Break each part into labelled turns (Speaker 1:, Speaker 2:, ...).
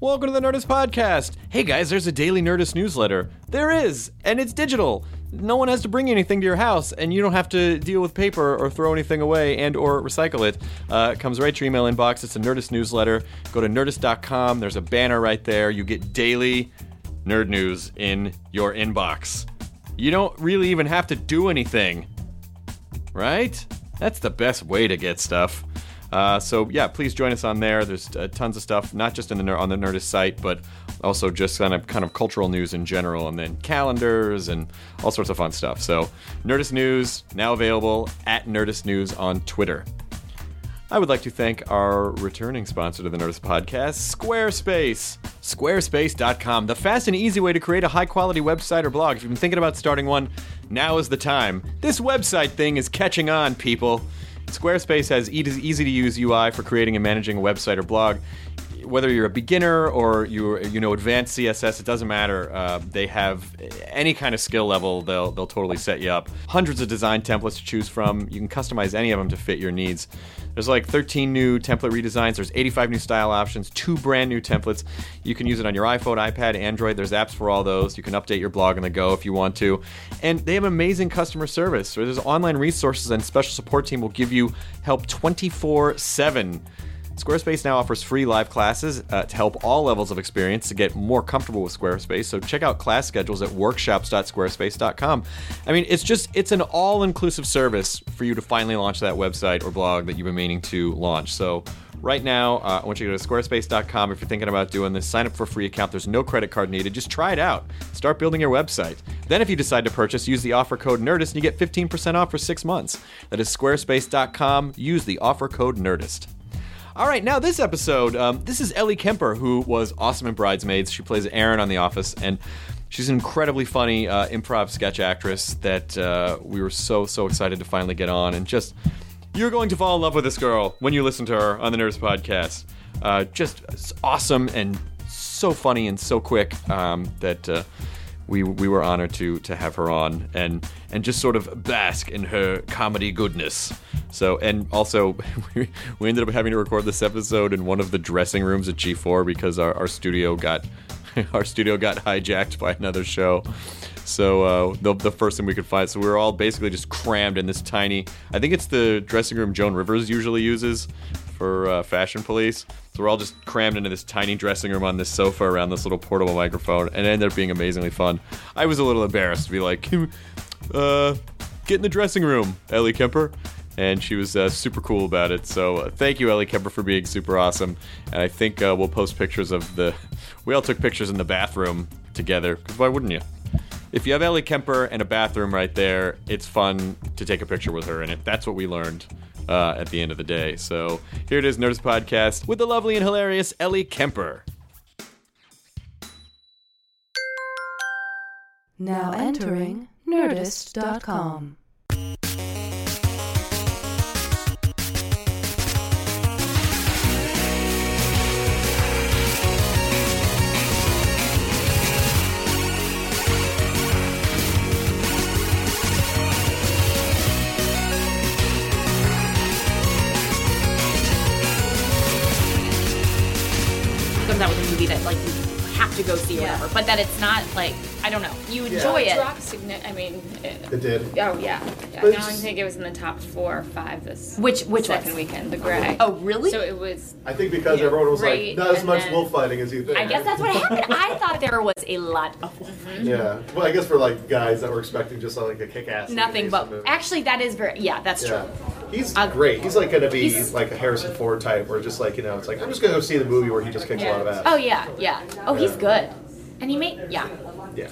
Speaker 1: Welcome to the Nerdist Podcast. Hey guys, there's a daily Nerdist newsletter. There is, and it's digital. No one has to bring anything to your house, and you don't have to deal with paper or throw anything away and or recycle it. Uh, it comes right to your email inbox. It's a Nerdist newsletter. Go to nerdist.com. There's a banner right there. You get daily nerd news in your inbox. You don't really even have to do anything right? That's the best way to get stuff. Uh, so yeah, please join us on there. There's uh, tons of stuff, not just in the ner- on the Nerdist site, but also just kind of kind of cultural news in general, and then calendars and all sorts of fun stuff. So Nerdist News now available at Nerdist News on Twitter. I would like to thank our returning sponsor to the Nerdist podcast, Squarespace. Squarespace.com, the fast and easy way to create a high quality website or blog. If you've been thinking about starting one, now is the time. This website thing is catching on, people. Squarespace has e-, easy to use UI for creating and managing a website or blog. Whether you're a beginner or you you know advanced CSS, it doesn't matter. Uh, they have any kind of skill level, they'll they'll totally set you up. Hundreds of design templates to choose from. You can customize any of them to fit your needs. There's like 13 new template redesigns. There's 85 new style options. Two brand new templates. You can use it on your iPhone, iPad, Android. There's apps for all those. You can update your blog on the go if you want to. And they have amazing customer service. There's online resources and special support team will give you help 24 7. Squarespace now offers free live classes uh, to help all levels of experience to get more comfortable with Squarespace. So check out class schedules at workshops.squarespace.com. I mean, it's just it's an all-inclusive service for you to finally launch that website or blog that you've been meaning to launch. So right now, uh, I want you to go to squarespace.com if you're thinking about doing this. Sign up for a free account. There's no credit card needed. Just try it out. Start building your website. Then, if you decide to purchase, use the offer code Nerdist and you get 15% off for six months. That is squarespace.com. Use the offer code Nerdist. All right, now this episode, um, this is Ellie Kemper, who was awesome in Bridesmaids. She plays Erin on The Office, and she's an incredibly funny uh, improv sketch actress that uh, we were so, so excited to finally get on. And just, you're going to fall in love with this girl when you listen to her on the Nerds Podcast. Uh, just awesome and so funny and so quick um, that. Uh, we, we were honored to to have her on and and just sort of bask in her comedy goodness. So and also we, we ended up having to record this episode in one of the dressing rooms at G4 because our, our studio got our studio got hijacked by another show. So uh, the, the first thing we could find. So we were all basically just crammed in this tiny. I think it's the dressing room Joan Rivers usually uses for uh, Fashion Police. So we're all just crammed into this tiny dressing room on this sofa around this little portable microphone, and it ended up being amazingly fun. I was a little embarrassed to be like, "Hmm, uh, "Get in the dressing room, Ellie Kemper." And she was uh, super cool about it. So uh, thank you, Ellie Kemper, for being super awesome. And I think uh, we'll post pictures of the. We all took pictures in the bathroom together. 'cause why wouldn't you? If you have Ellie Kemper and a bathroom right there, it's fun to take a picture with her in it. That's what we learned uh, at the end of the day. So here it is, Nerdist Podcast, with the lovely and hilarious Ellie Kemper.
Speaker 2: Now entering Nerdist.com.
Speaker 3: Because that was a movie that like you have to go see or whatever, but that it's not like I don't know. You enjoy
Speaker 4: It
Speaker 3: it.
Speaker 4: dropped signi- I mean, it,
Speaker 5: It did.
Speaker 4: oh yeah, yeah.
Speaker 5: But
Speaker 4: I
Speaker 5: it's-
Speaker 4: don't think it was in the top four or five this
Speaker 3: Which which
Speaker 4: second
Speaker 3: one?
Speaker 4: weekend. The Gray.
Speaker 3: Oh really?
Speaker 4: So it was.
Speaker 5: I think because
Speaker 4: Yeah,
Speaker 5: everyone was
Speaker 4: right,
Speaker 5: like, not as
Speaker 4: and
Speaker 5: much
Speaker 4: then-
Speaker 5: wolf fighting as you think.
Speaker 3: I guess that's what happened. I thought there was a lot of wolf.
Speaker 5: Yeah. Well, I guess for like guys that were expecting just like a kick ass.
Speaker 3: nothing but actually that is very yeah that's
Speaker 5: Yeah.
Speaker 3: true.
Speaker 5: He's
Speaker 3: Uh,
Speaker 5: great. He's like gonna be
Speaker 3: he's-
Speaker 5: like a Harrison Ford type, where just like you know, it's like I'm just gonna go see the movie where he just kicks a lot of ass.
Speaker 3: Oh yeah yeah. Oh he's
Speaker 5: Yeah.
Speaker 3: good. And he made yeah. Do
Speaker 5: yeah.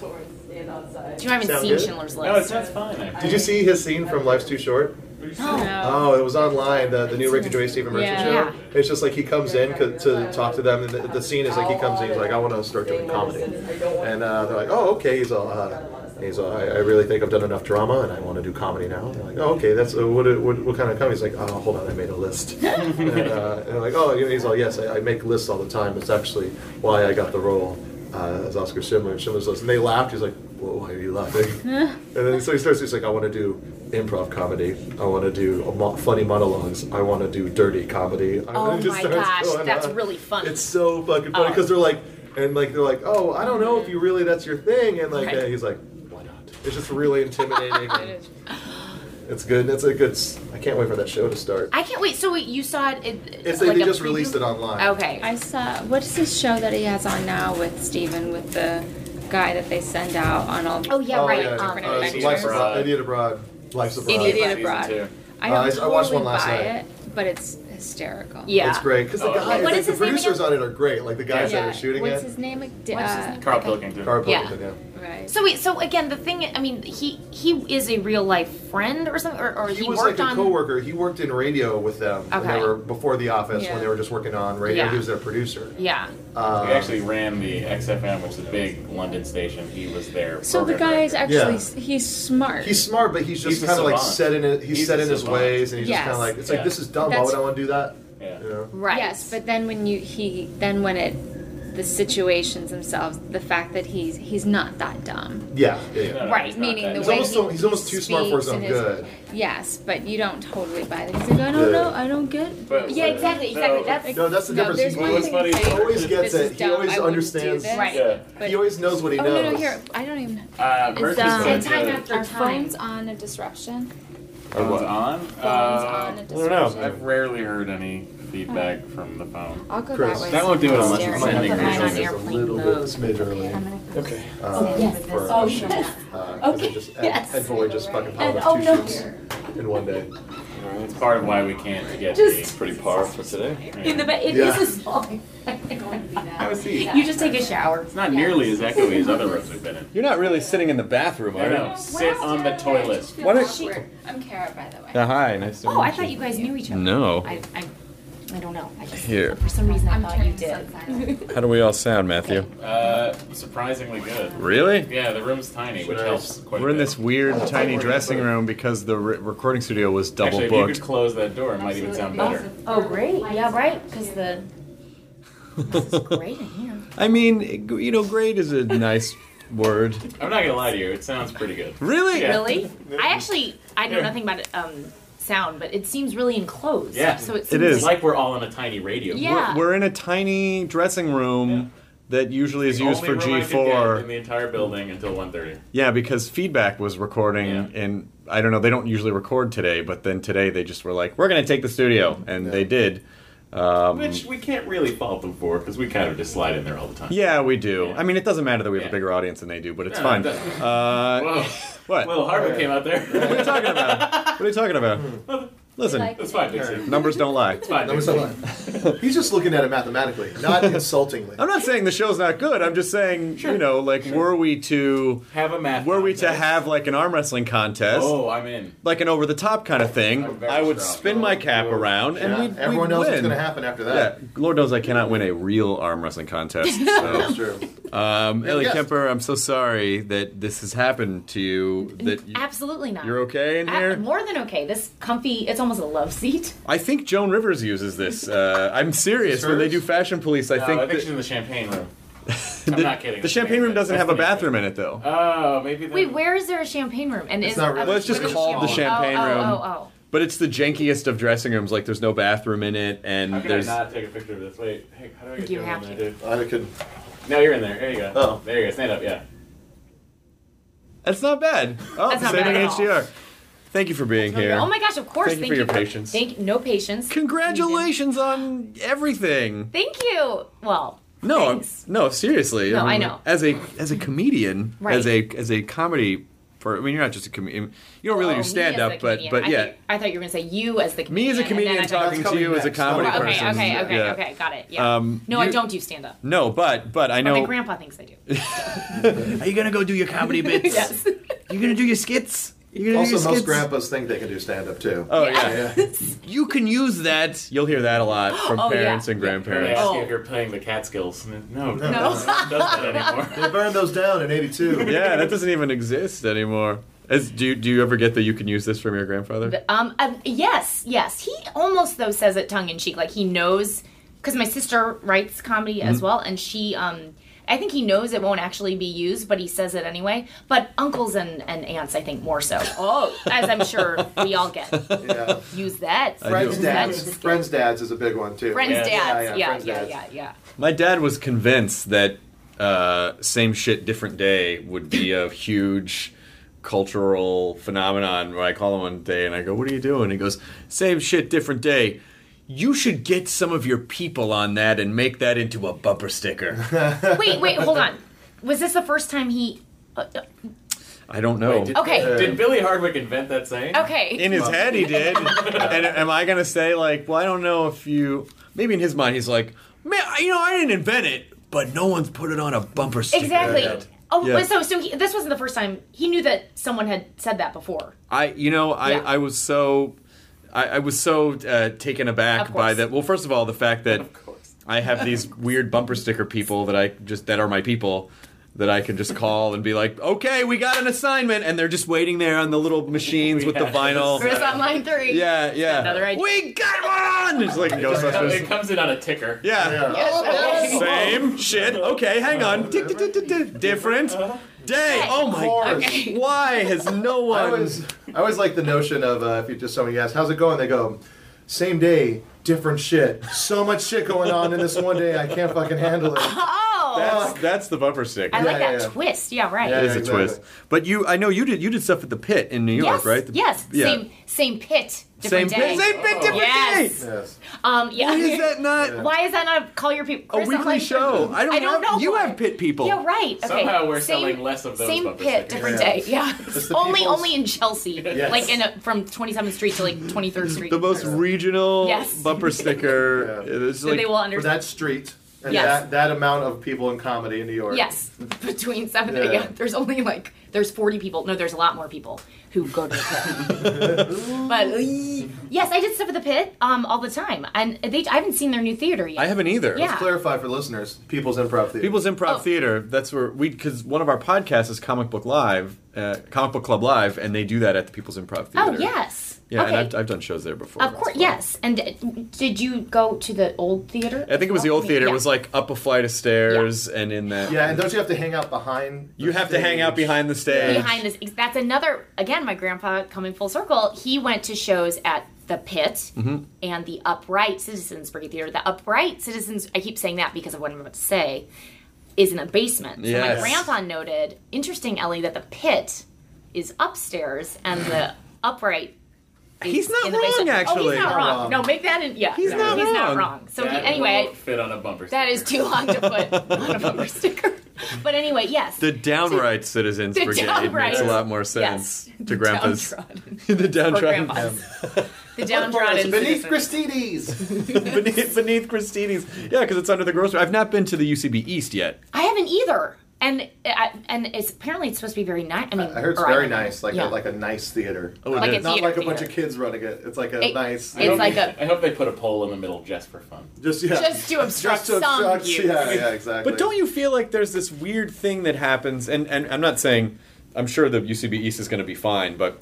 Speaker 3: you haven't
Speaker 5: Sound
Speaker 3: seen
Speaker 5: good?
Speaker 3: Schindler's
Speaker 6: No, it
Speaker 3: List?
Speaker 6: sounds fine. Actually.
Speaker 5: Did you see his scene from Life's Too Short? Oh, it was online. The, the new Ricky Gervais Stephen Merchant
Speaker 4: Yeah.
Speaker 5: show.
Speaker 3: Yeah.
Speaker 5: It's just like he comes in co- to talk to them, and the, the scene is like he comes in, he's like, I want to start doing comedy, and uh, they're like, Oh, okay. He's all. Uh, He's all, I, I really think I've done enough drama and I want to do comedy now. And they're like, oh, okay, that's uh, what, what, what kind of comedy? He's like, oh, hold on, I made a list. and, uh, and they're like, oh, you know, he's all, yes, I, I make lists all the time. It's actually why I got the role uh, as Oscar Schindler in Schindler's List. And they laughed. He's like, whoa, why are you laughing? and then so he starts, he's like, I want to do improv comedy. I want to do a mo- funny monologues. I want to do dirty comedy. I
Speaker 3: Oh
Speaker 5: it just
Speaker 3: my
Speaker 5: starts
Speaker 3: gosh,
Speaker 5: going
Speaker 3: that's really Oh. funny.
Speaker 5: It's so fucking funny because they're like, and like they're like, oh, I don't know if you really that's your thing, and like
Speaker 3: Right.
Speaker 5: and he's like, why not? It's just really intimidating. and it's good. It's a good. s- I can't wait for that show to start.
Speaker 3: I can't wait. So wait, you saw it? it
Speaker 5: It's
Speaker 3: like
Speaker 5: they
Speaker 3: a
Speaker 5: just
Speaker 3: preview?
Speaker 5: released it online.
Speaker 3: Okay.
Speaker 4: I saw what's this show that he has on now with Steven with the guy that they send out on all
Speaker 3: oh yeah,
Speaker 5: Oh,
Speaker 3: right.
Speaker 5: yeah,
Speaker 3: um,
Speaker 5: uh,
Speaker 4: Different
Speaker 5: Life's
Speaker 4: adventures.
Speaker 5: Abroad. Idiot Abroad. Life's Abroad.
Speaker 4: Idiot,
Speaker 3: Season
Speaker 4: Abroad.
Speaker 7: two.
Speaker 4: I
Speaker 5: Oh, Uh, I- I
Speaker 4: don't totally
Speaker 5: watched one last
Speaker 4: buy
Speaker 5: night.
Speaker 4: it, but it's hysterical.
Speaker 3: Yeah.
Speaker 5: It's great because the
Speaker 7: Oh,
Speaker 5: guy,
Speaker 7: okay.
Speaker 3: What
Speaker 5: the,
Speaker 3: is
Speaker 5: the
Speaker 3: his name
Speaker 5: producers
Speaker 3: again?
Speaker 5: on it are great. Like the guys that
Speaker 4: Yeah.
Speaker 5: are shooting
Speaker 4: What's
Speaker 5: it.
Speaker 4: his name? Ag-
Speaker 3: What's his
Speaker 4: uh,
Speaker 3: name?
Speaker 7: Carl Pilkington.
Speaker 5: Carl
Speaker 3: Yeah.
Speaker 5: Pilkington, yeah.
Speaker 4: Right.
Speaker 3: So wait, so again, the thing, I mean, he he is a real life friend or something, or, or
Speaker 5: he,
Speaker 3: he,
Speaker 5: was
Speaker 3: worked
Speaker 5: like a
Speaker 3: on.
Speaker 5: coworker. He worked in radio with them when
Speaker 3: Okay.
Speaker 5: they were before the office
Speaker 4: Yeah.
Speaker 5: when they were just working on radio.
Speaker 3: Yeah.
Speaker 5: He was their producer.
Speaker 3: Yeah.
Speaker 5: Uh,
Speaker 7: He actually ran the XFM, which is a big London station. He was there.
Speaker 4: So the guy is actually
Speaker 5: Yeah.
Speaker 4: he's smart.
Speaker 5: he's smart, but he's just
Speaker 7: He's a
Speaker 5: kind of like
Speaker 7: savant.
Speaker 5: set in his, he's,
Speaker 7: He's
Speaker 5: set
Speaker 7: a
Speaker 5: in his
Speaker 7: savant.
Speaker 5: ways, and he's just
Speaker 4: Yes.
Speaker 5: kind of like it's like
Speaker 7: Yeah.
Speaker 5: this is dumb. Why
Speaker 4: That's-
Speaker 5: would I want to do that?
Speaker 7: Yeah.
Speaker 5: You know?
Speaker 3: Right.
Speaker 4: Yes, but then when you he then when it the situations themselves, the fact that he's he's not that dumb.
Speaker 5: Yeah. yeah, yeah.
Speaker 3: Right,
Speaker 4: meaning the
Speaker 5: He's
Speaker 4: way
Speaker 5: almost
Speaker 4: he,
Speaker 5: so- he's almost too smart for his
Speaker 4: speaks
Speaker 5: own
Speaker 4: and
Speaker 5: good.
Speaker 4: Yes, but you don't totally buy that. He's like, I don't
Speaker 5: Yeah.
Speaker 4: know, I don't get. it."
Speaker 7: But-
Speaker 3: Yeah, exactly, exactly.
Speaker 7: No,
Speaker 3: That's
Speaker 5: No, that's the
Speaker 4: no,
Speaker 5: difference.
Speaker 4: there's
Speaker 5: He
Speaker 4: one
Speaker 5: always-
Speaker 4: thing
Speaker 7: funny.
Speaker 4: to say,
Speaker 5: he always gets
Speaker 4: this is
Speaker 5: it. He
Speaker 4: dumb, I
Speaker 5: always
Speaker 4: wouldn't do
Speaker 5: understands.
Speaker 4: this,
Speaker 3: Right.
Speaker 7: Yeah.
Speaker 4: but-
Speaker 5: He always knows what he
Speaker 4: oh
Speaker 5: knows.
Speaker 4: no, no, here I don't even.
Speaker 7: Uh,
Speaker 4: It's,
Speaker 7: Percy's
Speaker 4: um,
Speaker 7: going
Speaker 3: Say time
Speaker 7: to-
Speaker 3: after
Speaker 4: Are
Speaker 3: time.
Speaker 4: phones on a disruption?
Speaker 7: Phones on?
Speaker 3: Uh,
Speaker 7: Phones
Speaker 4: on a disruption.
Speaker 7: I've rarely heard any feedback
Speaker 3: Mm-hmm.
Speaker 7: from the phone.
Speaker 4: I'll go
Speaker 5: Chris,
Speaker 4: that way.
Speaker 7: that won't do it unless
Speaker 4: Staring.
Speaker 7: it's
Speaker 5: Might have
Speaker 7: sending
Speaker 5: to
Speaker 3: Put mine
Speaker 5: raise
Speaker 3: on
Speaker 5: this a
Speaker 3: airplane
Speaker 5: little bit
Speaker 3: mode.
Speaker 5: smidge early.
Speaker 7: Okay.
Speaker 5: uh,
Speaker 3: yes.
Speaker 5: for
Speaker 3: Oh,
Speaker 5: a
Speaker 3: yeah.
Speaker 5: shoot. Uh, 'cause they just Ed,
Speaker 3: yes.
Speaker 5: Ed Foley just fucking piled up
Speaker 3: oh,
Speaker 5: two
Speaker 3: no.
Speaker 5: shoots in one day.
Speaker 7: It's part of why we can't get
Speaker 3: Just-
Speaker 7: the
Speaker 8: Pretty par for today.
Speaker 3: In the bed, it
Speaker 5: Yeah.
Speaker 3: is a small.
Speaker 7: I would see.
Speaker 3: you just take a shower.
Speaker 7: It's not nearly as echoey as other rooms we've been in.
Speaker 1: You're not really sitting in the bathroom,
Speaker 7: I know. Sit on the toilet.
Speaker 1: Why don't-
Speaker 4: I'm Kara, by the way.
Speaker 1: Uh, hi, nice to
Speaker 3: Oh, I thought you guys knew each other.
Speaker 1: No.
Speaker 3: I, I, I don't know. I just,
Speaker 1: Here.
Speaker 3: For some reason, I
Speaker 4: I'm
Speaker 3: thought you
Speaker 4: turning
Speaker 3: did.
Speaker 4: sunshine.
Speaker 1: How do we all sound, Matthew?
Speaker 7: Uh, surprisingly good.
Speaker 1: Really?
Speaker 7: Yeah, the room's tiny, which
Speaker 5: Nice.
Speaker 7: helps quite a
Speaker 1: We're in
Speaker 7: bit.
Speaker 1: this weird tiny dressing room because the re- recording studio was double
Speaker 7: Actually, if you
Speaker 1: booked.
Speaker 7: could close that door, it might even sound better.
Speaker 3: Oh, great. Yeah, right. Because the. This is great in here.
Speaker 1: I mean, you know, great is a nice word.
Speaker 7: I'm not gonna lie to you, it sounds pretty good.
Speaker 1: Really?
Speaker 7: Yeah.
Speaker 3: Really? I actually, I know
Speaker 7: Yeah.
Speaker 3: nothing about um, sound, but it seems really enclosed.
Speaker 7: Yeah.
Speaker 3: So it
Speaker 1: It
Speaker 3: seems
Speaker 1: is.
Speaker 7: It's like we're all in a tiny radio.
Speaker 3: Yeah.
Speaker 1: We're, we're in a tiny dressing room that usually is
Speaker 7: The
Speaker 1: used
Speaker 7: only
Speaker 1: for
Speaker 7: room I could get in
Speaker 1: G4.
Speaker 7: the entire building until 1:30.
Speaker 1: Yeah, because feedback was recording,
Speaker 7: Yeah.
Speaker 1: and I don't know, they don't usually record today, but then today they just were like, we're going to take the studio, and they did. Um,
Speaker 7: Which we can't really fault them for because we kind of just slide in there all the time.
Speaker 1: yeah, we do. I mean, it doesn't matter that we have
Speaker 7: Yeah.
Speaker 1: a bigger audience than they do, but it's
Speaker 7: No,
Speaker 1: fine.
Speaker 7: it doesn't.
Speaker 1: Uh,
Speaker 7: Whoa.
Speaker 1: what?
Speaker 7: Well, Harvard came out
Speaker 1: what are you
Speaker 7: there.
Speaker 1: talking about? What are you talking about? Listen,
Speaker 7: That's fine, Dixie. It's
Speaker 1: numbers don't lie.
Speaker 7: fine.
Speaker 5: That was
Speaker 7: Dixie.
Speaker 5: so- He's just looking at it mathematically, not insultingly.
Speaker 1: I'm not saying the show's not good. I'm just saying, you know, like, were we to
Speaker 7: Have a math.
Speaker 1: were we to
Speaker 7: contest.
Speaker 1: have like an arm wrestling contest,
Speaker 7: Oh, I'm in.
Speaker 1: like an over the top kind of thing,
Speaker 7: I'm very
Speaker 1: I would
Speaker 7: strong. Oh,
Speaker 1: spin my cap around and
Speaker 5: Yeah,
Speaker 1: we'd,
Speaker 5: everyone
Speaker 1: we'd
Speaker 5: knows
Speaker 1: win.
Speaker 5: what's going to happen after
Speaker 1: Yeah,
Speaker 5: that.
Speaker 1: Lord knows I cannot win a real arm wrestling contest.
Speaker 5: That's
Speaker 1: So,
Speaker 5: true.
Speaker 1: um, Ellie
Speaker 5: yes.
Speaker 1: Kemper, I'm so sorry that this has happened to you. That you,
Speaker 3: Absolutely not.
Speaker 1: you're okay in
Speaker 3: I-
Speaker 1: here.
Speaker 3: more than okay. This comfy, it's almost a love seat.
Speaker 1: I think Joan Rivers uses this. Uh, I'm serious. When they do Fashion Police, I
Speaker 7: No,
Speaker 1: think
Speaker 7: Uh, I think
Speaker 1: that-
Speaker 7: she's in the champagne room.
Speaker 1: the,
Speaker 7: I'm not kidding.
Speaker 1: the champagne room doesn't have
Speaker 7: That's
Speaker 1: a
Speaker 7: the name of it.
Speaker 1: bathroom in it though.
Speaker 7: Oh, maybe. the-
Speaker 3: Wait, where is there a champagne room? And
Speaker 5: It's
Speaker 3: is
Speaker 5: not really-
Speaker 1: Well, it's just
Speaker 3: what is
Speaker 1: called the champagne
Speaker 3: oh,
Speaker 1: room.
Speaker 3: Oh, oh,
Speaker 1: But it's the jankiest of dressing rooms. Like there's no bathroom in it, and
Speaker 7: How can
Speaker 1: there's
Speaker 7: I not take a picture of this? Wait, hey, how do I get
Speaker 3: You
Speaker 7: you
Speaker 3: have
Speaker 7: in
Speaker 3: to.
Speaker 7: there, dude?
Speaker 5: I could.
Speaker 7: No, you're in there. There you go.
Speaker 5: Oh.
Speaker 7: There you go. Stand up, yeah.
Speaker 1: that's not bad. Oh,
Speaker 3: That's not
Speaker 1: saving
Speaker 3: bad at all.
Speaker 1: HDR. Thank you for being
Speaker 3: oh.
Speaker 1: here.
Speaker 3: Oh my gosh! Of course.
Speaker 1: Thank you for your patience.
Speaker 3: Thank no patience.
Speaker 1: Congratulations on everything.
Speaker 3: Thank you. Well,
Speaker 1: No,
Speaker 3: thanks.
Speaker 1: no, seriously.
Speaker 3: No, I
Speaker 1: mean,
Speaker 3: know.
Speaker 1: As a as a comedian,
Speaker 3: Right.
Speaker 1: as a as a comedy, for I mean, you're not just a comedian. You don't really
Speaker 3: Oh, me
Speaker 1: do
Speaker 3: as
Speaker 1: stand
Speaker 3: the
Speaker 1: up, but
Speaker 3: comedian.
Speaker 1: but
Speaker 3: I
Speaker 1: yeah,
Speaker 3: thought, I thought you were gonna say you as the
Speaker 1: me
Speaker 3: comedian.
Speaker 1: as a
Speaker 3: and then I
Speaker 1: comedian
Speaker 3: thought-
Speaker 1: talking
Speaker 5: That's
Speaker 1: to you
Speaker 5: coming
Speaker 1: as a
Speaker 5: next.
Speaker 1: comedy
Speaker 5: Oh,
Speaker 3: Okay,
Speaker 1: person.
Speaker 3: okay, okay,
Speaker 1: yeah.
Speaker 3: okay. Got it. Yeah.
Speaker 1: Um,
Speaker 3: no, I
Speaker 1: you-
Speaker 3: don't do stand up.
Speaker 1: No, but but I
Speaker 3: But
Speaker 1: know.
Speaker 3: my grandpa thinks I do.
Speaker 1: Are you gonna go do your comedy bits?
Speaker 3: yes.
Speaker 1: You gonna do your skits? You gonna
Speaker 5: Also, most grandpas think they can do stand up too.
Speaker 1: Oh yeah.
Speaker 5: yeah.
Speaker 1: You can use that. You'll hear that a lot from
Speaker 3: Oh, yeah.
Speaker 1: parents and
Speaker 7: Apparently,
Speaker 1: grandparents.
Speaker 7: I ask
Speaker 3: Oh.
Speaker 7: you if you're playing the Catskills. No, no, no.
Speaker 5: No.
Speaker 7: does that
Speaker 5: They
Speaker 7: anymore.
Speaker 5: burned those down in '82.
Speaker 1: Yeah, that doesn't even exist anymore. As, do you, do you ever get that you can use this from your grandfather?
Speaker 3: But, Um, uh, yes, yes. He almost though says
Speaker 1: Mm-hmm.
Speaker 3: it tongue in cheek, like he knows, because my sister writes comedy as well, and she um. I think he knows it won't actually be used, but he says it anyway. But uncles and, and aunts, I think, more so. Oh, as I'm sure we all get.
Speaker 5: Yeah.
Speaker 3: Use that.
Speaker 5: Friends
Speaker 3: Use that.
Speaker 5: dads. Friends dads is a big one too.
Speaker 3: Friends
Speaker 5: Yeah,
Speaker 3: dads. Yeah, yeah,
Speaker 5: friends
Speaker 3: yeah,
Speaker 5: dads.
Speaker 3: yeah, yeah.
Speaker 1: My dad was convinced that uh, "Same Shit, Different Day" would be a huge cultural phenomenon. Where I call him one day and I go, "What are you doing?" He goes, "Same shit, different day." You should get some of your people on that and make that into a bumper sticker.
Speaker 3: Wait, wait, hold on. Was this the first time he? uh, uh,
Speaker 1: I don't know.
Speaker 7: Wait, did-
Speaker 3: Okay.
Speaker 7: Did Billy Hardwick invent that saying?
Speaker 3: Okay.
Speaker 1: in his head, he did. and am I gonna say like, well, I don't know if you? Maybe in his mind, he's like, man, you know, I didn't invent it, but no one's put it on a bumper sticker.
Speaker 3: Exactly.
Speaker 1: yet."
Speaker 3: Oh,
Speaker 1: Yeah.
Speaker 3: but so so he, this wasn't the first time he knew that someone had said that before.
Speaker 1: I you know I,
Speaker 3: Yeah.
Speaker 1: I was so I, I was so uh, taken aback
Speaker 3: Of
Speaker 1: by
Speaker 3: course.
Speaker 1: that. Well, first of all, the fact that I have these weird bumper sticker people that I just that are my people that I can just call and be like, okay, we got an assignment, and they're just waiting there on the little machines with the
Speaker 7: Yeah.
Speaker 1: vinyl.
Speaker 7: Right.
Speaker 3: Chris on line three.
Speaker 1: Yeah, yeah.
Speaker 3: Another idea.
Speaker 1: We got one. It's like
Speaker 7: It
Speaker 1: Ghostbusters.
Speaker 7: comes in on a ticker.
Speaker 1: Yeah.
Speaker 3: Oh, Yes.
Speaker 1: Same shit. Okay, hang on. Tick, tick, tick, tick, tick. Different day. Oh my
Speaker 5: Of
Speaker 1: god.
Speaker 5: course.
Speaker 1: Why has no
Speaker 5: I
Speaker 1: one?
Speaker 5: always, I always like the notion of uh, if you just somebody asks, "How's it going?" They go, "Same day, different shit. So much shit going on in this one day. I can't fucking handle it."
Speaker 3: Oh,
Speaker 1: That's that's the bumper sticker.
Speaker 3: I like
Speaker 5: Yeah,
Speaker 3: that
Speaker 5: yeah, yeah.
Speaker 3: twist. Yeah, right.
Speaker 5: Yeah,
Speaker 1: It is
Speaker 5: exactly.
Speaker 1: a twist. But you, I know you did. You did stuff at the pit in New York,
Speaker 3: Yes.
Speaker 1: right? The-
Speaker 3: yes.
Speaker 1: yeah.
Speaker 3: Same. Same pit.
Speaker 1: Same
Speaker 3: Different day.
Speaker 1: pit. Same pit. Different
Speaker 3: Yes.
Speaker 1: day.
Speaker 5: Yes.
Speaker 3: Um. Yeah.
Speaker 1: Why is that not
Speaker 3: Why is that not a call your people?
Speaker 1: a weekly show? I don't,
Speaker 3: I don't
Speaker 1: have,
Speaker 3: know
Speaker 1: You
Speaker 3: why.
Speaker 1: have pit people.
Speaker 3: Yeah. Right. Okay.
Speaker 7: Somehow we're
Speaker 3: same,
Speaker 7: selling less of those
Speaker 3: Same
Speaker 7: bumper
Speaker 3: pit,
Speaker 7: stickers.
Speaker 3: different
Speaker 5: Yeah.
Speaker 3: day. Yeah.
Speaker 5: the
Speaker 3: only,
Speaker 5: people's-
Speaker 3: only in Chelsea, like in a, from 27th Street to like 23rd Street.
Speaker 1: The most regional
Speaker 3: Yes.
Speaker 1: bumper sticker.
Speaker 5: Yeah.
Speaker 1: It's
Speaker 3: so
Speaker 1: like-
Speaker 3: they will
Speaker 5: For
Speaker 3: understand.
Speaker 5: that street and
Speaker 3: Yes.
Speaker 5: that, that amount of people in comedy in New York.
Speaker 3: Yes, between seven.
Speaker 5: Yeah.
Speaker 3: Yeah. there's only like there's 40 people. No, there's a lot more people who go to the pit. but yes, I did stuff at the pit um, all the time, and they I haven't seen their new theater yet.
Speaker 1: I haven't either.
Speaker 3: Yeah.
Speaker 5: Clarify for listeners, People's Improv Theater.
Speaker 1: People's Improv
Speaker 3: Oh.
Speaker 1: Theater. That's where we because one of our podcasts is Comic Book Live, uh, Comic Book Club Live, and they do that at the People's Improv Theater.
Speaker 3: Oh yes.
Speaker 1: Yeah,
Speaker 3: okay.
Speaker 1: and I've, I've done shows there before.
Speaker 3: of
Speaker 1: That's
Speaker 3: course,
Speaker 1: fun.
Speaker 3: yes. And uh, did you go to the old theater?
Speaker 1: I think it was the old theater. It was like up a flight of stairs and in that.
Speaker 5: Yeah, and don't you have to hang out behind? the
Speaker 1: You have to hang out
Speaker 5: stage?
Speaker 1: behind the stage.
Speaker 3: behind this. That's another. Again, my grandpa coming full circle. He went to shows at the Pit
Speaker 1: Mm-hmm.
Speaker 3: and the Upright Citizens Brigade Theater. The Upright Citizens. I keep saying that because of what I'm about to say. Is in a basement. So
Speaker 1: Yes.
Speaker 3: my grandpa noted. Interesting, Ellie, that the Pit is upstairs and the Upright. is
Speaker 1: He's not
Speaker 3: in the
Speaker 1: wrong,
Speaker 3: basement. Oh,
Speaker 1: actually.
Speaker 3: he's not
Speaker 1: Not
Speaker 3: wrong.
Speaker 5: wrong.
Speaker 3: No, make that in. Yeah,
Speaker 1: He's
Speaker 3: no,
Speaker 1: not
Speaker 3: he's
Speaker 1: wrong.
Speaker 3: not wrong. So he,
Speaker 7: That
Speaker 3: anyway,
Speaker 7: won't fit on a bumper sticker.
Speaker 3: that is too long to put on a bumper sticker. But anyway, yes.
Speaker 1: The downright citizens
Speaker 3: The
Speaker 1: brigade makes a
Speaker 3: downright.
Speaker 1: lot more sense
Speaker 3: Yes.
Speaker 1: to grandpa's.
Speaker 3: Downtrodden.
Speaker 1: the
Speaker 3: Or
Speaker 1: downtrodden
Speaker 3: grandpas. The
Speaker 5: Doors
Speaker 3: downtrodden.
Speaker 5: beneath
Speaker 3: citizens.
Speaker 5: Christie's.
Speaker 1: beneath, beneath Christini's. Yeah, because it's under the grocery. I've not been to the UCB East yet.
Speaker 3: I haven't either. And I, and it's apparently it's supposed to be very nice. I mean,
Speaker 5: I heard it's
Speaker 3: or I-
Speaker 5: very nice, like
Speaker 3: yeah.
Speaker 5: a, like a nice theater.
Speaker 1: Oh, it
Speaker 3: Like
Speaker 1: is.
Speaker 3: it's-
Speaker 5: Not
Speaker 3: Theater,
Speaker 5: like a bunch
Speaker 3: theater.
Speaker 5: of kids running it. It's like a
Speaker 3: It-
Speaker 5: nice.
Speaker 7: I hope
Speaker 3: It's like
Speaker 7: they-
Speaker 3: a-
Speaker 7: I hope they put a pole in the middle just for fun.
Speaker 5: just yeah.
Speaker 3: just to obstruct
Speaker 5: Just to
Speaker 3: some
Speaker 5: obstruct-
Speaker 3: views.
Speaker 5: Yeah, yeah, exactly.
Speaker 1: But don't you feel like there's this weird thing that happens? And, and I'm not saying I'm sure the UCB East is going to be fine, but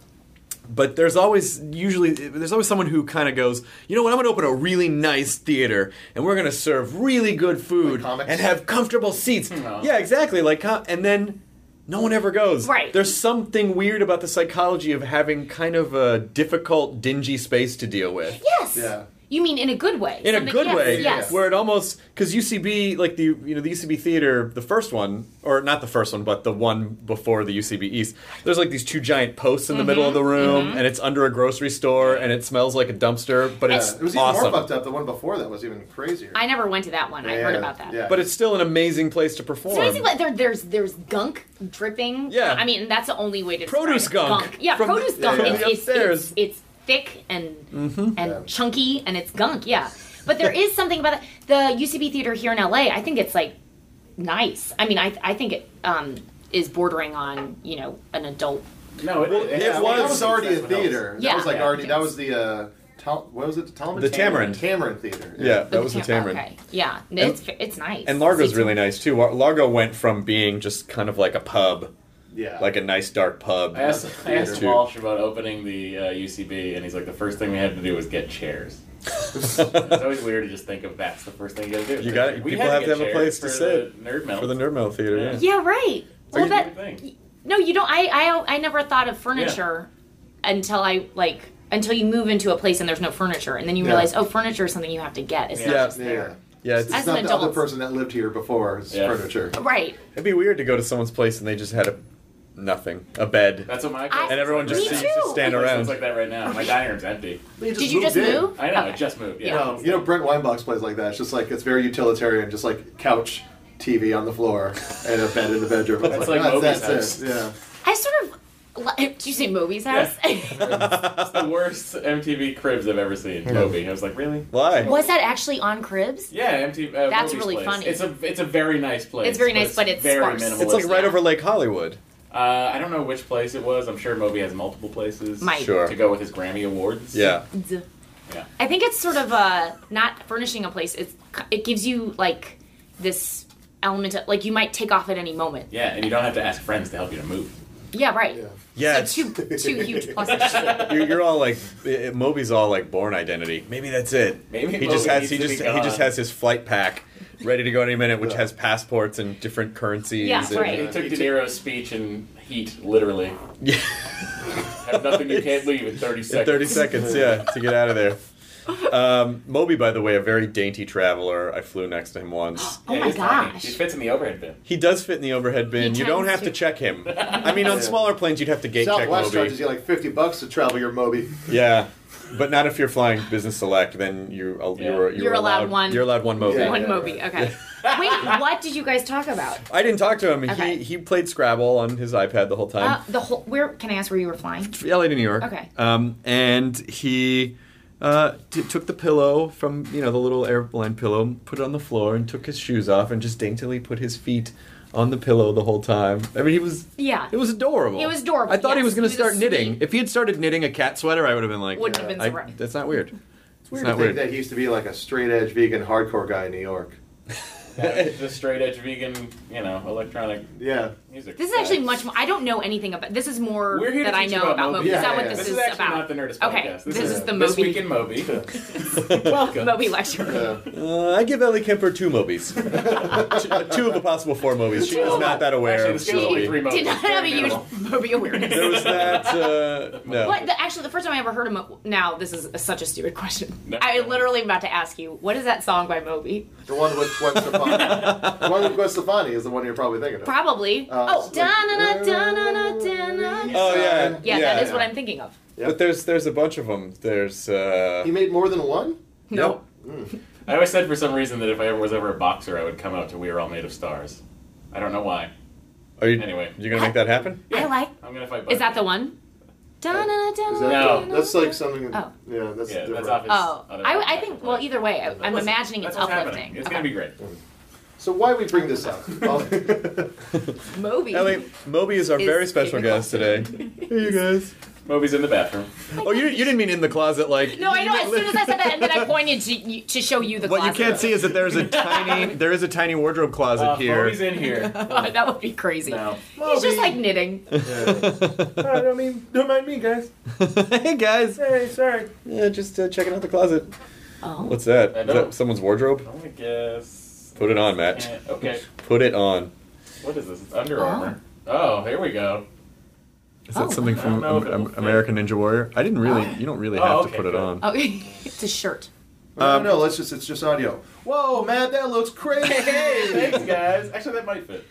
Speaker 1: but there's always usually there's always someone who kind of goes, you know what? I'm going to open a really nice theater, and we're going to serve really good food
Speaker 5: Like comics?
Speaker 1: and have comfortable seats.
Speaker 7: No.
Speaker 1: Yeah, exactly. Like, com- and then. No one ever goes.
Speaker 3: Right.
Speaker 1: There's something weird about the psychology of having kind of a difficult, dingy space to deal with
Speaker 3: Yes.
Speaker 5: Yeah.
Speaker 3: You mean in a good way?
Speaker 1: in a
Speaker 3: Something-
Speaker 1: good
Speaker 3: yes,
Speaker 1: way,
Speaker 3: Yes.
Speaker 1: where it almost because UCB like the you know the UCB theater, the first one or not the first one, but the one before the UCB East. There's like these two giant posts in the middle of
Speaker 3: Mm-hmm,
Speaker 1: the room, and it's under a grocery store, and it smells like a dumpster, but
Speaker 5: Yeah,
Speaker 1: it's
Speaker 5: it was even
Speaker 1: awesome.
Speaker 5: more fucked up. The one before that was even crazier.
Speaker 3: I never went to that one. I heard about that.
Speaker 5: Yeah.
Speaker 1: But it's still an amazing place to perform.
Speaker 3: So basically, there, there's there's gunk dripping.
Speaker 1: Yeah.
Speaker 3: I mean, that's the only way to
Speaker 1: Produce
Speaker 3: describe it.
Speaker 1: gunk
Speaker 3: Yeah,
Speaker 1: from-
Speaker 3: produce
Speaker 1: yeah,
Speaker 3: gunk.
Speaker 1: yeah.
Speaker 3: It's, it's,
Speaker 1: Upstairs. Mm-hmm.
Speaker 3: it's, it's thick and and chunky and it's gunk. Yeah, but there is something about it. The UCB theater here in LA. I think it's like nice. I mean, I I think it um, is bordering on you know an adult.
Speaker 7: No, it, it,
Speaker 1: it
Speaker 5: Yeah, well,
Speaker 1: was-
Speaker 5: that was already a
Speaker 7: That's what helps.
Speaker 5: theater. That
Speaker 3: Yeah.
Speaker 5: was like
Speaker 7: Yeah.
Speaker 5: already. That was the. Uh, Tal- what was it? The Talmud.
Speaker 1: The Tamarind.
Speaker 5: Tamarind Theater.
Speaker 1: yeah, that was the Tamarind.
Speaker 3: Okay. Yeah, it's it's nice.
Speaker 1: And Largo's
Speaker 3: It's-
Speaker 1: really nice too. Lar- Largo went from being just kind of like a pub,
Speaker 5: Yeah.
Speaker 1: like a nice dark pub.
Speaker 7: I asked, I asked
Speaker 1: to-
Speaker 7: Walsh about opening the uh, UCB, and he's like, the first thing we had to do was get chairs. It's always weird to just think of that's the first thing you gotta do.
Speaker 1: You got it.
Speaker 7: We
Speaker 1: People
Speaker 7: had
Speaker 1: have to
Speaker 7: get
Speaker 1: have a place
Speaker 7: chairs
Speaker 1: to
Speaker 7: for
Speaker 1: sit.
Speaker 7: the Nerd melt.
Speaker 1: for the Nerd Mouth Theater.
Speaker 7: Yeah.
Speaker 1: Yeah.
Speaker 3: Yeah, right.
Speaker 7: Well,
Speaker 3: Well,
Speaker 7: you
Speaker 3: that
Speaker 7: do your thing.
Speaker 3: no, you don't. I I I never thought of furniture until I like until you move into a place and there's no furniture, and then you
Speaker 5: Yeah.
Speaker 3: realize oh, furniture is something you have to get. It's not
Speaker 1: Yeah.
Speaker 3: just there.
Speaker 1: Yeah, it's-
Speaker 5: It's
Speaker 3: As
Speaker 5: not
Speaker 3: an
Speaker 5: the other
Speaker 3: adult.
Speaker 5: person that lived here before. It's
Speaker 7: Yeah.
Speaker 5: furniture.
Speaker 3: Right.
Speaker 1: it'd be weird to go to someone's place and they just had a nothing, a bed.
Speaker 7: That's what my
Speaker 3: I-
Speaker 7: place
Speaker 1: And everyone
Speaker 7: looks
Speaker 1: just
Speaker 3: Me
Speaker 1: seems
Speaker 7: like
Speaker 3: too.
Speaker 1: to stand
Speaker 7: right now. My place
Speaker 1: around.
Speaker 7: looks like that right now. My dining room's empty.
Speaker 3: Did you just
Speaker 5: moved in.
Speaker 3: move?
Speaker 7: I know.
Speaker 3: Okay.
Speaker 7: I just moved. Yeah.
Speaker 5: No, you know Brent Weinbach's plays like that. It's just like it's very utilitarian, just like couch, TV on the floor, and a bed in the bedroom. It's
Speaker 7: That's
Speaker 5: like,
Speaker 7: like
Speaker 5: "Oh,
Speaker 7: Moby's
Speaker 5: that's, that's it. Yeah.
Speaker 3: I sort of. li- Did you say Moby's house?
Speaker 7: It's the worst MTV cribs I've ever seen. Moby. I was like, really?
Speaker 1: Why?
Speaker 3: Was that actually on Cribs?
Speaker 7: Yeah, MTV. Uh,
Speaker 3: That's
Speaker 7: Moby's
Speaker 3: really
Speaker 7: place.
Speaker 3: funny.
Speaker 7: It's a it's a very nice place.
Speaker 3: It's very nice, but it's
Speaker 7: very
Speaker 3: sparse.
Speaker 7: minimalist.
Speaker 1: It's like right
Speaker 3: Yeah.
Speaker 1: over Lake Hollywood.
Speaker 7: Uh, I don't know which place it was. I'm sure Moby has multiple places
Speaker 3: Might.
Speaker 1: Sure.
Speaker 7: to go with his Grammy awards.
Speaker 1: Yeah.
Speaker 3: Duh.
Speaker 7: Yeah.
Speaker 3: I think it's sort of uh, not furnishing a place. It's it gives you like this element of like you might take off at any moment.
Speaker 7: Yeah, and you don't have to ask friends to help you to move.
Speaker 3: Yeah, right.
Speaker 5: Yeah.
Speaker 1: Yeah,
Speaker 3: So
Speaker 1: it's-
Speaker 3: two two huge pluses.
Speaker 1: you're, you're all like, it, Moby's all like born identity. Maybe that's it.
Speaker 7: Maybe
Speaker 1: he just has
Speaker 7: Moby needs
Speaker 1: he
Speaker 7: to
Speaker 1: just
Speaker 7: be
Speaker 1: he just
Speaker 7: gone.
Speaker 1: has his flight pack ready to go any minute, which has passports and different currencies.
Speaker 3: Yeah,
Speaker 1: and-
Speaker 3: right.
Speaker 7: They Uh, took De Niro's speech and heat, literally.
Speaker 1: Yeah,
Speaker 7: Have nothing you can't leave in 30 seconds.
Speaker 1: in thirty seconds. Yeah, to get out of there. Um, Moby, by the way, a very dainty traveler. I flew next to him once.
Speaker 3: Oh
Speaker 7: Yeah,
Speaker 3: my
Speaker 7: he's tiny.
Speaker 3: gosh.
Speaker 7: He fits in the overhead bin.
Speaker 1: He does fit in the overhead bin.
Speaker 3: He
Speaker 1: You don't
Speaker 3: tends
Speaker 1: have to
Speaker 3: to-
Speaker 1: check him. I mean, on
Speaker 5: Yeah.
Speaker 1: smaller planes, you'd have to gate check
Speaker 5: Southwest charges
Speaker 1: Moby.
Speaker 5: you like fifty bucks to travel your Moby.
Speaker 1: Yeah, but not if you're flying business select. Then you
Speaker 7: Yeah.
Speaker 1: you're, you're,
Speaker 3: You're allowed one-
Speaker 1: You're allowed one Moby.
Speaker 5: Yeah.
Speaker 3: One Moby. Okay. Wait, what did you guys talk about?
Speaker 1: I didn't talk to him.
Speaker 3: Okay.
Speaker 1: He he played Scrabble on his iPad the whole
Speaker 3: Uh,
Speaker 1: time.
Speaker 3: the whole where can I ask where you were flying?
Speaker 1: LA to New York.
Speaker 3: Okay.
Speaker 1: Um, and he uh, t- took the pillow from you know the little airline pillow, put it on the floor, and took his shoes off, and just daintily put his feet on the pillow the whole time. I mean, he was
Speaker 3: Yeah.
Speaker 1: it was adorable.
Speaker 3: It was adorable,
Speaker 1: I thought he
Speaker 3: yes.
Speaker 1: was going
Speaker 3: He
Speaker 1: to
Speaker 3: was
Speaker 1: start
Speaker 3: a
Speaker 1: knitting.
Speaker 3: sweet-
Speaker 1: If he had started knitting a cat sweater, I would have been like,
Speaker 3: Wouldn't have been
Speaker 1: I-
Speaker 3: surprised.
Speaker 1: That's not weird. It's
Speaker 5: Weird
Speaker 1: not
Speaker 5: to think
Speaker 1: weird.
Speaker 5: that he used to be like a straight edge vegan hardcore guy in New York.
Speaker 7: Yeah, he's just straight edge vegan, you know, electronic
Speaker 5: Yeah.
Speaker 7: music.
Speaker 3: This is actually
Speaker 7: guy.
Speaker 3: much more. I don't know anything about. This is more
Speaker 7: We're here to
Speaker 3: that I
Speaker 7: teach you
Speaker 3: know about Moby. Is
Speaker 5: Yeah,
Speaker 3: that what
Speaker 5: yeah.
Speaker 3: this,
Speaker 7: This
Speaker 3: is,
Speaker 7: is actually
Speaker 3: about?
Speaker 7: not the Nerdist
Speaker 3: Okay,
Speaker 7: podcast.
Speaker 3: this,
Speaker 7: This
Speaker 5: is-
Speaker 3: is the
Speaker 7: This
Speaker 3: Moby
Speaker 7: week in Moby.
Speaker 1: Welcome.
Speaker 3: Moby lecture.
Speaker 5: Yeah.
Speaker 1: Uh, I give Ellie Kemper two Mobies, Two- two of the possible four Mobies. She was not that aware
Speaker 7: Actually,
Speaker 1: of
Speaker 7: this is only
Speaker 1: Moby.
Speaker 7: three Mobys.
Speaker 3: Did not have a
Speaker 7: Very
Speaker 3: huge
Speaker 7: minimal.
Speaker 3: Moby awareness.
Speaker 1: There was that. Uh, no.
Speaker 3: What? The, actually, the first time I ever heard of Mo- now, this is such a stupid question.
Speaker 7: No.
Speaker 3: I literally am about to ask you, what is that song by Moby?
Speaker 5: The one with Gwen Stefani. the one with Gwen Stefani is the one you're probably thinking of.
Speaker 3: Probably.
Speaker 5: Uh,
Speaker 3: oh,
Speaker 5: it's
Speaker 3: da
Speaker 5: like- uh,
Speaker 3: na na da na na da na. Yeah,
Speaker 1: Oh yeah.
Speaker 5: Yeah,
Speaker 1: Yeah.
Speaker 3: that is what I'm thinking of.
Speaker 1: But there's there's a bunch of them. There's uh.
Speaker 5: He made more than one.
Speaker 3: No.
Speaker 7: I always said for some reason that if I ever was ever a boxer, I would come out to We Are All Made of Stars. I don't know why.
Speaker 1: Are you
Speaker 7: Anyway.
Speaker 1: You're gonna make that happen?
Speaker 3: I like.
Speaker 7: I'm gonna fight.
Speaker 3: Is that the
Speaker 7: Bucky.
Speaker 3: one? Da na na da. na,
Speaker 5: Is that,
Speaker 7: No.
Speaker 3: da,
Speaker 5: That's
Speaker 3: na,
Speaker 5: like
Speaker 3: da.
Speaker 5: something.
Speaker 3: Oh.
Speaker 5: Yeah, that's
Speaker 7: Yeah,
Speaker 5: different.
Speaker 7: that's obvious.
Speaker 3: Oh, I, I think. Well, either way, I, I'm
Speaker 7: Listen,
Speaker 3: imagining it's
Speaker 7: that's what's happening.
Speaker 3: uplifting.
Speaker 7: It's gonna be great.
Speaker 5: So why we bring this up? Well,
Speaker 3: be Moby.
Speaker 1: Ellie, Moby is our
Speaker 3: Is
Speaker 1: very
Speaker 3: in
Speaker 1: special
Speaker 3: the
Speaker 1: guest today.
Speaker 3: closet.
Speaker 1: Hey, you guys.
Speaker 7: Moby's in the bathroom.
Speaker 1: Oh, you, you didn't mean in the closet, like.
Speaker 3: No, I know. As
Speaker 1: you-
Speaker 3: soon as I said that, and then I pointed to you, to show you the.
Speaker 1: What you
Speaker 3: closet.
Speaker 1: can't see is that there's a tiny, there is a tiny wardrobe closet
Speaker 7: Uh,
Speaker 1: here.
Speaker 7: Moby's in here.
Speaker 3: Oh, that would be crazy.
Speaker 7: No.
Speaker 3: He's just like knitting.
Speaker 5: I don't mean. Don't mind me, guys.
Speaker 1: hey guys.
Speaker 5: Hey, sorry.
Speaker 1: Yeah, just uh, checking out the closet.
Speaker 3: Oh,
Speaker 1: What's that?
Speaker 7: I
Speaker 1: Is
Speaker 7: know.
Speaker 1: that someone's wardrobe?
Speaker 7: I'm gonna guess.
Speaker 1: Put it on,
Speaker 7: Eh,
Speaker 1: Matt.
Speaker 7: Okay.
Speaker 1: Put it on.
Speaker 7: What is this? It's Under Armour. Oh, here we go.
Speaker 1: Is that
Speaker 3: Oh.
Speaker 1: something
Speaker 7: I don't
Speaker 1: from Am-
Speaker 7: know if it'll
Speaker 1: Am-
Speaker 7: fit.
Speaker 1: American Ninja Warrior? I didn't really. You don't really
Speaker 7: Oh,
Speaker 1: have to
Speaker 7: okay,
Speaker 1: put it
Speaker 7: good.
Speaker 1: on.
Speaker 3: oh, it's a shirt.
Speaker 1: Um,
Speaker 5: no, no, let's just. It's just audio. Whoa, man, that looks crazy.
Speaker 7: Hey, thanks guys. Actually, that might fit.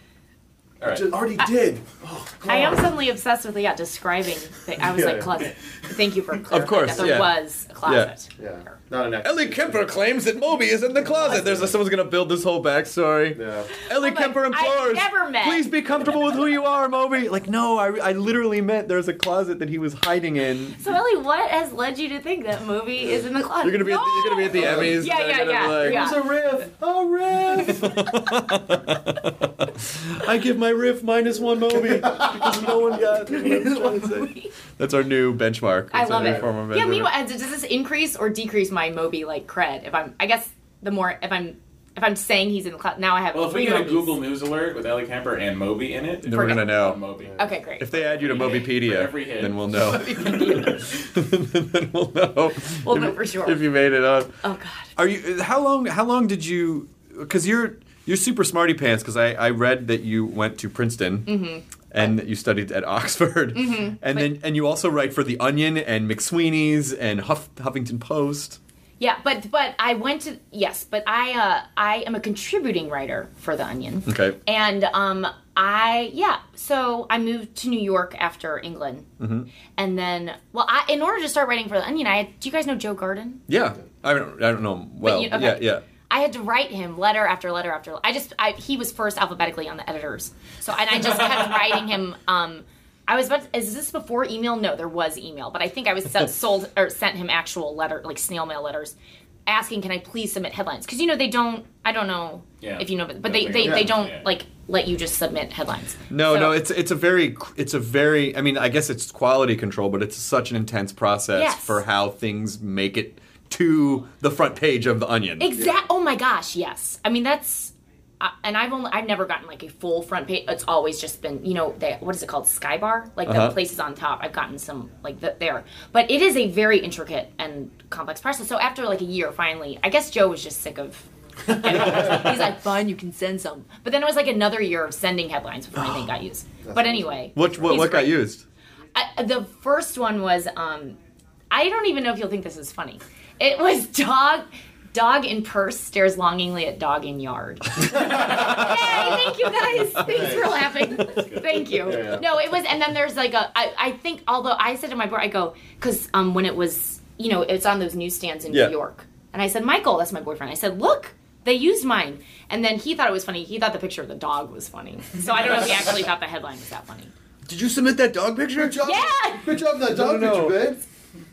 Speaker 7: All right.
Speaker 5: Just already did. Oh,
Speaker 3: I am suddenly obsessed with yeah describing. Thi- I was
Speaker 5: Yeah.
Speaker 3: like closet. Thank you for clarifying
Speaker 1: course,
Speaker 3: that there
Speaker 1: yeah.
Speaker 3: was a closet.
Speaker 5: Yeah, not an.
Speaker 1: Ellie Kemper claims that Moby is in the closet. There's someone's gonna build this whole backstory.
Speaker 5: Yeah.
Speaker 1: Ellie
Speaker 3: I'm like,
Speaker 1: Kemper
Speaker 3: I've
Speaker 1: implores,
Speaker 3: Oh, never met.
Speaker 1: please be comfortable with who you are, Moby. Like, no, I, I literally meant there's a closet that he was hiding in.
Speaker 3: So Ellie, what has led you to think that movie is in the closet?
Speaker 1: You're gonna be at the, you're gonna be at the
Speaker 3: No!
Speaker 1: Emmys.
Speaker 3: Yeah,
Speaker 1: They're
Speaker 3: yeah,
Speaker 1: gonna be like,
Speaker 3: yeah, yeah.
Speaker 5: It's a riff.
Speaker 1: Oh, riff! I give my riff minus one Moby because no one got. it. What I'm trying to say. That's our new benchmark.
Speaker 3: I
Speaker 1: That's our
Speaker 3: love
Speaker 1: new
Speaker 3: it.
Speaker 1: form of
Speaker 3: Yeah. uh,
Speaker 1: measurement.
Speaker 3: Meanwhile, does this increase or decrease my Moby like cred? If I'm, I guess the more if I'm. If I'm saying he's in the cloud, now I have.
Speaker 7: Well, if we
Speaker 3: three
Speaker 7: get a
Speaker 3: Mobis.
Speaker 7: Google News alert with Ellie Kemper and Moby in it,
Speaker 1: Then we're gonna know.
Speaker 7: Moby.
Speaker 3: Okay, great.
Speaker 1: If they add you to
Speaker 7: For
Speaker 1: Mobipedia,
Speaker 7: every hit.
Speaker 1: then we'll know. then we'll know.
Speaker 3: We'll
Speaker 1: if,
Speaker 3: know for sure.
Speaker 1: If you made it up.
Speaker 3: oh God.
Speaker 1: Are you? How long? How long did you? Because you're you're super smarty pants. Because I I read that you went to Princeton.
Speaker 3: Mm-hmm.
Speaker 1: And that you studied at Oxford, and then and you also write for the Onion and McSweeney's and Huff, Huffington Post.
Speaker 3: Yeah, but but I went to yes, but I uh, I am a contributing writer for The Onion.
Speaker 1: Okay,
Speaker 3: And um, I yeah, so I moved to New York after England,
Speaker 1: Mm-hmm.
Speaker 3: and then well, I, in order to start writing for the Onion, I had, do you guys know Joe Garden?
Speaker 1: yeah, I don't I don't know him well.
Speaker 3: you- okay.
Speaker 1: Yeah, yeah.
Speaker 3: I had to write him letter after letter after. I just I, he was first alphabetically on the editors, so and I just kept writing him. Um, I was about. To, is this before email? No, there was email, but I think I was sent, sold or sent him actual letter like snail mail letters, asking, "Can I please submit headlines?" Because you know they don't. I don't know
Speaker 7: Yeah.
Speaker 3: if you know, but, but
Speaker 7: Yeah,
Speaker 3: they
Speaker 7: like-
Speaker 3: they, they
Speaker 7: Yeah.
Speaker 3: don't
Speaker 7: Yeah.
Speaker 3: like let you just submit headlines.
Speaker 1: No,
Speaker 3: So-
Speaker 1: no, it's it's a very it's a very I mean I guess it's quality control, but it's such an intense process
Speaker 3: Yes.
Speaker 1: for how things make it to the front page of the Onion.
Speaker 3: Exact. Oh my gosh, yes. I mean that's, I and I've only I've never gotten like a full front page. It's always just been you know they, what is it called Skybar like
Speaker 1: Uh-huh.
Speaker 3: the places on top. I've gotten some like the, there, but it is a very intricate and complex process. So after like a year, finally, I guess Joe was just sick of. He's like, fine, you can send some. But then it was like another year of sending headlines before anything got used. But anyway,
Speaker 1: What what,
Speaker 3: he's
Speaker 1: what got
Speaker 3: great.
Speaker 1: used?
Speaker 3: I, the first one was um, I don't even know if you'll think this is funny. It was dog. Dog in purse stares longingly at dog in yard. Yay! Thank you guys. Thanks for laughing. Thank you. No, it was, and then there's like a. I, I think although I said to my board, I go because um when it was you know it's on those newsstands in
Speaker 1: Yeah.
Speaker 3: New York, and I said Michael, that's my boyfriend. I said look. They used mine, and then he thought it was funny. He thought the picture of the dog was funny. So I don't know if he actually thought the headline was that funny.
Speaker 1: Did you submit that dog picture?
Speaker 5: Good job.
Speaker 3: Yeah.
Speaker 5: Good job, on that dog
Speaker 1: No, no.
Speaker 5: picture, babe.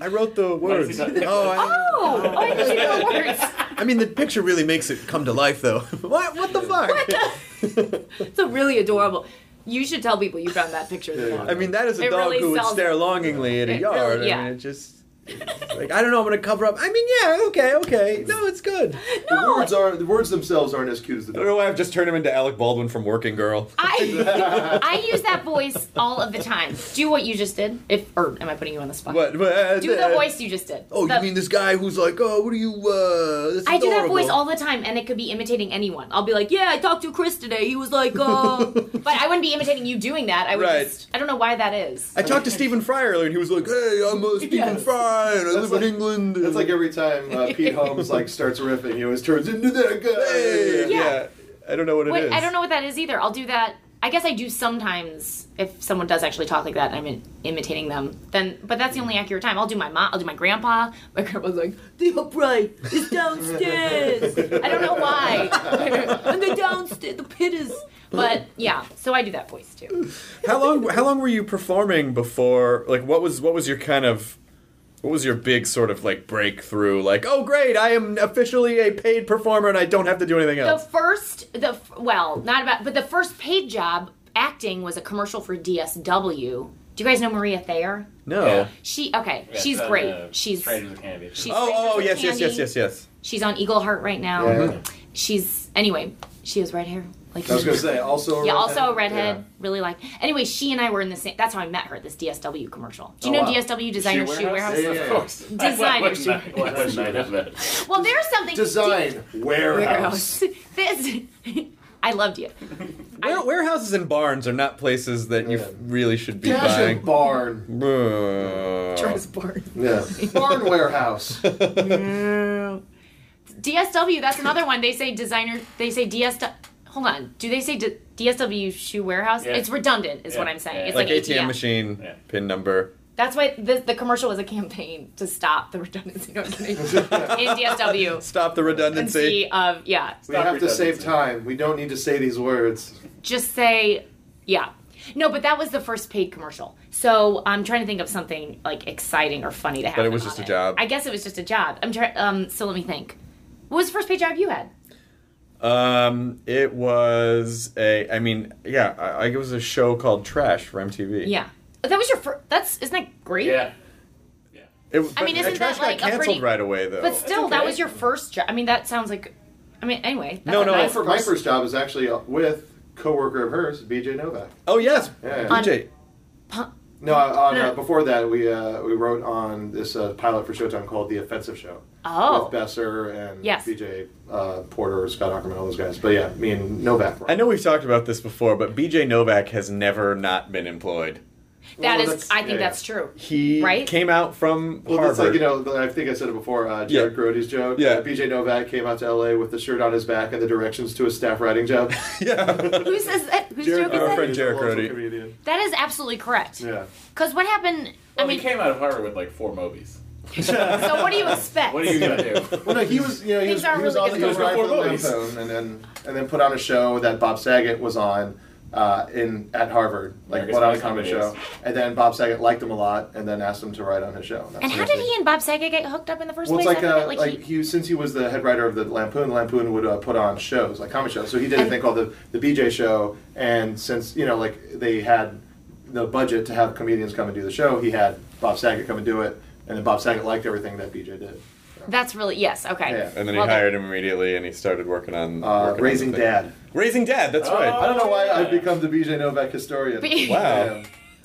Speaker 1: I wrote the words.
Speaker 7: that?
Speaker 1: oh, I,
Speaker 3: Oh, oh, I didn't know the words.
Speaker 1: I mean the picture really makes it come to life though. what what the fuck?
Speaker 3: It's a really adorable. You should tell people you found that picture. of the dog.
Speaker 1: I mean that is a
Speaker 3: It
Speaker 1: dog
Speaker 3: really
Speaker 1: who would
Speaker 3: sells
Speaker 1: stare
Speaker 3: it.
Speaker 1: longingly at a
Speaker 3: It
Speaker 1: yard.
Speaker 3: really-
Speaker 1: I
Speaker 3: yeah.
Speaker 1: mean it just it's like I don't know. I'm gonna cover up. I mean yeah, okay, okay. No, it's good.
Speaker 5: The words are the words themselves aren't as cute as the
Speaker 1: I don't know
Speaker 5: dog.
Speaker 1: why I've just turned him into Alec Baldwin from Working Girl.
Speaker 3: I I use that voice all of the time. Do what you just did. If or am I putting you on the spot?
Speaker 1: What? what
Speaker 3: Ah. Do the voice you just did.
Speaker 1: Oh,
Speaker 3: The-
Speaker 1: you mean this guy who's like, oh, what are you? Uh, that's
Speaker 3: I do that
Speaker 1: adorable."
Speaker 3: voice all the time, and it could be imitating anyone. I'll be like, "Yeah, I talked to Chris today. He was like, uh," but I wouldn't be imitating you doing that. I would
Speaker 1: Right.
Speaker 3: just. I don't know why that is.
Speaker 1: I talked to Stephen Fry earlier, and he was like, hey, I'm uh, Stephen
Speaker 3: Yes.
Speaker 1: Fry, and I
Speaker 5: That's
Speaker 1: live
Speaker 5: like-
Speaker 1: in England.
Speaker 5: That's like every time uh, Pete Holmes like starts riffing, he always turns into that
Speaker 1: hey,
Speaker 5: guy.
Speaker 1: yeah.
Speaker 3: Yeah.
Speaker 1: I don't know what it is.
Speaker 3: Wait, I don't know what that is either. I'll do that. I guess I do sometimes if someone does actually talk like that and I'm in, imitating them. Then, but that's the only accurate time. I'll do my mom. I'll do my grandpa. My grandpa's like the upright is downstairs. I don't know why. and the downstairs, the pit is. But yeah, so I do that voice too.
Speaker 1: How long? How long were you performing before? Like, what was what was your kind of what was your big sort of like breakthrough? Like, oh, great, I am officially a paid performer, and I don't have to do anything
Speaker 3: The
Speaker 1: else.
Speaker 3: first, the f- well, not about, but the first paid job acting was a commercial for DSW. Do you guys know Maria Thayer?
Speaker 1: no.
Speaker 7: Yeah.
Speaker 3: She okay. she's
Speaker 7: That's, uh,
Speaker 3: great.
Speaker 7: the
Speaker 3: she's
Speaker 7: Strangers with Candy.
Speaker 3: she's
Speaker 1: Oh, oh, yes, yes,
Speaker 3: Strangers with
Speaker 1: yes,
Speaker 3: Candy.
Speaker 1: yes, yes.
Speaker 3: She's on Eagle Heart right now.
Speaker 5: Yeah.
Speaker 3: She's anyway, she has red hair. Like
Speaker 5: I was gonna say also.
Speaker 3: yeah,
Speaker 5: a
Speaker 3: also a redhead.
Speaker 5: Yeah.
Speaker 3: Really like. Anyway, she and I were in the same. That's how I met her. This DSW commercial. Do you
Speaker 5: Oh,
Speaker 3: know
Speaker 5: wow.
Speaker 3: DSW designer shoe warehouse?
Speaker 5: Yeah, yeah,
Speaker 7: Of
Speaker 5: yeah.
Speaker 7: course.
Speaker 3: Designer
Speaker 7: Why wouldn't
Speaker 3: shoe-
Speaker 7: I- why wouldn't I know that?
Speaker 3: Well, there's something.
Speaker 5: Design warehouse.
Speaker 3: Warehouse. This. I loved you.
Speaker 5: Oh.
Speaker 1: Ware- warehouses and barns are not places that you
Speaker 5: Yeah.
Speaker 1: really should be
Speaker 5: Dash
Speaker 1: buying.
Speaker 5: and barn.
Speaker 1: Boo.
Speaker 5: Yeah. Barn warehouse.
Speaker 3: DSW. That's another one. They say designer. They say DSW. Hold on. Do they say d- DSW shoe warehouse?
Speaker 7: Yeah.
Speaker 3: It's redundant, is
Speaker 7: Yeah.
Speaker 3: what I'm saying.
Speaker 7: Yeah.
Speaker 3: It's
Speaker 1: like
Speaker 3: like,
Speaker 1: ATM machine
Speaker 7: Yeah.
Speaker 1: pin number.
Speaker 3: That's why the, the commercial was a campaign to stop the redundancy. No, I'm kidding. in DSW.
Speaker 1: Stop the redundancy.
Speaker 3: frequency of uh, yeah.
Speaker 5: We have to save
Speaker 7: redundancy.
Speaker 5: time. We don't need to say these words.
Speaker 3: Just say yeah. No, but that was the first paid commercial. So I'm trying to think of something like exciting or funny to happen.
Speaker 1: was just
Speaker 3: on
Speaker 1: a
Speaker 3: it.
Speaker 1: job.
Speaker 3: I guess it was just a job. I'm trying. Um, so let me think. What was the first paid job you had?
Speaker 1: Um, it was a. I mean, yeah, I, I, it was a show called Trash for MTV.
Speaker 3: Yeah, Oh, that was your first. That's isn't that great?
Speaker 7: Yeah.
Speaker 1: It, but
Speaker 3: mean, isn't
Speaker 1: Trash
Speaker 3: that like a
Speaker 1: got canceled
Speaker 3: pretty-
Speaker 1: right away though.
Speaker 3: But still,
Speaker 7: That's
Speaker 3: that
Speaker 7: okay.
Speaker 3: was your first job. I mean, that sounds like I mean, anyway. That's
Speaker 1: No,
Speaker 3: a
Speaker 1: no,
Speaker 5: My,
Speaker 3: nice
Speaker 5: fir- my
Speaker 3: person.
Speaker 5: first job was actually uh, with coworker of hers, BJ Novak.
Speaker 1: Oh yes,
Speaker 5: Yeah, yeah.
Speaker 1: DJ.
Speaker 3: Pun-
Speaker 5: No, on,
Speaker 3: No.
Speaker 5: uh, before that we uh, we wrote on this uh, pilot for Showtime called The Offensive Show.
Speaker 3: Oh.
Speaker 5: With Besser and
Speaker 3: Yes.
Speaker 5: BJ uh, Porter, Scott Ackerman, all those guys. But yeah, me and Novak. Were.
Speaker 1: I know we've talked about this before, but BJ Novak has never not been employed.
Speaker 3: That
Speaker 5: Well,
Speaker 3: is,
Speaker 5: that's-
Speaker 3: I think
Speaker 5: yeah,
Speaker 3: that's true.
Speaker 1: He
Speaker 3: Right?
Speaker 1: came out from
Speaker 5: Well,
Speaker 1: Harvard.
Speaker 5: that's like you know. the- I think I said it before. Uh, Jared
Speaker 1: Yeah.
Speaker 5: Grody's joke.
Speaker 1: Yeah.
Speaker 5: Uh, BJ Novak came out to LA with the shirt on his back and the directions to his staff writing job.
Speaker 1: yeah.
Speaker 3: Who says that? Whose
Speaker 5: Jared
Speaker 3: joke is
Speaker 1: our
Speaker 3: that?
Speaker 1: friend
Speaker 5: He's a
Speaker 1: Jared
Speaker 5: local
Speaker 1: Grody.
Speaker 5: comedian.
Speaker 3: That is absolutely correct.
Speaker 5: Yeah.
Speaker 3: Because what happened?
Speaker 7: Well,
Speaker 3: I mean,
Speaker 7: he came out of Harvard with like four movies.
Speaker 3: so what do you expect?
Speaker 7: What are you gonna do?
Speaker 5: Well, no, he was, you know, he
Speaker 3: Things
Speaker 5: was,
Speaker 3: aren't
Speaker 5: he was
Speaker 3: really
Speaker 5: on the,
Speaker 3: good
Speaker 5: he was
Speaker 3: for
Speaker 5: riding for the
Speaker 7: movies.
Speaker 5: Lampoon, and then and then put on a show that Bob Saget was on uh, in at Harvard, like
Speaker 7: America's
Speaker 5: put on a
Speaker 7: Funniest
Speaker 5: comedy
Speaker 7: Comedies.
Speaker 5: show, and then Bob Saget liked him a lot, and then asked him to write on his show. That's
Speaker 3: and how did
Speaker 5: basically-
Speaker 3: he and Bob Saget get hooked up in the first
Speaker 5: Well, it's
Speaker 3: place?
Speaker 5: like,
Speaker 3: I forget,
Speaker 5: uh, like,
Speaker 3: he-
Speaker 5: he, since he was the head writer of the Lampoon, Lampoon would uh, put on shows like comedy shows. So he did a
Speaker 3: And-
Speaker 5: thing called the the BJ Show, and since you know like they had the budget to have comedians come and do the show, he had Bob Saget come and do it, and then Bob Saget liked everything that BJ did.
Speaker 3: that's really yes. Okay.
Speaker 5: Yeah.
Speaker 1: And then he
Speaker 3: Well,
Speaker 1: hired him immediately, and he started working on working
Speaker 5: Uh,
Speaker 1: on the
Speaker 5: Raising
Speaker 1: thing.
Speaker 5: Dad.
Speaker 1: Raising Dad. That's
Speaker 7: Oh.
Speaker 5: I
Speaker 1: right.
Speaker 5: don't know why
Speaker 7: Yeah.
Speaker 5: I've become the BJ Novak historian.
Speaker 3: Be-
Speaker 1: Wow.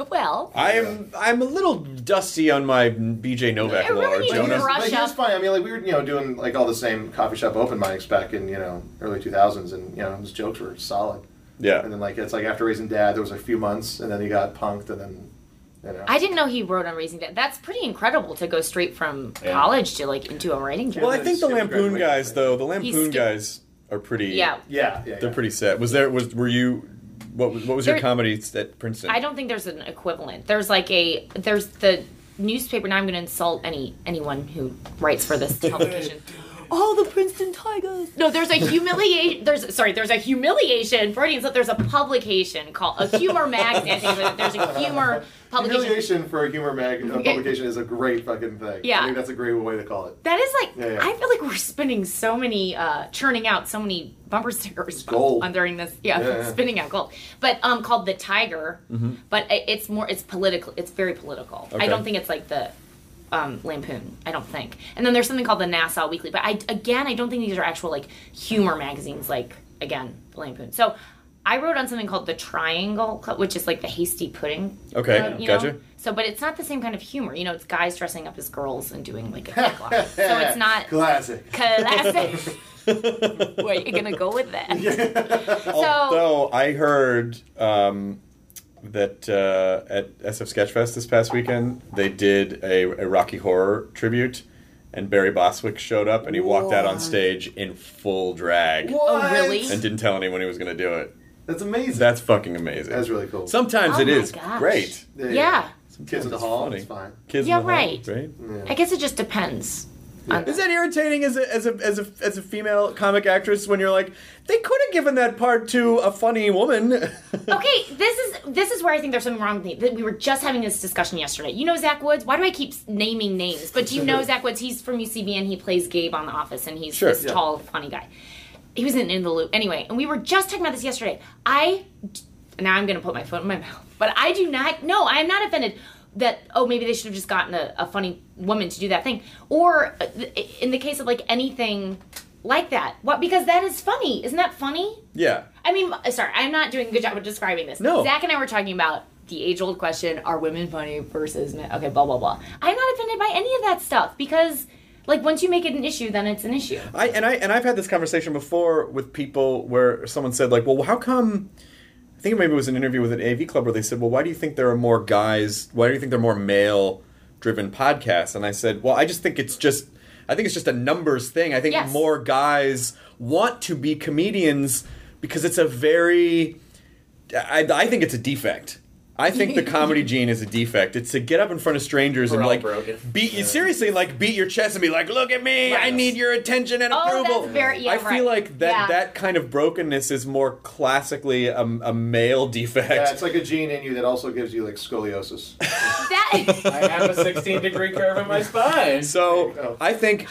Speaker 3: Well,
Speaker 1: I am. I'm a little dusty on my BJ Novak
Speaker 3: It really
Speaker 1: lore,
Speaker 3: is
Speaker 1: Jonas.
Speaker 3: rough.
Speaker 5: But he was
Speaker 3: Russia.
Speaker 5: fine. I mean, like we were, you know, doing like all the same coffee shop open mics back in you know early 2000s, and you know his jokes were solid.
Speaker 1: Yeah.
Speaker 5: And then like it's like after raising dad, there was a few months, and then he got punked, and then you know.
Speaker 3: I didn't know he wrote on Raising Dead. That's pretty incredible to go straight from
Speaker 7: Yeah.
Speaker 3: college to like into a writing job.
Speaker 1: Well, I think the
Speaker 5: Skipped
Speaker 1: Lampoon
Speaker 5: graduation.
Speaker 1: guys, though. The Lampoon
Speaker 3: skipped-
Speaker 1: guys are pretty.
Speaker 3: yeah.
Speaker 5: yeah, yeah, yeah.
Speaker 1: They're pretty set. Was there? Was were you? What was, what was your
Speaker 3: There-
Speaker 1: comedy at Princeton?
Speaker 3: I don't think there's an equivalent. There's like a there's the newspaper. Now I'm going to insult any anyone who writes for this publication. Oh, the Princeton Tigers. No, there's a humiliation. There's sorry, there's a humiliation. Freudian slip. There's a publication called a humor magazine. I think that There's a humor publication.
Speaker 5: Humiliation for a humor mag uh, publication is a great fucking thing.
Speaker 3: Yeah.
Speaker 5: I think that's a great way to call it.
Speaker 3: That is like
Speaker 5: Yeah, yeah.
Speaker 3: I feel like we're spinning so many uh churning out so many bumper stickers
Speaker 5: gold.
Speaker 3: on during this yeah,
Speaker 5: Yeah, yeah.
Speaker 3: spinning out gold. But um called the tiger, but i- it's more it's political it's very political.
Speaker 1: Okay.
Speaker 3: I don't think it's like the um, lampoon, I don't think. And then there's something called the Nassau Weekly, but I again I don't think these are actual like humor magazines like again the lampoon. So I wrote on something called the Triangle, Club, which is like the hasty pudding.
Speaker 1: Okay,
Speaker 3: club, Um, you
Speaker 1: gotcha.
Speaker 3: Know? So, but it's not the same kind of humor. You know, it's guys dressing up as girls and doing like a so it's not
Speaker 5: classic.
Speaker 3: classic. Where you gonna go with that?
Speaker 1: Although I heard um, that uh, at SF Sketchfest this past weekend, they did a, a Rocky Horror tribute, and Barry Boswick showed up and he walked out on stage in full drag
Speaker 3: Oh, really?
Speaker 1: and didn't tell anyone he was going to do it.
Speaker 5: That's amazing.
Speaker 1: That's fucking amazing.
Speaker 5: That's really cool.
Speaker 1: Sometimes
Speaker 3: Oh
Speaker 1: it
Speaker 3: my
Speaker 1: is
Speaker 3: gosh.
Speaker 1: great.
Speaker 3: Yeah,
Speaker 5: Kids in the
Speaker 1: It's
Speaker 5: hall.
Speaker 1: funny.
Speaker 5: It's Mm. fine.
Speaker 1: Kids in
Speaker 3: Yeah,
Speaker 1: the Hall,
Speaker 3: right. I guess it just depends. on-
Speaker 1: Is that irritating as a, as a as a as a female comic actress when you're like they could have given that part to a funny woman?
Speaker 3: Okay, this is this is where I think there's something wrong with me. That We were just having this discussion yesterday. You know Zach Woods? Why do I keep naming names? But do you know Zach Woods? He's from UCB and he plays Gabe on The Office, and he's
Speaker 1: Sure,
Speaker 3: this
Speaker 1: yeah.
Speaker 3: tall, funny guy. He was in In the Loop anyway, and we were just talking about this yesterday. I now I'm going to put my foot in my mouth, but I do not. No, I am not offended that oh maybe they should have just gotten a, a funny woman to do that thing, or uh, th- in the case of like anything like that. What? Because that is funny. Isn't that funny?
Speaker 1: yeah.
Speaker 3: I mean, uh, sorry, I'm not doing a good job of describing this.
Speaker 1: No.
Speaker 3: Zach and I were talking about the age old question are women funny versus men? Okay, blah, blah, blah. I'm not offended by any of that stuff because, like, once you make it an issue, then it's an issue.
Speaker 1: I and I and I've had this conversation before with people where someone said like, "Well, how come?" I think maybe it was an interview with an AV club where they said, "Well, why do you think there are more guys? Why do you think there are more male-driven podcasts?" And I said, "Well, I just think it's just." I think it's just a numbers thing. I think
Speaker 3: Yes.
Speaker 1: more guys want to be comedians because it's a very I, I think it's a defect. I think the comedy gene is a defect. It's to get up in front of strangers
Speaker 7: We're
Speaker 1: and
Speaker 7: all
Speaker 1: like
Speaker 7: broken.
Speaker 1: beat you seriously, like beat your chest and be like, "Look at me! I
Speaker 7: Yes.
Speaker 1: need your attention and
Speaker 3: Oh, that's
Speaker 1: approval."
Speaker 3: very- yeah,
Speaker 1: I feel
Speaker 3: right.
Speaker 1: like that
Speaker 3: Yeah.
Speaker 1: that kind of brokenness is more classically a, a male defect.
Speaker 5: Yeah, it's like a gene in you that also gives you like scoliosis.
Speaker 3: That,
Speaker 7: I have a 16 degree curve in my spine.
Speaker 1: so I think,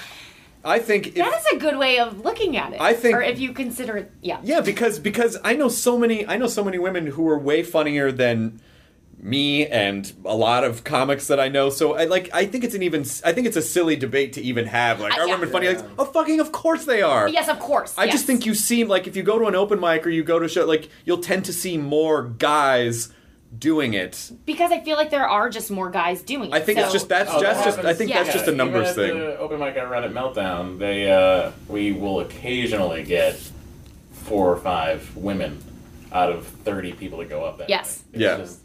Speaker 1: I think if,
Speaker 3: that is a good way of looking at it.
Speaker 1: I think-
Speaker 3: Or if you consider it, yeah.
Speaker 1: Yeah, because because I know so many I know so many women who are way funnier than me and a lot of comics that I know. So I like I think it's an even I think it's a silly debate to even have. Like,
Speaker 3: Uh,
Speaker 1: are
Speaker 3: yeah.
Speaker 1: women funny?
Speaker 5: Yeah.
Speaker 1: Like, oh fucking, of course they are.
Speaker 3: Yes, of course.
Speaker 1: I
Speaker 3: yes.
Speaker 1: just think you seem like if you go to an open mic or you go to a show, like you'll tend to see more guys doing it.
Speaker 3: because I feel like there are just more guys doing it.
Speaker 1: I think it's
Speaker 3: so-
Speaker 1: just that's
Speaker 7: Oh, that
Speaker 1: that's just I
Speaker 7: happens.
Speaker 1: think
Speaker 3: Yeah.
Speaker 1: that's just a numbers
Speaker 7: Even at
Speaker 1: thing.
Speaker 7: the open mic I run at Meltdown, they uh, we will occasionally get four or five women out of thirty people that go up. That
Speaker 3: Yes.
Speaker 7: night. It's
Speaker 1: Yeah.
Speaker 7: just-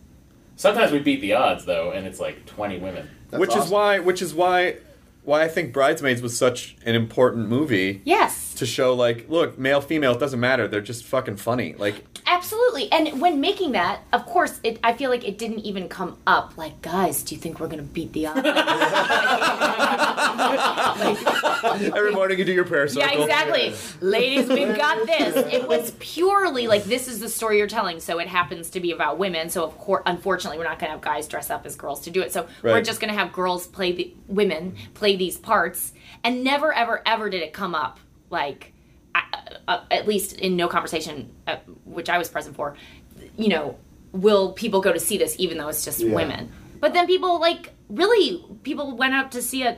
Speaker 7: sometimes we beat the odds though, and it's like twenty women.
Speaker 5: That's
Speaker 1: which is
Speaker 5: awesome.
Speaker 1: why which is why why I think Bridesmaids was such an important movie
Speaker 3: Yes,
Speaker 1: to show like look male female it doesn't matter they're just fucking funny like
Speaker 3: absolutely. And when making that, of course, it, I feel like it didn't even come up. Like, guys, do you think we're gonna beat the odds?
Speaker 1: every morning you do your prayer circle
Speaker 3: yeah, exactly. Ladies, we've got this. It was purely like this is the story you're telling, so it happens to be about women. So of course, unfortunately, we're not going to have guys dress up as girls to do it. So we're
Speaker 1: Right.
Speaker 3: just going to have girls play the women play these parts, and never, ever, ever did it come up like. I, uh, at least in no conversation, uh, which I was present for, you know, will people go to see this even though it's just
Speaker 5: Yeah.
Speaker 3: women? But then people like really people went out to see it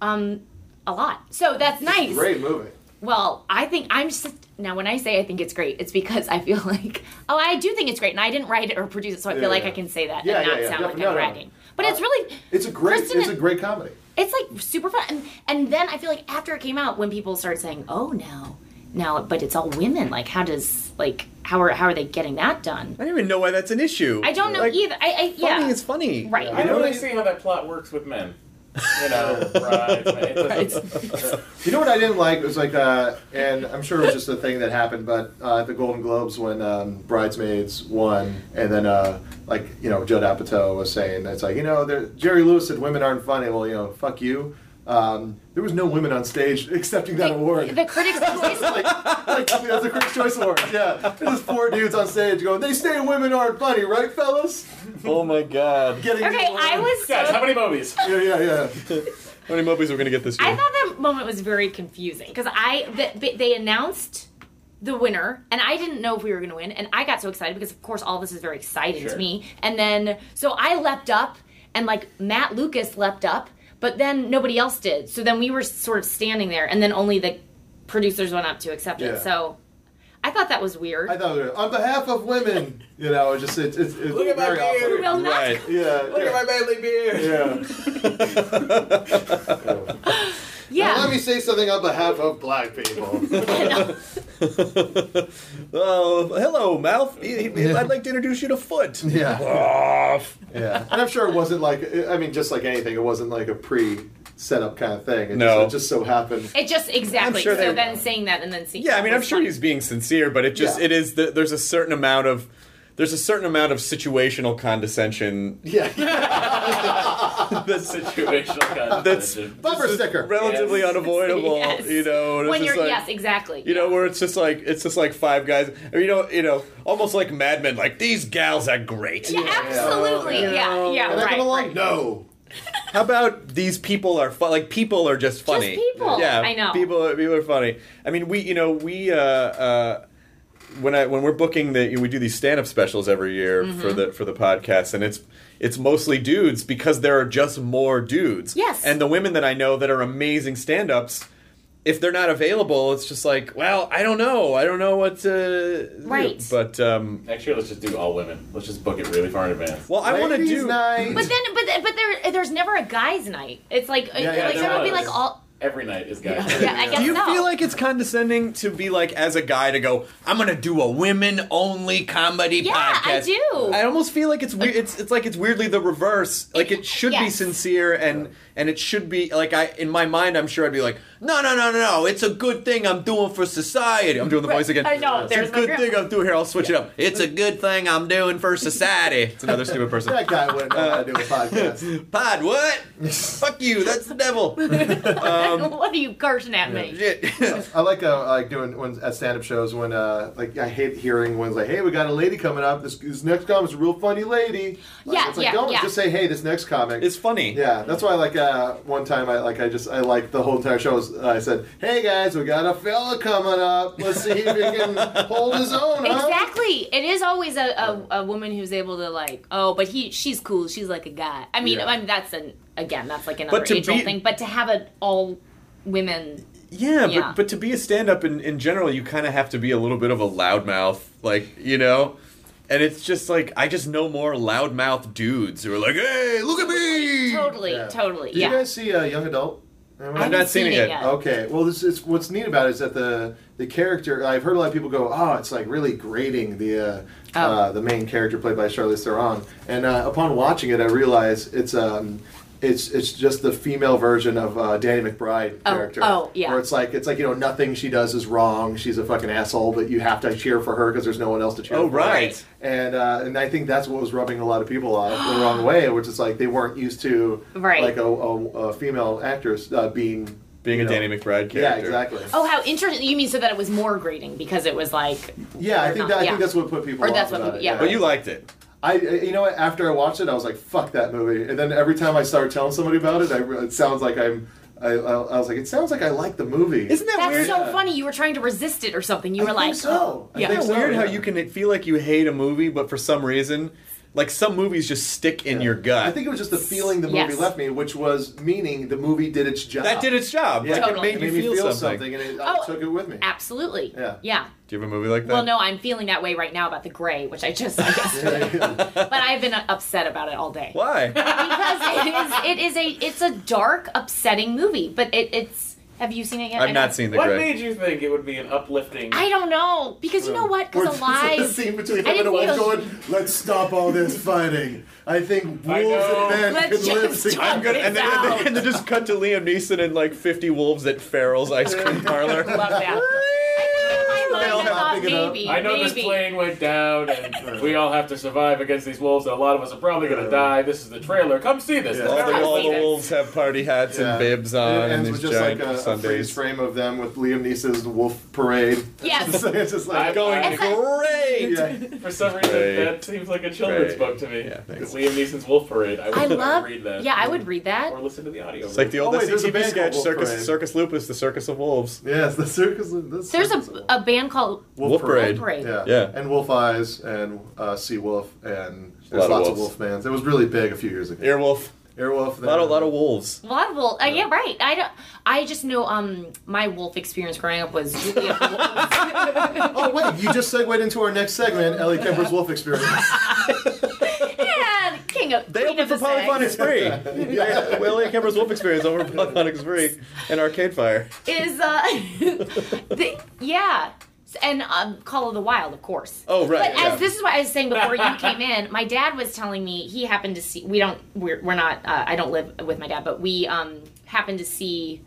Speaker 3: um, a lot, so that's nice.
Speaker 5: Great movie.
Speaker 3: Well, I think I'm just now when I say I think it's great, it's because I feel like oh, I do think it's great, and I didn't write it or produce it, so I feel
Speaker 5: Yeah,
Speaker 3: like
Speaker 5: yeah.
Speaker 3: I can say that
Speaker 5: Yeah,
Speaker 3: and
Speaker 5: yeah,
Speaker 3: not
Speaker 5: yeah.
Speaker 3: sound
Speaker 5: Yeah,
Speaker 3: like
Speaker 5: no,
Speaker 3: I'm
Speaker 5: no, no.
Speaker 3: bragging. But it's really
Speaker 5: It's a great.
Speaker 3: Kristen
Speaker 5: it's a
Speaker 3: and-
Speaker 5: great comedy.
Speaker 3: it's like super fun, and, and then I feel like after it came out, when people started saying oh now now, but it's all women, like how does like how are how are they getting that done?
Speaker 1: I don't even know why that's an issue
Speaker 3: I don't know
Speaker 1: Like,
Speaker 3: either. I, I yeah
Speaker 1: funny is funny
Speaker 3: right.
Speaker 7: I don't really see how that plot works with men. You know, bridesmaids. It doesn't-
Speaker 5: You know what I didn't like? It was like, uh, and I'm sure it was just a thing that happened, but uh, at the Golden Globes when um, Bridesmaids won, and then, uh, like, you know, Judd Apatow was saying, it's like, you know, there, Jerry Lewis said women aren't funny. Well, you know, fuck you. Um, there was no women on stage accepting that
Speaker 3: The-
Speaker 5: award.
Speaker 3: The critics' choice
Speaker 5: like, that's a Critics' Choice Award. Yeah. There's just four dudes on stage going, they say women aren't funny, right, fellas?
Speaker 1: oh my god
Speaker 5: Getting the
Speaker 3: Okay,
Speaker 5: award.
Speaker 3: I was
Speaker 7: Guys,
Speaker 3: so
Speaker 7: how many movies?
Speaker 5: Yeah, yeah, yeah.
Speaker 1: how many movies are we gonna get this year
Speaker 3: I thought that moment was very confusing because I th- th- they announced the winner and I didn't know if we were going to win and I got so excited because of course all this is very exciting to
Speaker 7: Sure.
Speaker 3: me and then so I leapt up and like Matt Lucas leapt up but then nobody else did so then we were sort of standing there and then only the producers went up to accept
Speaker 5: Yeah.
Speaker 3: it so I thought that was weird.
Speaker 5: I thought, it was, on behalf of women, you know, it just, it's, it's, it's
Speaker 7: Look at my
Speaker 5: very
Speaker 7: beard.
Speaker 5: awkward.
Speaker 3: Will not-
Speaker 1: right
Speaker 5: Yeah. yeah.
Speaker 7: manly beard.
Speaker 5: Yeah. Now,
Speaker 3: yeah.
Speaker 5: let me say something on behalf of black people.
Speaker 1: oh hello mouth I'd like to introduce you to foot
Speaker 5: yeah.
Speaker 1: off
Speaker 5: Yeah. And I'm sure it wasn't like, I mean, just like anything, it wasn't like a pre set up kind of thing. It,
Speaker 1: No.
Speaker 5: just, it just so happened.
Speaker 3: It just exactly.
Speaker 1: sure
Speaker 3: so
Speaker 1: they-
Speaker 3: then saying that and then seeing.
Speaker 1: Yeah, I mean, I'm sure he's being sincere, but it just
Speaker 5: Yeah.
Speaker 1: it is the, there's a certain amount of there's a certain amount of situational condescension
Speaker 5: Yeah.
Speaker 7: The situational concept.
Speaker 1: That's-
Speaker 5: Bumper sticker.
Speaker 1: relatively
Speaker 7: Yes.
Speaker 1: unavoidable,
Speaker 3: Yes.
Speaker 1: you know. and it's
Speaker 3: When
Speaker 1: just
Speaker 3: you're
Speaker 1: like-
Speaker 3: yes, exactly.
Speaker 1: You know,
Speaker 3: yeah.
Speaker 1: where it's just like it's just like five guys, or, you know, you know, almost like Mad Men. Like these gals are great.
Speaker 3: Yeah, absolutely. Yeah, yeah,
Speaker 5: Can I
Speaker 3: right.
Speaker 5: come along?
Speaker 3: right.
Speaker 5: No.
Speaker 1: How about these people are fun? Like people are just funny.
Speaker 3: people.
Speaker 1: Yeah,
Speaker 3: I know.
Speaker 1: People, people are funny. I mean, we, you know, we. Uh, uh, when I when we're booking the we do these stand up specials every year
Speaker 3: Mm-hmm.
Speaker 1: for the for the podcast and it's it's mostly dudes because there are just more dudes.
Speaker 3: Yes.
Speaker 1: And the women that I know that are amazing stand ups, if they're not available, it's just like, well, I don't know, I don't know what to. do.
Speaker 3: Right.
Speaker 1: But um,
Speaker 7: Next year, let's just do all women. Let's just book it really far in advance.
Speaker 1: well, I want to
Speaker 5: Ladies'
Speaker 1: do.
Speaker 5: Night.
Speaker 3: But then, but th- but there, there's never a guys' night. It's like,
Speaker 5: Yeah, yeah,
Speaker 3: like
Speaker 5: there
Speaker 3: there would be
Speaker 7: was.
Speaker 3: like all.
Speaker 7: Every night is guys.
Speaker 3: Yeah, I guess
Speaker 1: Do you
Speaker 3: so.
Speaker 1: feel like it's condescending to be like, as a guy, to go, I'm gonna do a women only comedy
Speaker 3: Yeah,
Speaker 1: podcast?
Speaker 3: I do.
Speaker 1: I almost feel like it's weird. It's it's like it's weirdly the reverse. Like it should be
Speaker 3: Yes.
Speaker 1: sincere and and it should be like I in my mind I'm sure I'd be like no no no no no it's a good thing I'm doing for society. I'm doing the voice again.
Speaker 3: I know,
Speaker 1: It's
Speaker 3: there's
Speaker 1: a
Speaker 3: my
Speaker 1: good
Speaker 3: grandma.
Speaker 1: thing I'm doing here. I'll switch it up. It's a good thing I'm doing for society. It's another stupid person.
Speaker 5: That guy wouldn't know how to do a podcast.
Speaker 1: Pod what? Fuck you. That's the devil.
Speaker 3: what are you cursing at me?
Speaker 5: I like uh, I like doing when at stand up shows when uh like I hate hearing one's like hey we got a lady coming up this, this next comic's a real funny lady like,
Speaker 3: Yeah,
Speaker 5: it's like
Speaker 3: yeah,
Speaker 5: don't
Speaker 3: yeah.
Speaker 5: just say hey this next comic
Speaker 1: It's funny.
Speaker 5: yeah that's why like uh one time I like I just I like the whole entire show was, I said hey guys we got a fella coming up let's see if he can hold his own huh?
Speaker 3: Exactly. It is always a, a, a woman who's able to like, oh, but he she's cool. She's like a guy. I mean,
Speaker 5: Yeah.
Speaker 3: I mean that's an again that's like another
Speaker 1: But to
Speaker 3: age old
Speaker 1: be-
Speaker 3: thing. But to have an all women,
Speaker 1: Yeah,
Speaker 3: Yeah.
Speaker 1: But, but to be a stand up in, in general, you kind of have to be a little bit of a loudmouth, like, you know? And it's just like, I just know more loudmouth dudes who are like, hey, look at me!
Speaker 3: totally,
Speaker 5: Yeah.
Speaker 3: totally,
Speaker 5: Did
Speaker 3: yeah.
Speaker 5: you guys see uh, Young Adult? Anyone?
Speaker 1: I've not seen it yet.
Speaker 5: Okay. Well, this is what's neat about it is that the the character. I've heard a lot of people go, "Oh, it's like really grating the uh,
Speaker 3: Oh.
Speaker 5: uh, the main character played by Charlize Theron." And uh, upon watching it, I realized it's um it's it's just the female version of uh, Danny McBride
Speaker 3: Oh,
Speaker 5: character.
Speaker 3: oh, yeah.
Speaker 5: Where it's like it's like you know nothing she does is wrong. She's a fucking asshole, but you have to cheer for her because there's no one else to cheer.
Speaker 1: Oh,
Speaker 5: for.
Speaker 1: right.
Speaker 5: And uh, and I think that's what was rubbing a lot of people off the wrong way, which is like they weren't used to
Speaker 3: Right.
Speaker 5: like a, a, a female actress uh, being
Speaker 1: Being
Speaker 5: you
Speaker 1: a
Speaker 5: know-
Speaker 1: Danny McBride character.
Speaker 5: Yeah, exactly.
Speaker 3: Oh, how interesting! You mean so that it was more grating because it was like,
Speaker 5: yeah, I
Speaker 3: Or
Speaker 5: think
Speaker 3: not,
Speaker 5: that, I
Speaker 3: yeah.
Speaker 5: think that's what put people
Speaker 3: Or
Speaker 5: off
Speaker 3: that's what
Speaker 5: about
Speaker 3: people-
Speaker 5: it.
Speaker 3: yeah.
Speaker 1: But you liked it.
Speaker 5: I I- you know what? After I watched it, I was like, "Fuck that movie!" And then every time I start telling somebody about it, I, re- it sounds like I'm. I, I, I was like, it sounds like I like the movie.
Speaker 1: Isn't that
Speaker 3: that's
Speaker 1: weird?
Speaker 3: so funny. You were trying to resist it or something. You
Speaker 5: I
Speaker 3: were like,
Speaker 5: think so. I
Speaker 3: yeah.
Speaker 5: think
Speaker 1: It's
Speaker 5: so,
Speaker 1: weird how
Speaker 5: yeah.
Speaker 1: you can feel like you hate a movie, but for some reason, like some movies just stick in your gut.
Speaker 5: I think it was just the feeling the movie
Speaker 3: Yes.
Speaker 5: left me, which was meaning the movie did its job.
Speaker 1: that did its job.
Speaker 5: Yeah.
Speaker 1: Like
Speaker 3: Totally.
Speaker 1: it
Speaker 5: It
Speaker 1: made
Speaker 5: made
Speaker 1: you
Speaker 5: me
Speaker 1: feel, something.
Speaker 5: and it, I
Speaker 3: Oh,
Speaker 5: took it with me.
Speaker 3: Absolutely.
Speaker 5: Yeah.
Speaker 3: Yeah.
Speaker 1: Do you have a movie like that?
Speaker 3: Well, no, I'm feeling that way right now about the gray, which I just, I just but I've been upset about it all day.
Speaker 1: Why?
Speaker 3: because it is it is a it's a dark, upsetting movie. But it, it's have you seen it yet? I
Speaker 1: I've
Speaker 3: don't-
Speaker 1: not seen the
Speaker 7: What
Speaker 1: Grudge.
Speaker 7: made you think it would be an uplifting?
Speaker 3: I don't know because you know what?
Speaker 5: Where
Speaker 3: Because a
Speaker 5: there's
Speaker 3: lie.
Speaker 5: a scene between
Speaker 3: I
Speaker 5: him and a
Speaker 3: didn't
Speaker 5: wife
Speaker 3: feel-
Speaker 5: going, let's stop all this fighting. I think wolves
Speaker 7: I know.
Speaker 5: and men
Speaker 3: Let's
Speaker 5: can live
Speaker 3: just
Speaker 5: together.
Speaker 3: stop
Speaker 1: and
Speaker 3: it.
Speaker 1: then, and, then,
Speaker 3: out.
Speaker 1: and then just cut to Liam Neeson and like 50 wolves at Farrell's ice cream parlor.
Speaker 3: Love that. I might
Speaker 5: They'll
Speaker 3: have thought
Speaker 5: have to get up.
Speaker 3: maybe,
Speaker 7: I know this
Speaker 3: maybe.
Speaker 7: plane went down, and we all have to survive against these wolves. And a lot of us are probably going to die. This is the trailer. Come see this.
Speaker 5: Yeah.
Speaker 1: all
Speaker 7: Come
Speaker 1: the, all
Speaker 7: see
Speaker 1: the
Speaker 7: this.
Speaker 1: wolves have party hats
Speaker 5: Yeah.
Speaker 1: and bibs on
Speaker 5: And it
Speaker 1: and
Speaker 5: ends
Speaker 1: these
Speaker 5: with just like
Speaker 1: giant
Speaker 5: a, a freeze
Speaker 1: sundaes.
Speaker 5: frame of them with Liam Neeson's wolf parade.
Speaker 3: Yes.
Speaker 5: it's just, it's just
Speaker 7: I'm
Speaker 5: like
Speaker 7: going
Speaker 3: It's like-
Speaker 1: Great!
Speaker 5: Yeah.
Speaker 7: For some reason,
Speaker 1: Great.
Speaker 7: that seems like a children's
Speaker 1: Great.
Speaker 7: book to me.
Speaker 1: Yeah, thanks.
Speaker 7: Liam Neeson's Wolf Parade. I would
Speaker 3: I
Speaker 7: never
Speaker 3: love.
Speaker 7: read that.
Speaker 3: Yeah, I would read that.
Speaker 7: Or listen to the audio.
Speaker 1: It's like the old
Speaker 5: Oh, wait, there's a
Speaker 1: SCTV
Speaker 5: band
Speaker 1: sketch,
Speaker 5: called Wolf Parade.
Speaker 1: Circus, Circus Lupus, the Circus of Wolves.
Speaker 5: Yes, the circus. This
Speaker 3: There's
Speaker 5: circus
Speaker 3: a, a band called
Speaker 1: Wolf Parade.
Speaker 3: Wolf Parade.
Speaker 5: Yeah.
Speaker 1: Yeah.
Speaker 5: and Wolf Eyes and uh, Sea Wolf and
Speaker 1: A lot
Speaker 5: there's
Speaker 1: of
Speaker 5: lots of
Speaker 1: wolves.
Speaker 5: wolf bands. It was really big a few years ago.
Speaker 1: Earwolf.
Speaker 5: Airwolf.
Speaker 1: A lot of, lot of wolves.
Speaker 3: Well, I will. Uh, yeah, right. I don't. I just know. Um, my wolf experience growing up was Julia. Wolf.
Speaker 5: Oh wait, you just segued into our next segment, Ellie Kemper's Wolf Experience.
Speaker 3: and King of.
Speaker 1: They
Speaker 3: Queen
Speaker 1: opened
Speaker 3: of
Speaker 1: for
Speaker 3: the Stag.
Speaker 1: Polyphonics Free. yeah. Well, Leah Kemper's Wolf Experience over at Polyphonics Free and Arcade Fire.
Speaker 3: is uh the, yeah and um, call of the wild of course
Speaker 1: Oh, right.
Speaker 3: but
Speaker 1: yeah.
Speaker 3: as this is what i was saying before you came in my dad was telling me he happened to see we don't we're, we're not uh, i don't live with my dad but we um happened to see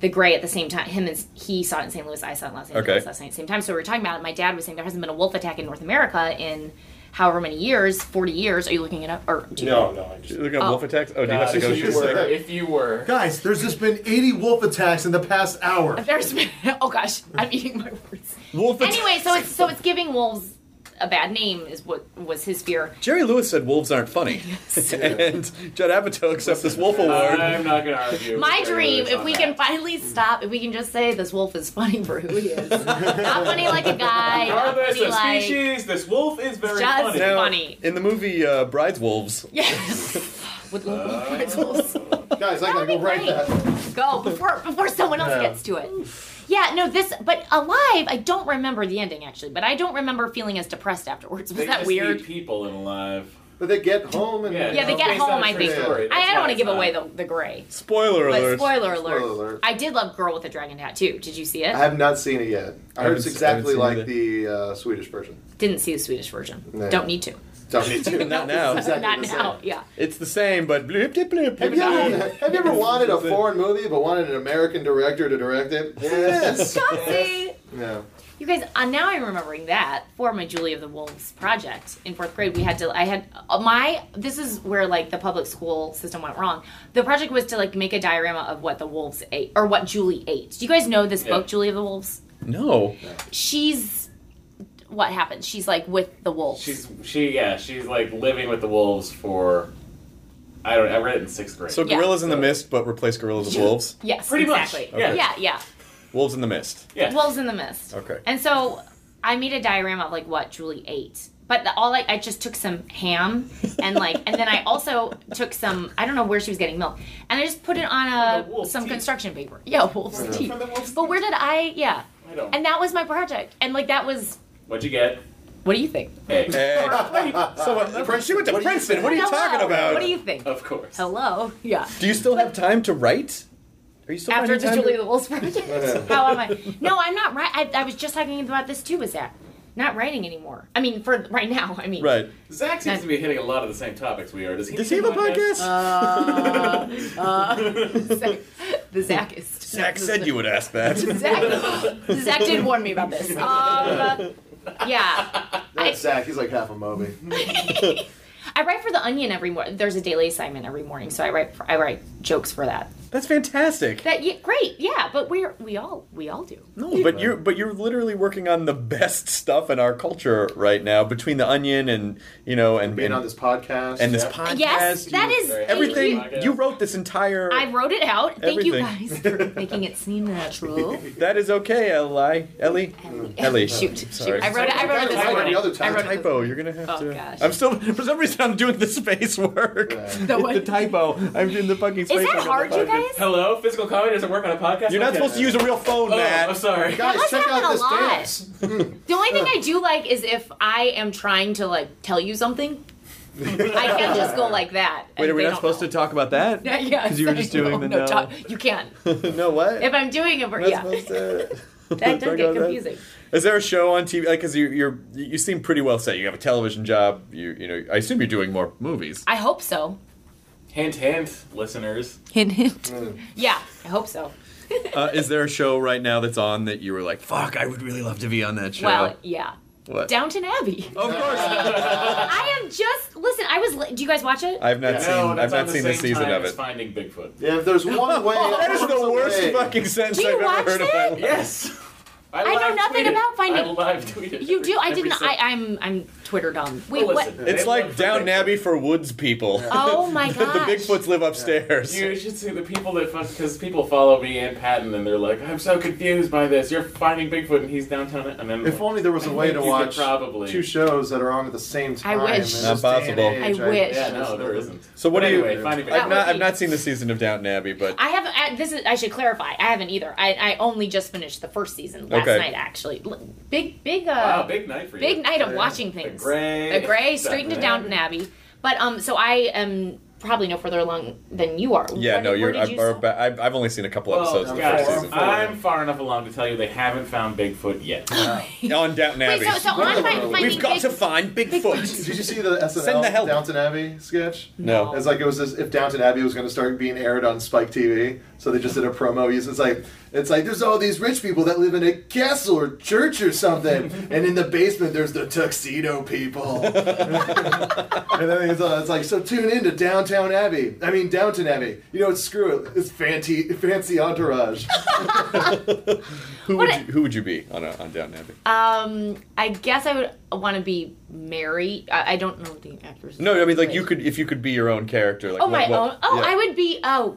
Speaker 3: the gray at the same time him and s- he saw it in st louis i saw it in los angeles
Speaker 1: Okay.
Speaker 3: last night at the same time so we were talking about it my dad was saying there hasn't been a wolf attack in north america in however many years 40 years are you looking it up or do you
Speaker 9: No, no, I just.
Speaker 1: Look at
Speaker 3: Oh.
Speaker 1: wolf attacks. Oh, do you
Speaker 5: Uh,
Speaker 7: God,
Speaker 1: have to
Speaker 7: if,
Speaker 1: go
Speaker 7: you
Speaker 1: shoot?
Speaker 7: were, if you were,
Speaker 5: Guys, there's just been 80 wolf attacks in the past hour.
Speaker 3: there's been, oh gosh i'm eating my words
Speaker 1: Wolf
Speaker 3: anyway so it's so it's giving wolves a bad name is what was his fear
Speaker 1: Jerry Lewis said wolves aren't funny, and Judd Apatow accepts this Wolf Award.
Speaker 7: I'm not going to argue.
Speaker 3: My
Speaker 7: with
Speaker 3: dream,
Speaker 7: Jerry Lewis
Speaker 3: if
Speaker 7: on
Speaker 3: we
Speaker 7: that.
Speaker 3: can finally stop, if we can just say this wolf is funny for who he is. not funny like a guy. Not
Speaker 7: Regardless
Speaker 3: funny
Speaker 7: of
Speaker 3: like.
Speaker 7: species, this wolf is very
Speaker 3: Just-
Speaker 7: funny.
Speaker 3: No.
Speaker 1: Now,
Speaker 3: funny.
Speaker 1: in the movie uh, Bride's Wolves,
Speaker 3: Yes. With little
Speaker 7: Uh.
Speaker 3: prize wolves.
Speaker 5: Guys, I
Speaker 3: That'd
Speaker 5: gotta go
Speaker 3: be
Speaker 5: write
Speaker 3: great.
Speaker 5: that.
Speaker 3: Go before before someone else
Speaker 5: Yeah.
Speaker 3: gets to it. Yeah, no, this, but alive, I don't remember the ending actually, but I don't remember feeling as depressed afterwards. Was
Speaker 7: They
Speaker 3: that
Speaker 7: just
Speaker 3: weird?
Speaker 7: need people in live.
Speaker 5: But they get home and
Speaker 7: Yeah,
Speaker 3: yeah, they
Speaker 7: It's
Speaker 3: get
Speaker 7: based on
Speaker 3: home,
Speaker 7: a
Speaker 3: I
Speaker 7: true
Speaker 3: think.
Speaker 7: story.
Speaker 3: I,
Speaker 7: That's
Speaker 3: I
Speaker 7: why
Speaker 3: don't want to
Speaker 7: it's
Speaker 3: give
Speaker 7: not-
Speaker 3: away the, the gray.
Speaker 1: spoiler
Speaker 3: But
Speaker 1: alert.
Speaker 3: spoiler alert.
Speaker 5: Spoiler alert.
Speaker 3: I did love Girl with a Dragon Tattoo. Did you see it?
Speaker 5: I have not seen it yet. I, heard it's
Speaker 1: haven't se- I haven't
Speaker 5: exactly
Speaker 1: seen
Speaker 5: like
Speaker 1: it
Speaker 5: the uh, Swedish version.
Speaker 3: Didn't see the Swedish version.
Speaker 5: No.
Speaker 3: Don't need to.
Speaker 5: Don't need to.
Speaker 1: Not now.
Speaker 5: Exactly
Speaker 3: Not
Speaker 5: the
Speaker 3: now.
Speaker 5: same.
Speaker 3: Yeah.
Speaker 1: It's the same, but bloop, bloop, bloop,
Speaker 5: Have you,
Speaker 1: bloop.
Speaker 5: ever, have you ever wanted a foreign movie but wanted an American director to direct it? Yes.
Speaker 3: Chauncey!
Speaker 5: yeah.
Speaker 3: You guys, uh, now I'm remembering that for my Julie of the Wolves project in fourth grade. We had to, I had uh, my, this is where like the public school system went wrong. The project was to like make a diorama of what the wolves ate or what Julie ate. Do you guys know this book,
Speaker 7: Yeah.
Speaker 3: Julie of the Wolves?
Speaker 1: No.
Speaker 3: She's, what happens? She's like with the wolves.
Speaker 7: She's she yeah she's like living with the wolves for I don't I read it in sixth grade.
Speaker 1: So
Speaker 3: Yeah.
Speaker 1: gorillas in the mist, but replace gorillas with wolves.
Speaker 3: yes,
Speaker 7: Pretty much,
Speaker 3: exactly.
Speaker 7: yeah.
Speaker 3: Yeah, yeah.
Speaker 1: Wolves in the mist.
Speaker 7: yeah,
Speaker 3: Wolves in the Mist.
Speaker 1: Okay.
Speaker 3: And so I made a diagram of like what Julie ate. But the, all I, I just took some ham and like, and then I also took some, I don't know where she was getting milk. And I just put it on
Speaker 7: From the
Speaker 3: a,
Speaker 7: wolf's
Speaker 3: some
Speaker 7: teeth.
Speaker 3: construction paper. Yeah, wolf's teeth.
Speaker 7: From the wolf's
Speaker 3: But where did I, yeah.
Speaker 7: I don't.
Speaker 3: And that was my project. And like, that was,
Speaker 7: What'd you get?
Speaker 3: what do you think?
Speaker 7: Hey,
Speaker 1: Hey,
Speaker 7: Wait,
Speaker 1: so she went to Princeton. What are you
Speaker 3: Hello.
Speaker 1: talking about?
Speaker 3: What do you think?
Speaker 7: of course.
Speaker 3: Hello. Yeah.
Speaker 1: Do you still have time to write? Are you still
Speaker 3: After
Speaker 1: finding
Speaker 3: the
Speaker 1: time to-
Speaker 3: Julie the Wolf's project. How am I? No, I'm not right. I, I was just talking about this too, was that not writing anymore. I mean, for right now, I mean.
Speaker 1: Right.
Speaker 7: Zach
Speaker 3: Uh,
Speaker 7: seems to be hitting a lot of the same topics we are. Does he?
Speaker 1: Does he have a podcast? Uh,
Speaker 3: the Zachist.
Speaker 1: Zach said you would ask that.
Speaker 3: Zach, Zach did warn me about this. Um, yeah,
Speaker 5: That's Zach. He's like half a Moby.
Speaker 3: I write for the Onion every morning. There's a daily assignment every morning, so I write for, I write jokes for that.
Speaker 1: That's fantastic.
Speaker 3: That yeah, great, yeah. But we're we all we all do.
Speaker 1: No, but you're but you're literally working on the best stuff in our culture right now between the onion and you know and
Speaker 5: Being
Speaker 1: and,
Speaker 5: on this podcast.
Speaker 1: and this
Speaker 7: Yeah.
Speaker 1: podcast.
Speaker 3: yes,
Speaker 1: you-
Speaker 3: that is
Speaker 7: Right.
Speaker 1: everything.
Speaker 3: thank you.
Speaker 7: Podcast.
Speaker 1: You wrote this entire.
Speaker 3: I wrote it out. Thank you guys
Speaker 1: Everything.
Speaker 3: for making it seem natural.
Speaker 1: that is okay, Eli. Ellie. Ellie.
Speaker 3: shoot,
Speaker 1: Sorry.
Speaker 3: shoot. I wrote it. I wrote it this
Speaker 5: Typo,
Speaker 3: morning.
Speaker 5: the other typo.
Speaker 3: I wrote it
Speaker 1: Typo. You're gonna have
Speaker 3: Oh,
Speaker 1: to.
Speaker 3: gosh.
Speaker 1: I'm still for some reason I'm doing the space work.
Speaker 5: Yeah.
Speaker 1: It's the typo. I'm doing the fucking space.
Speaker 3: Is that
Speaker 1: work on the
Speaker 3: hard, you
Speaker 1: podcast.
Speaker 3: guys?
Speaker 7: Hello, physical comedy doesn't work on a podcast.
Speaker 1: You're not
Speaker 7: Okay.
Speaker 1: supposed to use a real phone,
Speaker 7: Oh,
Speaker 1: Matt.
Speaker 7: I'm sorry.
Speaker 5: Guys,
Speaker 3: must
Speaker 5: check
Speaker 3: happen
Speaker 5: out
Speaker 3: a
Speaker 5: this
Speaker 3: lot.
Speaker 5: dance.
Speaker 3: The only thing I do like is if I am trying to like tell you something, I can't just go like that.
Speaker 1: Wait, are we not supposed to talk about that?
Speaker 3: Yeah, yeah.
Speaker 1: 'Cause you were
Speaker 3: sorry.
Speaker 1: just doing
Speaker 3: no,
Speaker 1: the
Speaker 3: no.
Speaker 1: no.
Speaker 3: talk- you can't.
Speaker 1: no what?
Speaker 3: If I'm doing a
Speaker 1: We're
Speaker 3: yeah,
Speaker 1: not supposed to-
Speaker 3: that
Speaker 1: talk
Speaker 3: does
Speaker 1: about
Speaker 3: get confusing.
Speaker 1: Is there a show on TV? Like, cause you, you're you seem pretty well set. You have a television job. You you know I assume you're doing more movies.
Speaker 3: I hope so.
Speaker 7: Hint, hint, listeners.
Speaker 3: Hint, hint. Yeah, I hope so.
Speaker 1: Uh, is there a show right now that's on that you were like, fuck, I would really love to be on that show?
Speaker 3: Well, yeah.
Speaker 1: what?
Speaker 3: Downton Abbey.
Speaker 1: of course.
Speaker 3: I am just listen. I was. li- Do you guys watch it?
Speaker 1: I've not
Speaker 7: No,
Speaker 1: seen
Speaker 7: and
Speaker 1: I've
Speaker 7: it's on
Speaker 1: not seen the
Speaker 7: same
Speaker 1: season
Speaker 7: time Oh,
Speaker 1: of
Speaker 7: as
Speaker 1: it.
Speaker 7: Finding Bigfoot.
Speaker 5: Yeah, if there's one way.
Speaker 1: That is the
Speaker 5: one
Speaker 1: worst
Speaker 5: way.
Speaker 1: fucking sentence
Speaker 3: Do you
Speaker 1: I've
Speaker 3: watch
Speaker 1: ever heard
Speaker 3: that?
Speaker 1: in my life.
Speaker 7: Yes. I,
Speaker 3: know
Speaker 7: live
Speaker 3: nothing
Speaker 7: tweeted.
Speaker 3: about Finding-
Speaker 7: I live tweeted.
Speaker 3: you do. I
Speaker 7: every-
Speaker 3: didn't.
Speaker 7: every
Speaker 3: I, I'm. I'm Twitter dumb. Wait,
Speaker 7: Well,
Speaker 3: what?
Speaker 7: listen,
Speaker 1: It's
Speaker 7: they
Speaker 1: like
Speaker 7: live for
Speaker 1: Down
Speaker 7: Bigfoot.
Speaker 1: Abbey for woods people.
Speaker 3: Oh my
Speaker 1: the
Speaker 3: gosh.
Speaker 1: Bigfoots live upstairs.
Speaker 7: You should see the people that because people follow me and Patton, and they're like, "I'm so confused by this. You're finding Bigfoot, and he's downtown." And then
Speaker 5: If only there was a
Speaker 7: I
Speaker 5: way
Speaker 7: think
Speaker 5: to
Speaker 7: you could
Speaker 5: watch
Speaker 7: probably-
Speaker 5: two shows that are on at the same time.
Speaker 3: wish.
Speaker 5: in this
Speaker 1: Not
Speaker 5: day and
Speaker 1: possible.
Speaker 5: age.
Speaker 3: I wish.
Speaker 7: yeah, no, there isn't.
Speaker 1: So what
Speaker 7: But
Speaker 1: do you-
Speaker 7: anyway, Finding
Speaker 3: That
Speaker 1: I've
Speaker 7: Bigfoot.
Speaker 3: would
Speaker 1: not I've
Speaker 3: be-
Speaker 1: not seen the season of Downton Abbey, but
Speaker 3: I haven't. I, this is. I should clarify. I haven't either. I, I only just finished the first season last
Speaker 1: Okay.
Speaker 3: night. Actually, L- big, big, uh,
Speaker 7: wow, big night for you.
Speaker 3: big night of
Speaker 5: Yeah.
Speaker 3: watching
Speaker 7: The
Speaker 3: things.
Speaker 7: gray.
Speaker 3: the gray straight into Downton Abbey. But um, so I am probably no further along than you are.
Speaker 1: yeah,
Speaker 3: Where-
Speaker 1: no,
Speaker 3: where
Speaker 1: you're
Speaker 3: did
Speaker 1: I've,
Speaker 3: you
Speaker 1: or-
Speaker 3: s-
Speaker 1: but I've I've only seen a couple episodes
Speaker 7: Well,
Speaker 1: of
Speaker 5: guys,
Speaker 1: the
Speaker 7: guys,
Speaker 1: first
Speaker 7: I'm far enough along to tell you they haven't found Bigfoot yet.
Speaker 1: season. On Downton
Speaker 3: Wait,
Speaker 1: Abbey.
Speaker 3: so, so on my, my
Speaker 1: We've got to find Bigfoot.
Speaker 5: Did you see the SNL
Speaker 1: Send the help.
Speaker 5: Downton Abbey sketch?
Speaker 1: No.
Speaker 5: It's like it was as if Downton Abbey was going to start being aired on Spike TV, so they just did a promo. Use it's like it's like there's all these rich people that live in a castle or church or something, and in the basement there's the tuxedo people. and then it's, all- it's like so tune in to Downtown Abbey. I mean Downton Abbey. You know what? Screw it. It's fancy fancy entourage.
Speaker 1: Who would
Speaker 3: What
Speaker 1: you, who would you be on a, on Downton Abbey?
Speaker 3: Um, I guess I would want to be Mary. I, I don't know the actors.
Speaker 1: no, I mean like you
Speaker 3: Wait.
Speaker 1: could if you could be your own character. Like
Speaker 3: Oh,
Speaker 1: what-
Speaker 3: my
Speaker 1: what-
Speaker 3: own. Oh,
Speaker 1: yeah.
Speaker 3: I would be. Oh,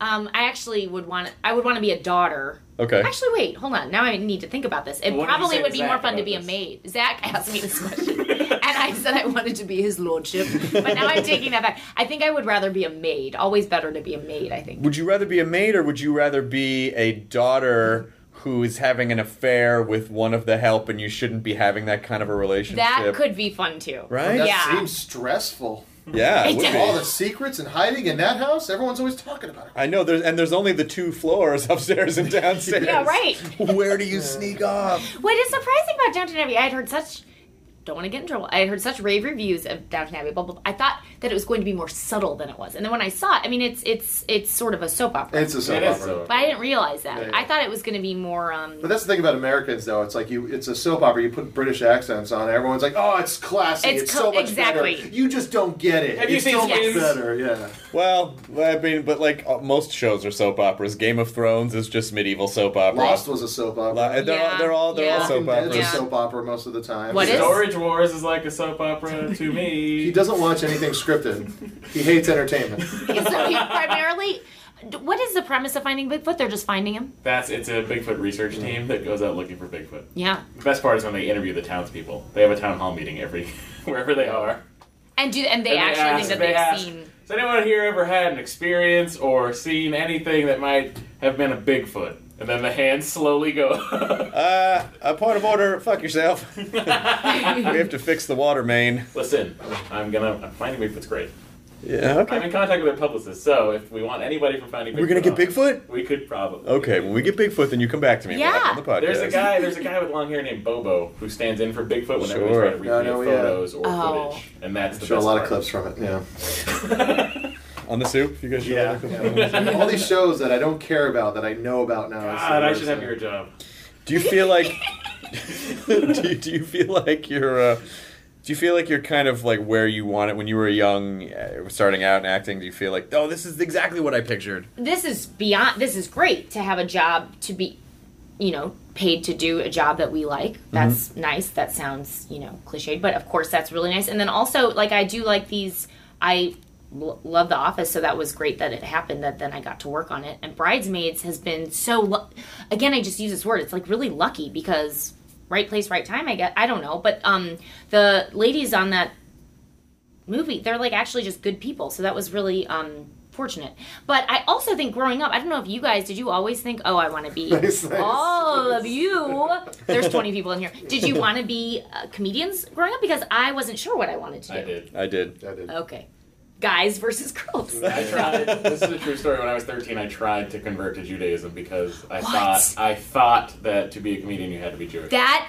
Speaker 3: um, I actually would want. I would want to be a daughter.
Speaker 1: Okay.
Speaker 3: Actually, wait, hold on. Now I need to think about this. It
Speaker 7: What did you say
Speaker 3: probably
Speaker 7: to
Speaker 3: would be
Speaker 7: Zach
Speaker 3: more fun to
Speaker 7: about
Speaker 3: be a
Speaker 7: this?
Speaker 3: maid. Zach asked me this question, and I said I wanted to be his lordship, but now I'm taking that back. I think I would rather be a maid. Always better to be a maid, I think.
Speaker 1: Would you rather be a maid or would you rather be a daughter who is having an affair with one of the help and you shouldn't be having that kind of a relationship?
Speaker 3: That could be fun too.
Speaker 1: Right?
Speaker 5: That
Speaker 3: Yeah.
Speaker 5: seems stressful.
Speaker 1: Yeah, it
Speaker 3: It
Speaker 1: would
Speaker 3: does.
Speaker 1: be.
Speaker 5: All the secrets and hiding in that house. Everyone's always talking about it.
Speaker 1: I know there's and there's only the two floors upstairs and downstairs.
Speaker 3: Yeah, right.
Speaker 1: Where do you sneak off?
Speaker 3: What is surprising about Downton Abbey? I had heard such don't want to get in trouble. I had heard such rave reviews of Downton Abbey. Blah, blah, blah. I thought that it was going to be more subtle than it was, and then when I saw it, I mean, it's it's it's sort of a soap opera.
Speaker 5: It's a soap
Speaker 7: It is
Speaker 5: opera.
Speaker 7: so-
Speaker 3: but I didn't realize that.
Speaker 5: Yeah, yeah.
Speaker 3: I thought it was going to be more. Um,
Speaker 5: But that's the thing about Americans, though. It's like you, it's a soap opera. You put British accents on. it, Everyone's like, "Oh, it's classy. It's,
Speaker 3: It's
Speaker 5: so
Speaker 3: cl-
Speaker 5: much
Speaker 3: exactly.
Speaker 5: better." You just don't get it.
Speaker 7: Have you
Speaker 5: it's
Speaker 7: seen
Speaker 5: so much
Speaker 7: Skins?
Speaker 5: better. Yeah.
Speaker 1: Well, I mean, but like uh, most shows are soap operas. Game of Thrones is just medieval soap opera.
Speaker 5: Lost was a soap opera.
Speaker 1: Lo- and they're all they're all they're all
Speaker 3: Yeah.
Speaker 1: soap
Speaker 5: Walking Dead's
Speaker 1: operas.
Speaker 5: a
Speaker 3: Yeah.
Speaker 5: soap opera most of the time.
Speaker 3: What is?
Speaker 7: Storage Wars is like a soap opera to
Speaker 5: He
Speaker 7: me.
Speaker 5: doesn't watch anything scripted. He hates entertainment.
Speaker 3: so he primarily. What is the premise of finding Bigfoot? They're just finding him.
Speaker 7: That's it's a Bigfoot
Speaker 5: Mm.
Speaker 7: research team that goes out looking for Bigfoot.
Speaker 3: Yeah.
Speaker 7: The best part is when they interview the townspeople. They have a town hall meeting every wherever they are.
Speaker 3: And do and they
Speaker 7: And
Speaker 3: actually think
Speaker 7: ask-
Speaker 3: that
Speaker 7: they
Speaker 3: they've
Speaker 7: ask,
Speaker 3: seen.
Speaker 7: Has anyone here ever had an experience or seen anything that might have been a Bigfoot? And then the hands slowly go.
Speaker 1: Uh, a point of order. Fuck yourself. we
Speaker 5: Uh.
Speaker 1: have to fix the water main.
Speaker 7: Listen, I'm gonna. I'm finding Bigfoot's great.
Speaker 1: Yeah.
Speaker 7: I'm in contact with a publicist, so if we want anybody from finding Bigfoot,
Speaker 1: We're gonna get
Speaker 7: on,
Speaker 1: Bigfoot. Oh,
Speaker 7: We could probably.
Speaker 1: Okay, when we get Bigfoot, then you come back to me. and we'll have it on the podcast.
Speaker 7: There's a guy. There's a guy with long hair named Bobo who stands in for Bigfoot whenever they
Speaker 1: Sure.
Speaker 7: try to recreate
Speaker 5: No, no, yeah.
Speaker 7: photos or
Speaker 3: Oh.
Speaker 7: footage, and that's the
Speaker 5: Show a
Speaker 7: best
Speaker 5: lot
Speaker 7: part.
Speaker 5: of clips from it. Yeah.
Speaker 1: on the soup. You guys. show
Speaker 5: Yeah.
Speaker 1: that clip?
Speaker 5: All these shows that I don't care about that I know about now. is
Speaker 7: God,
Speaker 5: the
Speaker 7: I
Speaker 5: worst
Speaker 7: should have
Speaker 5: thing.
Speaker 7: your job.
Speaker 1: Do you feel like? do, you, do you feel like you're? Uh, do you feel like you're kind of like where you want it when you were young, uh, starting out in acting? Do you feel like, oh, this is exactly what I pictured?
Speaker 3: This is beyond. This is great to have a job to be, you know, paid to do a job that we like.
Speaker 7: Mm-hmm.
Speaker 3: That's nice. That sounds you know cliched, but of course that's really nice. And then also like I do like these. I l- love The Office, so that was great that it happened. That then I got to work on it. And Bridesmaids has been so. Lu- Again, I just use this word. It's like really lucky because right place, right time. I guess I don't know, but um, the ladies on that movie they're like actually just good people so that was really um fortunate but i also think growing up i don't know if you guys did you always think oh i want to be
Speaker 5: Nice, nice,
Speaker 3: all of you there's 20 people in here did you want to be uh, comedians growing up because i wasn't sure what i wanted to do
Speaker 7: I did.
Speaker 1: I did.
Speaker 5: I did.
Speaker 3: okay guys versus girls
Speaker 7: I tried. this is a true story. When I was 13, I tried to convert to Judaism because I thought I thought that to be a comedian you had to be Jewish.
Speaker 3: that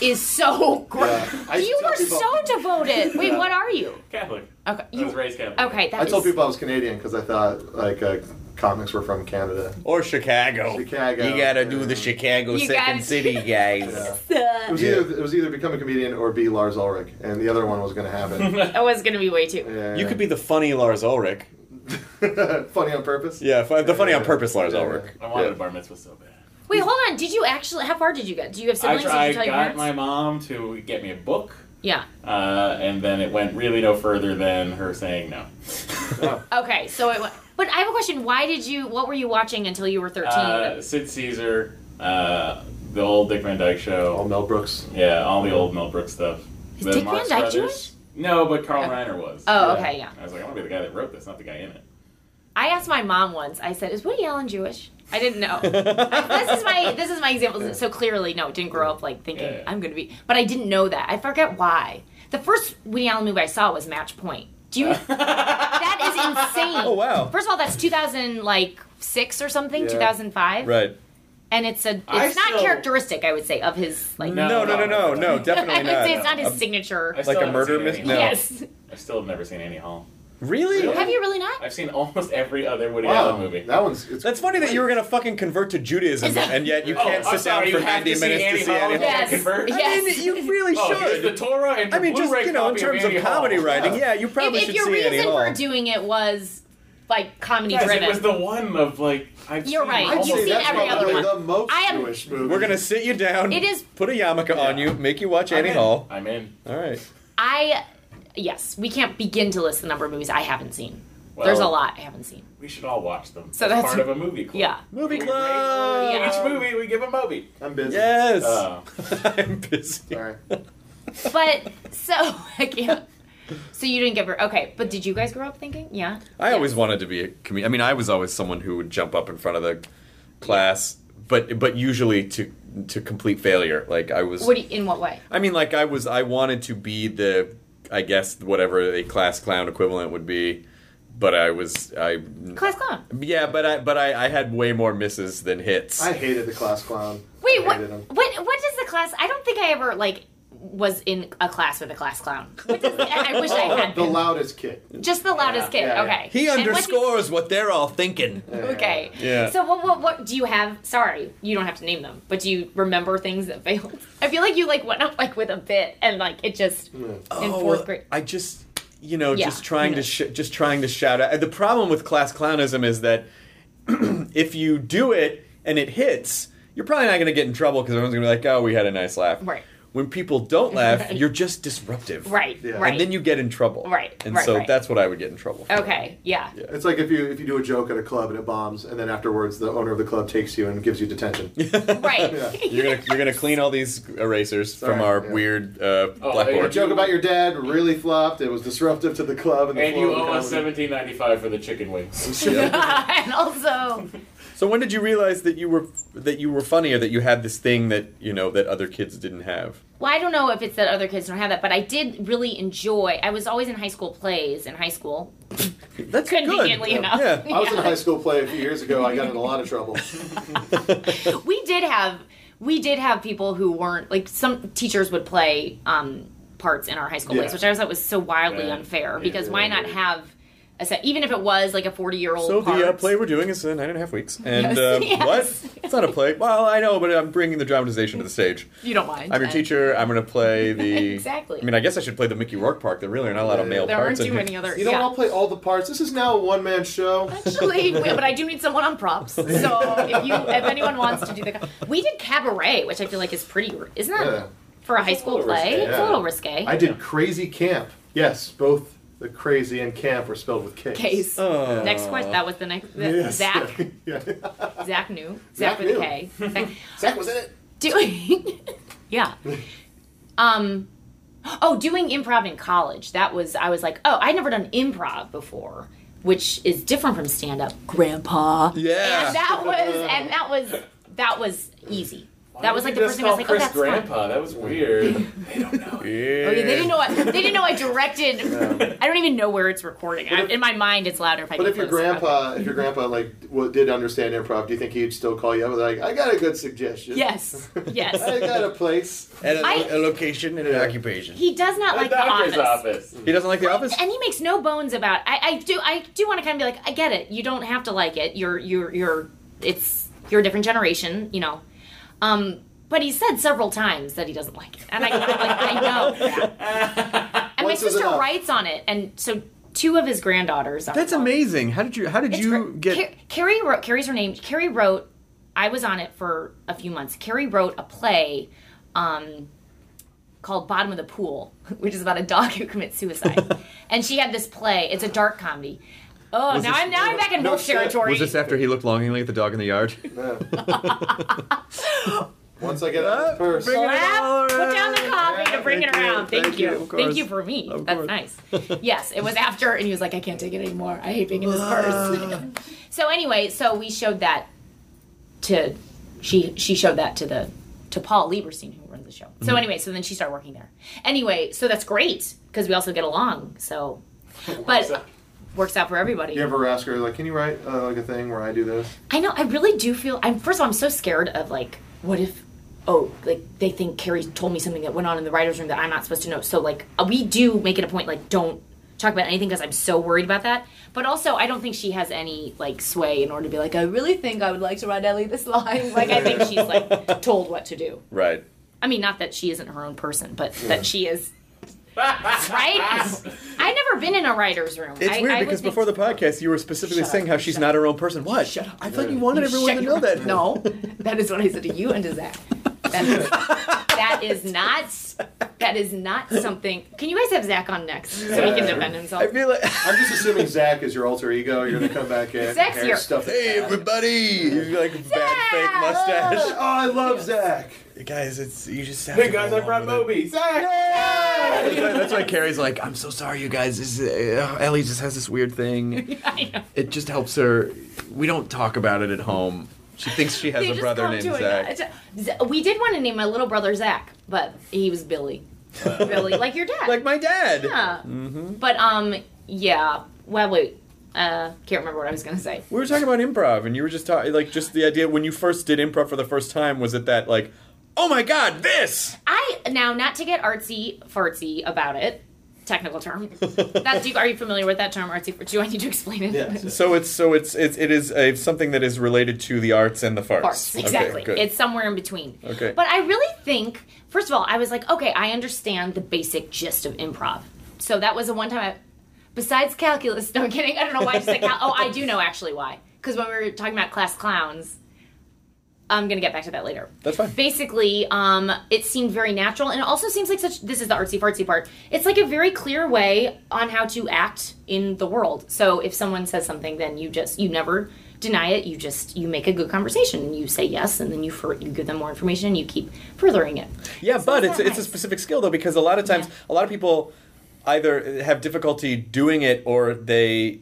Speaker 3: is so great
Speaker 5: Yeah. I
Speaker 3: you
Speaker 5: tell
Speaker 3: were
Speaker 5: people-
Speaker 3: so devoted wait what are you
Speaker 7: Catholic.
Speaker 3: okay
Speaker 7: I
Speaker 3: you
Speaker 7: was raised Catholic.
Speaker 3: okay
Speaker 5: I
Speaker 3: that's
Speaker 5: told people I was Canadian because I thought like uh, comics were from Canada.
Speaker 1: Or Chicago.
Speaker 5: Chicago.
Speaker 1: Oh, You gotta do
Speaker 5: Yeah.
Speaker 1: the Chicago
Speaker 3: You
Speaker 1: Second
Speaker 3: gotta-
Speaker 1: City, guys.
Speaker 5: Yeah. It was either it was either become a comedian or be Lars Ulrich, and the other one was going to happen.
Speaker 3: i was gonna be way too
Speaker 5: Yeah.
Speaker 1: You could be the funny Lars Ulrich.
Speaker 5: funny on purpose.
Speaker 1: Yeah, fu- the funny on purpose Lars
Speaker 5: Yeah.
Speaker 1: Ulrich.
Speaker 7: I wanted
Speaker 1: Yeah.
Speaker 7: a bar mitzvah so bad.
Speaker 3: wait hold on did you actually how far did you get do you have
Speaker 7: I,
Speaker 3: siblings
Speaker 7: tried,
Speaker 3: did you tell your
Speaker 7: got
Speaker 3: parents
Speaker 7: my mom to get me a book,
Speaker 3: yeah
Speaker 7: uh, and then it went really no further than her saying no.
Speaker 3: Okay, so it. wa- But I have a question. Why did you? What were you watching until you were thirteen?
Speaker 7: Uh, Sid Caesar, uh, the old Dick Van Dyke
Speaker 5: All
Speaker 7: show,
Speaker 5: Mel Brooks.
Speaker 7: yeah, all the old Mel Brooks stuff.
Speaker 3: Is
Speaker 7: The
Speaker 3: Dick
Speaker 7: Marx
Speaker 3: Van Dyke
Speaker 7: Brothers- No, but Carl Reiner was.
Speaker 3: oh, okay, yeah.
Speaker 7: I was like, I want to be the guy that wrote this, not the guy in it.
Speaker 3: I asked my mom once. I said, "Is Woody Allen Jewish?" I didn't know. this is my this is my example. So clearly, no, didn't grow up like thinking
Speaker 7: Yeah, yeah.
Speaker 3: I'm going to be. But I didn't know that. I forget why. The first Woody Allen movie I saw was Match Point. Do you? that is insane.
Speaker 1: Oh, wow.
Speaker 3: First of all, that's 2000 like six or something,
Speaker 5: Yeah.
Speaker 3: 2005,
Speaker 1: Right.
Speaker 3: and it's a it's
Speaker 7: I
Speaker 3: not
Speaker 7: still-
Speaker 3: characteristic, I would say, of his like.
Speaker 1: No, no, no, no, no,
Speaker 3: I
Speaker 1: definitely
Speaker 3: would
Speaker 1: not.
Speaker 3: say it's not his
Speaker 1: Um,
Speaker 3: signature.
Speaker 7: I still
Speaker 1: a
Speaker 7: haven't
Speaker 1: murder
Speaker 7: seen
Speaker 1: myth-
Speaker 7: Annie
Speaker 1: no.
Speaker 7: Hall.
Speaker 3: Yes.
Speaker 7: I still have never seen Annie Hall.
Speaker 1: Um, Really?
Speaker 3: Have you really not?
Speaker 7: I've seen almost every other Woody
Speaker 5: Wow,
Speaker 7: Allen movie.
Speaker 5: that one's it's
Speaker 1: That's funny that you were gonna fucking convert to Judaism,
Speaker 3: Is that-
Speaker 1: and yet you
Speaker 7: Oh,
Speaker 1: can't
Speaker 7: I'm
Speaker 1: sit down
Speaker 7: sorry,
Speaker 1: for
Speaker 7: you have to
Speaker 1: 90
Speaker 7: see
Speaker 1: minutes
Speaker 7: Annie
Speaker 1: to see
Speaker 7: Hall.
Speaker 1: Annie Hall.
Speaker 3: Yes.
Speaker 7: Convert?
Speaker 3: Yes.
Speaker 1: I mean, you really
Speaker 7: Oh, here's the
Speaker 1: should.
Speaker 7: Torah and
Speaker 1: I mean,
Speaker 7: the
Speaker 1: just
Speaker 7: Blu-ray
Speaker 1: you know, in
Speaker 7: copy
Speaker 1: terms
Speaker 7: of,
Speaker 1: of
Speaker 7: Annie
Speaker 1: comedy
Speaker 7: Hall.
Speaker 1: writing, yeah, you
Speaker 3: If,
Speaker 1: probably
Speaker 3: if
Speaker 1: should
Speaker 3: your
Speaker 1: see Annie
Speaker 3: reason
Speaker 1: Hall.
Speaker 3: for doing it was like comedy
Speaker 7: Yes,
Speaker 3: driven,
Speaker 7: it was the one of like I've
Speaker 3: You're
Speaker 7: seen
Speaker 3: right.
Speaker 5: I'd
Speaker 7: almost
Speaker 5: say
Speaker 3: You've seen
Speaker 5: that's
Speaker 3: every other
Speaker 5: probably
Speaker 3: one.
Speaker 5: the most
Speaker 3: I am-
Speaker 5: Jewish movie.
Speaker 1: We're gonna sit you down.
Speaker 3: It is-
Speaker 1: put a yarmulke on you, make you watch
Speaker 7: I'm
Speaker 1: Annie
Speaker 7: in.
Speaker 1: Hall.
Speaker 7: I'm in.
Speaker 1: All right.
Speaker 3: I yes, we can't begin to list the number of movies I haven't seen.
Speaker 7: Well,
Speaker 3: There's a lot I haven't seen.
Speaker 7: We should all watch them.
Speaker 3: So
Speaker 7: It's
Speaker 3: that's-
Speaker 7: part of a movie club.
Speaker 3: Yeah.
Speaker 1: Movie
Speaker 7: We
Speaker 1: club.
Speaker 7: rate- Each movie we give a movie.
Speaker 5: I'm busy.
Speaker 1: Yes.
Speaker 7: Uh,
Speaker 1: I'm busy.
Speaker 5: Sorry.
Speaker 3: But so I can't. So you didn't get her okay, but did you guys grow up thinking? Yeah.
Speaker 1: I always wanted to be a comedian. I mean, I was always someone who would jump up in front of the class, but but usually to to complete failure. Like I was.
Speaker 3: What do you, in what way?
Speaker 1: I mean, like I was. I wanted to be the. I guess whatever a class clown equivalent would be, but I was. I.
Speaker 3: Class clown.
Speaker 1: Yeah, but I but I, I had way more misses than hits.
Speaker 5: I hated the class clown.
Speaker 3: Wait,
Speaker 5: I
Speaker 3: what?
Speaker 5: hated him.
Speaker 3: What? What does the class? I don't think I ever like was in a class with a class clown. Which is, I I wish I had
Speaker 9: Oh, the
Speaker 3: been.
Speaker 9: loudest kid.
Speaker 3: Just the loudest kid.
Speaker 9: yeah, yeah.
Speaker 3: Okay.
Speaker 1: He
Speaker 3: And what do you-
Speaker 1: underscores what they're all thinking.
Speaker 3: Okay.
Speaker 1: Yeah.
Speaker 3: So what, what what do you have? Sorry, you don't have to name them, but do you remember things that failed? I feel like you like went up like with a bit and like it just in
Speaker 1: Oh,
Speaker 3: fourth grade.
Speaker 1: I just, you know,
Speaker 3: Yeah,
Speaker 1: just trying
Speaker 3: you know.
Speaker 1: to sh- just trying to shout out. The problem with class clownism is that if you do it and it hits, you're probably not going to get in trouble because everyone's going to be like, "Oh, we had a nice laugh."
Speaker 3: Right.
Speaker 1: When people don't laugh,
Speaker 3: Right.
Speaker 1: you're just disruptive.
Speaker 3: Right.
Speaker 5: Yeah.
Speaker 3: Right.
Speaker 1: And then you get in trouble.
Speaker 3: Right,
Speaker 1: And
Speaker 3: right, Oh,
Speaker 1: so
Speaker 3: right.
Speaker 1: that's what I would get in trouble. For.
Speaker 3: Okay. Yeah.
Speaker 5: It's like if you if you do a joke at a club and it bombs, and then afterwards the owner of the club takes you and gives you detention.
Speaker 3: Right.
Speaker 1: You're gonna you're gonna clean all these erasers
Speaker 5: Sorry,
Speaker 1: from our
Speaker 5: yeah. Oh,
Speaker 1: weird uh,
Speaker 5: Your
Speaker 1: blackboard.
Speaker 5: joke about your dad really flopped. It was disruptive to the club and the
Speaker 7: And
Speaker 5: floor
Speaker 7: you
Speaker 5: of the
Speaker 7: owe
Speaker 5: comedy.
Speaker 7: us seventeen ninety five for the chicken wings.
Speaker 3: and also,
Speaker 1: So when did you realize that you were that you were funny or that you had this thing that you know that other kids didn't have?
Speaker 3: well, I don't know if it's that other kids don't have that, but I did really enjoy. I was always in high school plays in high school,
Speaker 1: That's
Speaker 3: conveniently
Speaker 1: good.
Speaker 3: enough.
Speaker 1: Yeah.
Speaker 5: I was in a high school play a few years ago. I got in a lot of trouble.
Speaker 3: we did have we did have people who weren't like some teachers would play um, parts in our high school
Speaker 5: Yeah.
Speaker 3: plays, which I always thought was so wildly
Speaker 7: Yeah.
Speaker 3: unfair
Speaker 7: Yeah,
Speaker 3: because
Speaker 5: yeah,
Speaker 3: why
Speaker 5: yeah.
Speaker 3: not have a set even if it was like a forty year old
Speaker 1: So
Speaker 3: part.
Speaker 1: the uh, play we're doing is uh, nine and a half weeks, and
Speaker 3: Yes,
Speaker 1: uh,
Speaker 3: yes.
Speaker 1: what? It's not a play. Well, I know, but I'm bringing the dramatization to the stage.
Speaker 3: you don't mind.
Speaker 1: I'm your
Speaker 3: Uh,
Speaker 1: teacher. I'm gonna play the.
Speaker 3: Exactly.
Speaker 1: I mean, I guess I should play the Mickey Rourke part. There really are not a lot of male
Speaker 3: There aren't
Speaker 1: parts. in
Speaker 3: too
Speaker 1: here.
Speaker 3: many other.
Speaker 5: You don't
Speaker 3: yeah.
Speaker 5: all play all the parts. This is now a one man show.
Speaker 3: Actually, wait, but I do need someone on props. So if you, if anyone wants to do the, we did cabaret, which I feel like is pretty. Isn't that
Speaker 5: Yeah.
Speaker 3: for a high school
Speaker 7: little
Speaker 3: play?
Speaker 7: risque,
Speaker 3: It's a
Speaker 5: yeah.
Speaker 3: little risque.
Speaker 5: I did crazy camp. Yes, both the crazy and camp were spelled with K's.
Speaker 3: Case.
Speaker 1: Oh.
Speaker 3: Next question. That was the next. The,
Speaker 5: Yes.
Speaker 3: Zach.
Speaker 5: yeah.
Speaker 3: Zach knew. Zach,
Speaker 5: Zach
Speaker 3: with a
Speaker 5: knew.
Speaker 3: K.
Speaker 5: Zach was in it.
Speaker 3: doing yeah um oh doing improv in college that was i was like oh i'd never done improv before which is different from stand up grandpa
Speaker 1: Yeah.
Speaker 3: and that was and that was that was easy that was like the first
Speaker 7: Just
Speaker 3: thing i was
Speaker 7: call
Speaker 3: like oh
Speaker 7: Chris
Speaker 3: that's fun.
Speaker 7: Grandpa. That was weird. they don't
Speaker 1: Yeah.
Speaker 7: know.
Speaker 3: Oh, yeah, they didn't know I, they didn't know I directed. I don't even know where it's recording. I,
Speaker 5: if-
Speaker 3: in my mind, it's louder if I.
Speaker 5: But
Speaker 3: get
Speaker 5: if your
Speaker 3: close.
Speaker 5: grandpa, if your grandpa like w- did understand improv, do you think he'd still call you up and like, I got a good suggestion?
Speaker 3: Yes,
Speaker 5: I
Speaker 3: yes.
Speaker 5: got a place.
Speaker 1: And a,
Speaker 3: I-
Speaker 1: a location and an occupation.
Speaker 3: He does not like
Speaker 7: the
Speaker 3: the
Speaker 7: doctor's
Speaker 3: office.
Speaker 7: office.
Speaker 1: He doesn't like the office.
Speaker 3: and he makes no bones about I, I do I do want to kind of be like I get it you don't have to like it you're you're you're it's you're a different generation you know um but he said several times that he doesn't like it and I, I'm like I know that. and
Speaker 5: Once
Speaker 3: my
Speaker 5: is
Speaker 3: sister
Speaker 5: enough.
Speaker 3: writes on it and so two of his granddaughters are
Speaker 1: That's amazing. How did you? How did
Speaker 3: It's
Speaker 1: you
Speaker 3: great.
Speaker 1: get?
Speaker 3: Car- Carrie wrote Carrie's her name Carrie wrote I was on it for a few months Carrie wrote a play um called Bottom of the Pool, which is about a dog who commits suicide. and she had this play. It's a dark comedy. Oh, now
Speaker 1: this-
Speaker 3: I'm now I'm back in
Speaker 5: no
Speaker 3: wolf
Speaker 5: shit.
Speaker 3: territory.
Speaker 1: was this after he looked longingly at the dog in the yard?
Speaker 5: Yeah. Once I get out of the purse.
Speaker 1: Bring it all
Speaker 3: Clap, put down the
Speaker 1: around.
Speaker 3: coffee to bring
Speaker 1: thank
Speaker 3: it
Speaker 1: you,
Speaker 3: around. Thank,
Speaker 1: thank
Speaker 3: you.
Speaker 1: you, of course.
Speaker 3: Thank you for me.
Speaker 1: Of
Speaker 3: That's
Speaker 1: course.
Speaker 3: nice. yes, it was after, and he was like, I can't take it anymore. I hate being in this purse.
Speaker 1: Ah.
Speaker 3: so anyway, so we showed that to she she showed that to the to Paul Lieberstein who runs the show. So anyway, so then she started working there. Anyway, so that's great because we also get along. So, but works out for everybody.
Speaker 5: You ever ask her like, can you write uh, like a thing where I do this?
Speaker 3: I know. I really do feel. I'm first of all, I'm so scared of like, what if, oh, like they think Carrie told me something that went on in the writers' room that I'm not supposed to know. So like, uh, we do make it a point like don't talk about anything because I'm so worried about that. But also, I don't think she has any like sway in order to be like, I really think I would like to write Ellie this line. Like, I think she's like told what to do.
Speaker 1: Right.
Speaker 3: I mean, not that she isn't her own person, but that she is. right? I've never been in a writer's room.
Speaker 1: It's
Speaker 3: I-
Speaker 1: weird
Speaker 3: I would
Speaker 1: because
Speaker 3: think-
Speaker 1: before the podcast, you were specifically
Speaker 3: Shut
Speaker 1: saying
Speaker 3: up,
Speaker 1: how she's
Speaker 3: shut
Speaker 1: not her own person. What?
Speaker 3: Shut up.
Speaker 1: I thought you wanted everyone
Speaker 3: Shut
Speaker 1: to
Speaker 3: your-
Speaker 1: know that.
Speaker 3: No, that is what I said to you and to Zach. That is, that is not. That is not something. Can you guys have Zach on next so he can defend himself?
Speaker 1: I feel like.
Speaker 5: I'm just assuming Zach is your alter ego. You're gonna come back in.
Speaker 3: Zach's
Speaker 5: hair
Speaker 3: your-
Speaker 5: stuff.
Speaker 1: Hey everybody! You like bad fake
Speaker 5: Oh,
Speaker 1: mustache.
Speaker 5: I love Zach.
Speaker 1: Guys, it's you just. Have
Speaker 7: Hey
Speaker 1: to
Speaker 7: guys,
Speaker 1: go
Speaker 7: I
Speaker 1: along
Speaker 7: brought
Speaker 1: with it.
Speaker 7: Moby.
Speaker 1: That's why- That's why Carrie's like, I'm so sorry, you guys. This is, uh, Ellie just has this weird thing.
Speaker 3: I know.
Speaker 1: It just helps her. We don't talk about it at home. She thinks she has
Speaker 3: They
Speaker 1: a
Speaker 3: just
Speaker 1: brother
Speaker 3: come
Speaker 1: named
Speaker 3: to it.
Speaker 1: Zach.
Speaker 3: It's- Z- We did want to name my little brother Zach, but he was Billy. Billy, like your dad.
Speaker 1: Like Mm-hmm. my dad.
Speaker 3: yeah. But um, yeah. Well, wait. Uh, can't remember what I was gonna say.
Speaker 1: We were talking about improv, and you were just talking like just the idea when you first did improv for the first time was it that like oh my god, this!
Speaker 3: I now not to get artsy fartsy about it. Technical term. That do you, are you familiar with that term artsy? Do I need to explain it?
Speaker 1: So it's so it's it's it is a, something that is related to the arts and the farts.
Speaker 3: Parts.
Speaker 1: Okay,
Speaker 3: Exactly.
Speaker 1: good.
Speaker 3: it's somewhere in between.
Speaker 1: Okay.
Speaker 3: But I really think, first of all, I was like, okay, I understand the basic gist of improv. So that was the one time I, besides calculus, no I'm kidding, I don't know why I just said cal- Oh, I do know actually why. Because when we were talking about class clowns, I'm going to get back to that later.
Speaker 1: That's fine.
Speaker 3: Basically, um, it seemed very natural, and it also seems like such. This is the artsy fartsy part. It's like a very clear way on how to act in the world. So if someone says something, then you just you never deny it. You just you make a good conversation and you say yes, and then you for, you give them more information and you keep furthering it.
Speaker 1: Yeah, but it's
Speaker 3: that
Speaker 1: it's a
Speaker 3: nice?
Speaker 1: specific skill though because a lot of times
Speaker 3: Yeah.
Speaker 1: a lot of people either have difficulty doing it or they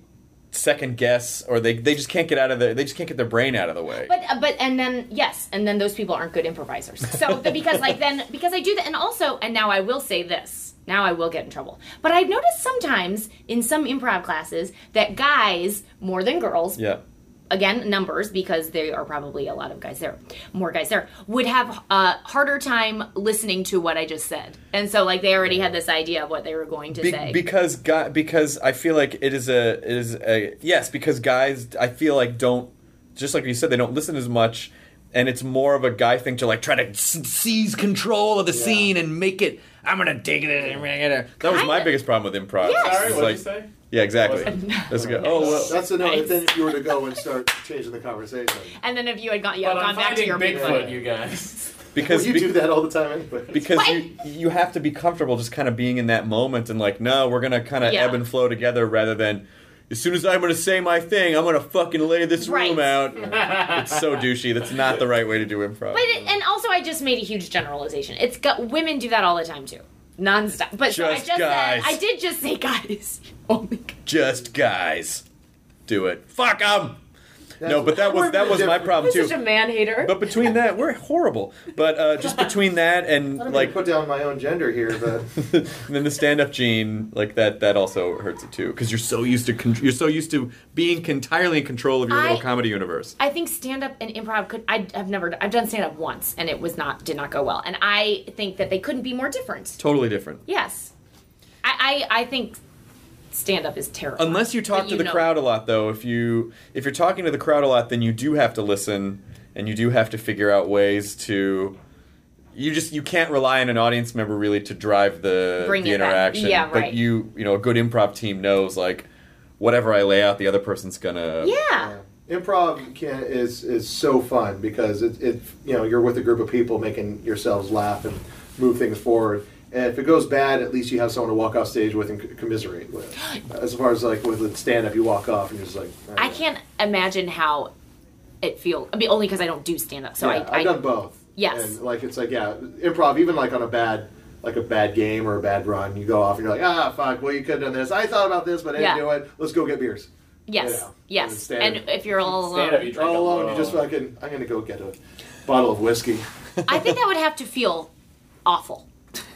Speaker 1: second guess or they they just can't get out of their they just can't get their brain out of the way.
Speaker 3: But uh, but and then yes, and then those people aren't good improvisers. So the, because like then because I do that, and also and now I will say this. Now I will get in trouble. But I've noticed sometimes in some improv classes that guys more than girls,
Speaker 1: yeah.
Speaker 3: again numbers because there are probably a lot of guys there, more guys there would have a harder time listening to what I just said, and so like they already had this idea of what they were going to
Speaker 1: Be-
Speaker 3: say.
Speaker 1: because guy, because I feel like it is a it is a yes because guys I feel like don't just like you said they don't listen as much and it's more of a guy thing to like try to s- seize control of the scene and make it I'm gonna take it and I'm gonna that was my
Speaker 3: Kinda.
Speaker 1: biggest problem with improv.
Speaker 3: Yes.
Speaker 7: Sorry,
Speaker 1: It's
Speaker 7: what did
Speaker 1: like-
Speaker 7: you say?
Speaker 1: Yeah, exactly. That's good. Oh well.
Speaker 5: That's enough. Nice. Then if you were to go and start changing the conversation,
Speaker 3: and then if you had gone, yeah,
Speaker 7: But
Speaker 3: gone
Speaker 7: I'm
Speaker 3: back to
Speaker 7: finding
Speaker 3: your
Speaker 7: Bigfoot, you guys.
Speaker 1: because
Speaker 5: because you
Speaker 1: be-
Speaker 5: do that all the time anyway.
Speaker 1: because you you have to be comfortable just kind of being in that moment and like no we're gonna kind of
Speaker 3: Yeah.
Speaker 1: ebb and flow together rather than as soon as I'm gonna say my thing I'm gonna fucking lay this room
Speaker 3: Right.
Speaker 1: out. it's so douchey. That's not the right way to do improv.
Speaker 3: But it, and also, I just made a huge generalization. It's got women do that all the time too, nonstop. But so I
Speaker 1: Just
Speaker 3: just
Speaker 1: guys.
Speaker 3: said I did just say guys. Oh my god.
Speaker 1: just guys, do it. Fuck them. No, but that was that was my problem
Speaker 3: I'm
Speaker 1: too.
Speaker 3: such a man hater.
Speaker 1: But between that, we're horrible. But uh, just between that and
Speaker 5: Like
Speaker 1: like
Speaker 5: put down my own gender here, but
Speaker 1: and then the stand-up gene, like that, that also hurts it too, because you're so used to con- you're so used to being entirely in control of your little
Speaker 3: I-
Speaker 1: comedy universe.
Speaker 3: I think stand up and improv could. I, I've never. I've done stand up once, and it was not did not go well. And I think that they couldn't be more different.
Speaker 1: Totally different.
Speaker 3: Yes, I I, I think stand up is terrible.
Speaker 1: Unless you talk
Speaker 3: But
Speaker 1: to the
Speaker 3: know-
Speaker 1: crowd a lot, though, if you if you're talking to the crowd a lot, then you do have to listen, and you do have to figure out ways to. You just you can't rely on an audience member really to drive the
Speaker 3: Bring
Speaker 1: the
Speaker 3: it back.
Speaker 1: interaction.
Speaker 3: Yeah,
Speaker 1: but
Speaker 3: right.
Speaker 1: you you know a good improv team knows like whatever I lay out, the other person's gonna
Speaker 3: Yeah.
Speaker 5: Um, improv can is is so fun because it, it you know you're with a group of people making yourselves laugh and move things forward. And if it goes bad, at least you have someone to walk off stage with and c- commiserate with. As far as like with stand up, you walk off and you're just like
Speaker 3: I can't imagine how it feels. I mean, only because I don't do stand up, so
Speaker 5: yeah,
Speaker 3: I, I
Speaker 5: have done both.
Speaker 3: Yes.
Speaker 5: And like it's like yeah, improv even like on a bad like a bad game or a bad run, you go off and you're like ah fuck, well you could have done this. I thought about this, but I didn't
Speaker 3: Yeah.
Speaker 5: do it. Let's go get beers.
Speaker 3: yes
Speaker 5: Yeah. And
Speaker 3: yes.
Speaker 5: stand
Speaker 3: And
Speaker 5: up.
Speaker 3: if you're all alone,
Speaker 7: Stand up, you drink
Speaker 5: All alone,
Speaker 7: alone.
Speaker 5: you just fucking. I'm gonna go get a bottle of whiskey.
Speaker 3: I think that would have to feel awful.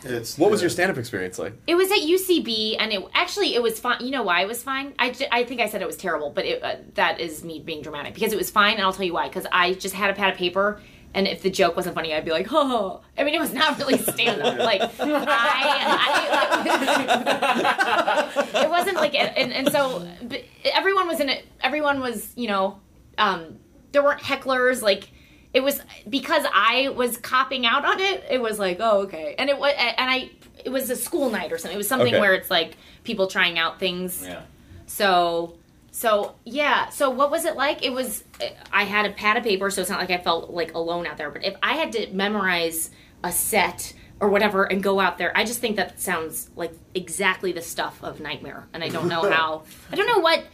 Speaker 5: It's
Speaker 1: What was your stand-up experience like?
Speaker 3: It was at UCB, and it actually it was fine. You know why it was fine? I, ju- I think I said it was terrible, but it, uh, that is me being dramatic because it was fine, and I'll tell you why. Because I just had a pad of paper, and if the joke wasn't funny, I'd be like, oh. I mean, it was not really stand up. like I, I- it wasn't like, and, and so but everyone was in it. Everyone was, you know, um, there weren't hecklers like it was because I was copping out on it. It was like, oh, okay, and it was, and I, it was a school night or something. It was something
Speaker 1: Okay.
Speaker 3: where it's like people trying out things.
Speaker 7: Yeah.
Speaker 3: So, so yeah. So what was it like? It was, I had a pad of paper, so it's not like I felt like alone out there. But if I had to memorize a set or whatever and go out there, I just think that sounds like exactly the stuff of Nightmare, and I don't know how. I don't know what,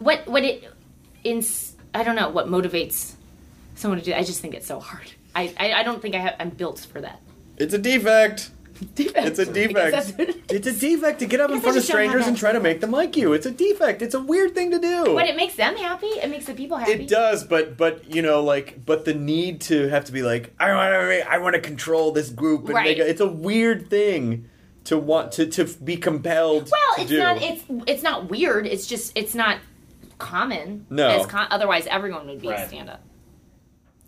Speaker 3: what, what it, in. I don't know what motivates someone to do. I just think it's so hard. I, I, I don't think I have, I'm built for that.
Speaker 1: It's a defect. It's a
Speaker 3: That's
Speaker 1: defect.
Speaker 3: what it
Speaker 1: It's a defect to get up in
Speaker 3: Guess I
Speaker 1: front of
Speaker 3: just don't have
Speaker 1: strangers
Speaker 3: that
Speaker 1: and try to make them like you. It's a defect. It's a weird thing to do.
Speaker 3: But it makes them happy. It makes the people happy.
Speaker 1: It does, but but you know, like, but the need to have to be like, I want to, I want to control this group, and make
Speaker 3: Right.
Speaker 1: a, it's a weird thing to want to to be compelled.
Speaker 3: Well,
Speaker 1: to
Speaker 3: it's
Speaker 1: do.
Speaker 3: not. It's it's not weird. It's just it's not common.
Speaker 1: No.
Speaker 3: As con- otherwise, everyone would be
Speaker 7: Right.
Speaker 3: a stand up.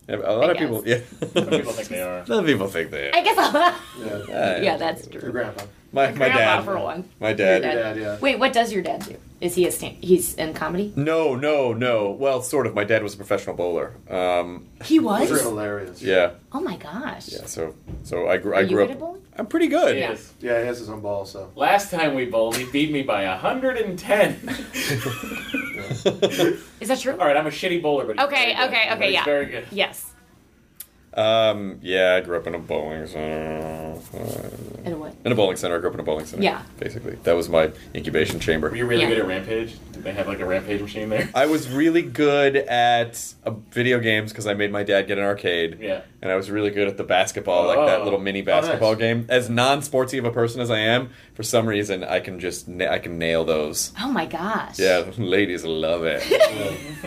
Speaker 1: A lot
Speaker 3: I
Speaker 1: of people, yeah.
Speaker 3: guess.
Speaker 7: Some people think they are.
Speaker 1: Some people think they. Are.
Speaker 3: I guess I'll.
Speaker 5: Yeah.
Speaker 1: Uh,
Speaker 3: yeah, that's
Speaker 5: Your
Speaker 3: true.
Speaker 5: grandpa.
Speaker 1: my my
Speaker 3: grandpa
Speaker 1: dad.
Speaker 3: for one.
Speaker 1: My dad.
Speaker 3: Your
Speaker 5: Dad, yeah.
Speaker 3: Wait, what does your dad do? Is he a stand? He's in comedy.
Speaker 1: No, no, no. Well, sort of. My dad was a professional bowler. Um,
Speaker 3: He
Speaker 5: Those are
Speaker 3: was.
Speaker 5: hilarious.
Speaker 1: yeah,
Speaker 3: Oh my gosh.
Speaker 1: yeah. So, so I grew. I
Speaker 3: Are you
Speaker 1: grew up.
Speaker 3: good at bowling?
Speaker 1: I'm pretty good.
Speaker 7: It
Speaker 3: Yeah.
Speaker 7: is.
Speaker 5: Yeah, he has his own ball, so.
Speaker 7: Last time we bowled, he beat me by 110.
Speaker 3: Is that true?
Speaker 7: All right, I'm a shitty bowler, but he's
Speaker 3: Okay,
Speaker 7: very good.
Speaker 3: okay,
Speaker 7: But
Speaker 3: okay,
Speaker 7: he's
Speaker 3: yeah.
Speaker 7: very good.
Speaker 3: Yes.
Speaker 1: Um, yeah, I grew up in a bowling center. uh,
Speaker 3: And what?
Speaker 1: In a bowling center, I grew up in a bowling center.
Speaker 3: Yeah.
Speaker 1: Basically, that was my incubation chamber.
Speaker 7: Were you really
Speaker 3: Yeah.
Speaker 7: good at Rampage? Did they have like a Rampage machine there?
Speaker 1: I was really good at uh, video games because I made my dad get an arcade.
Speaker 7: Yeah.
Speaker 1: And I was really good at the basketball, like that
Speaker 7: Oh.
Speaker 1: little mini basketball
Speaker 5: nice.
Speaker 1: game. As non-sportsy of a person as I am, for some reason I can just na- I can nail those.
Speaker 3: Oh my gosh.
Speaker 1: Yeah, ladies love it.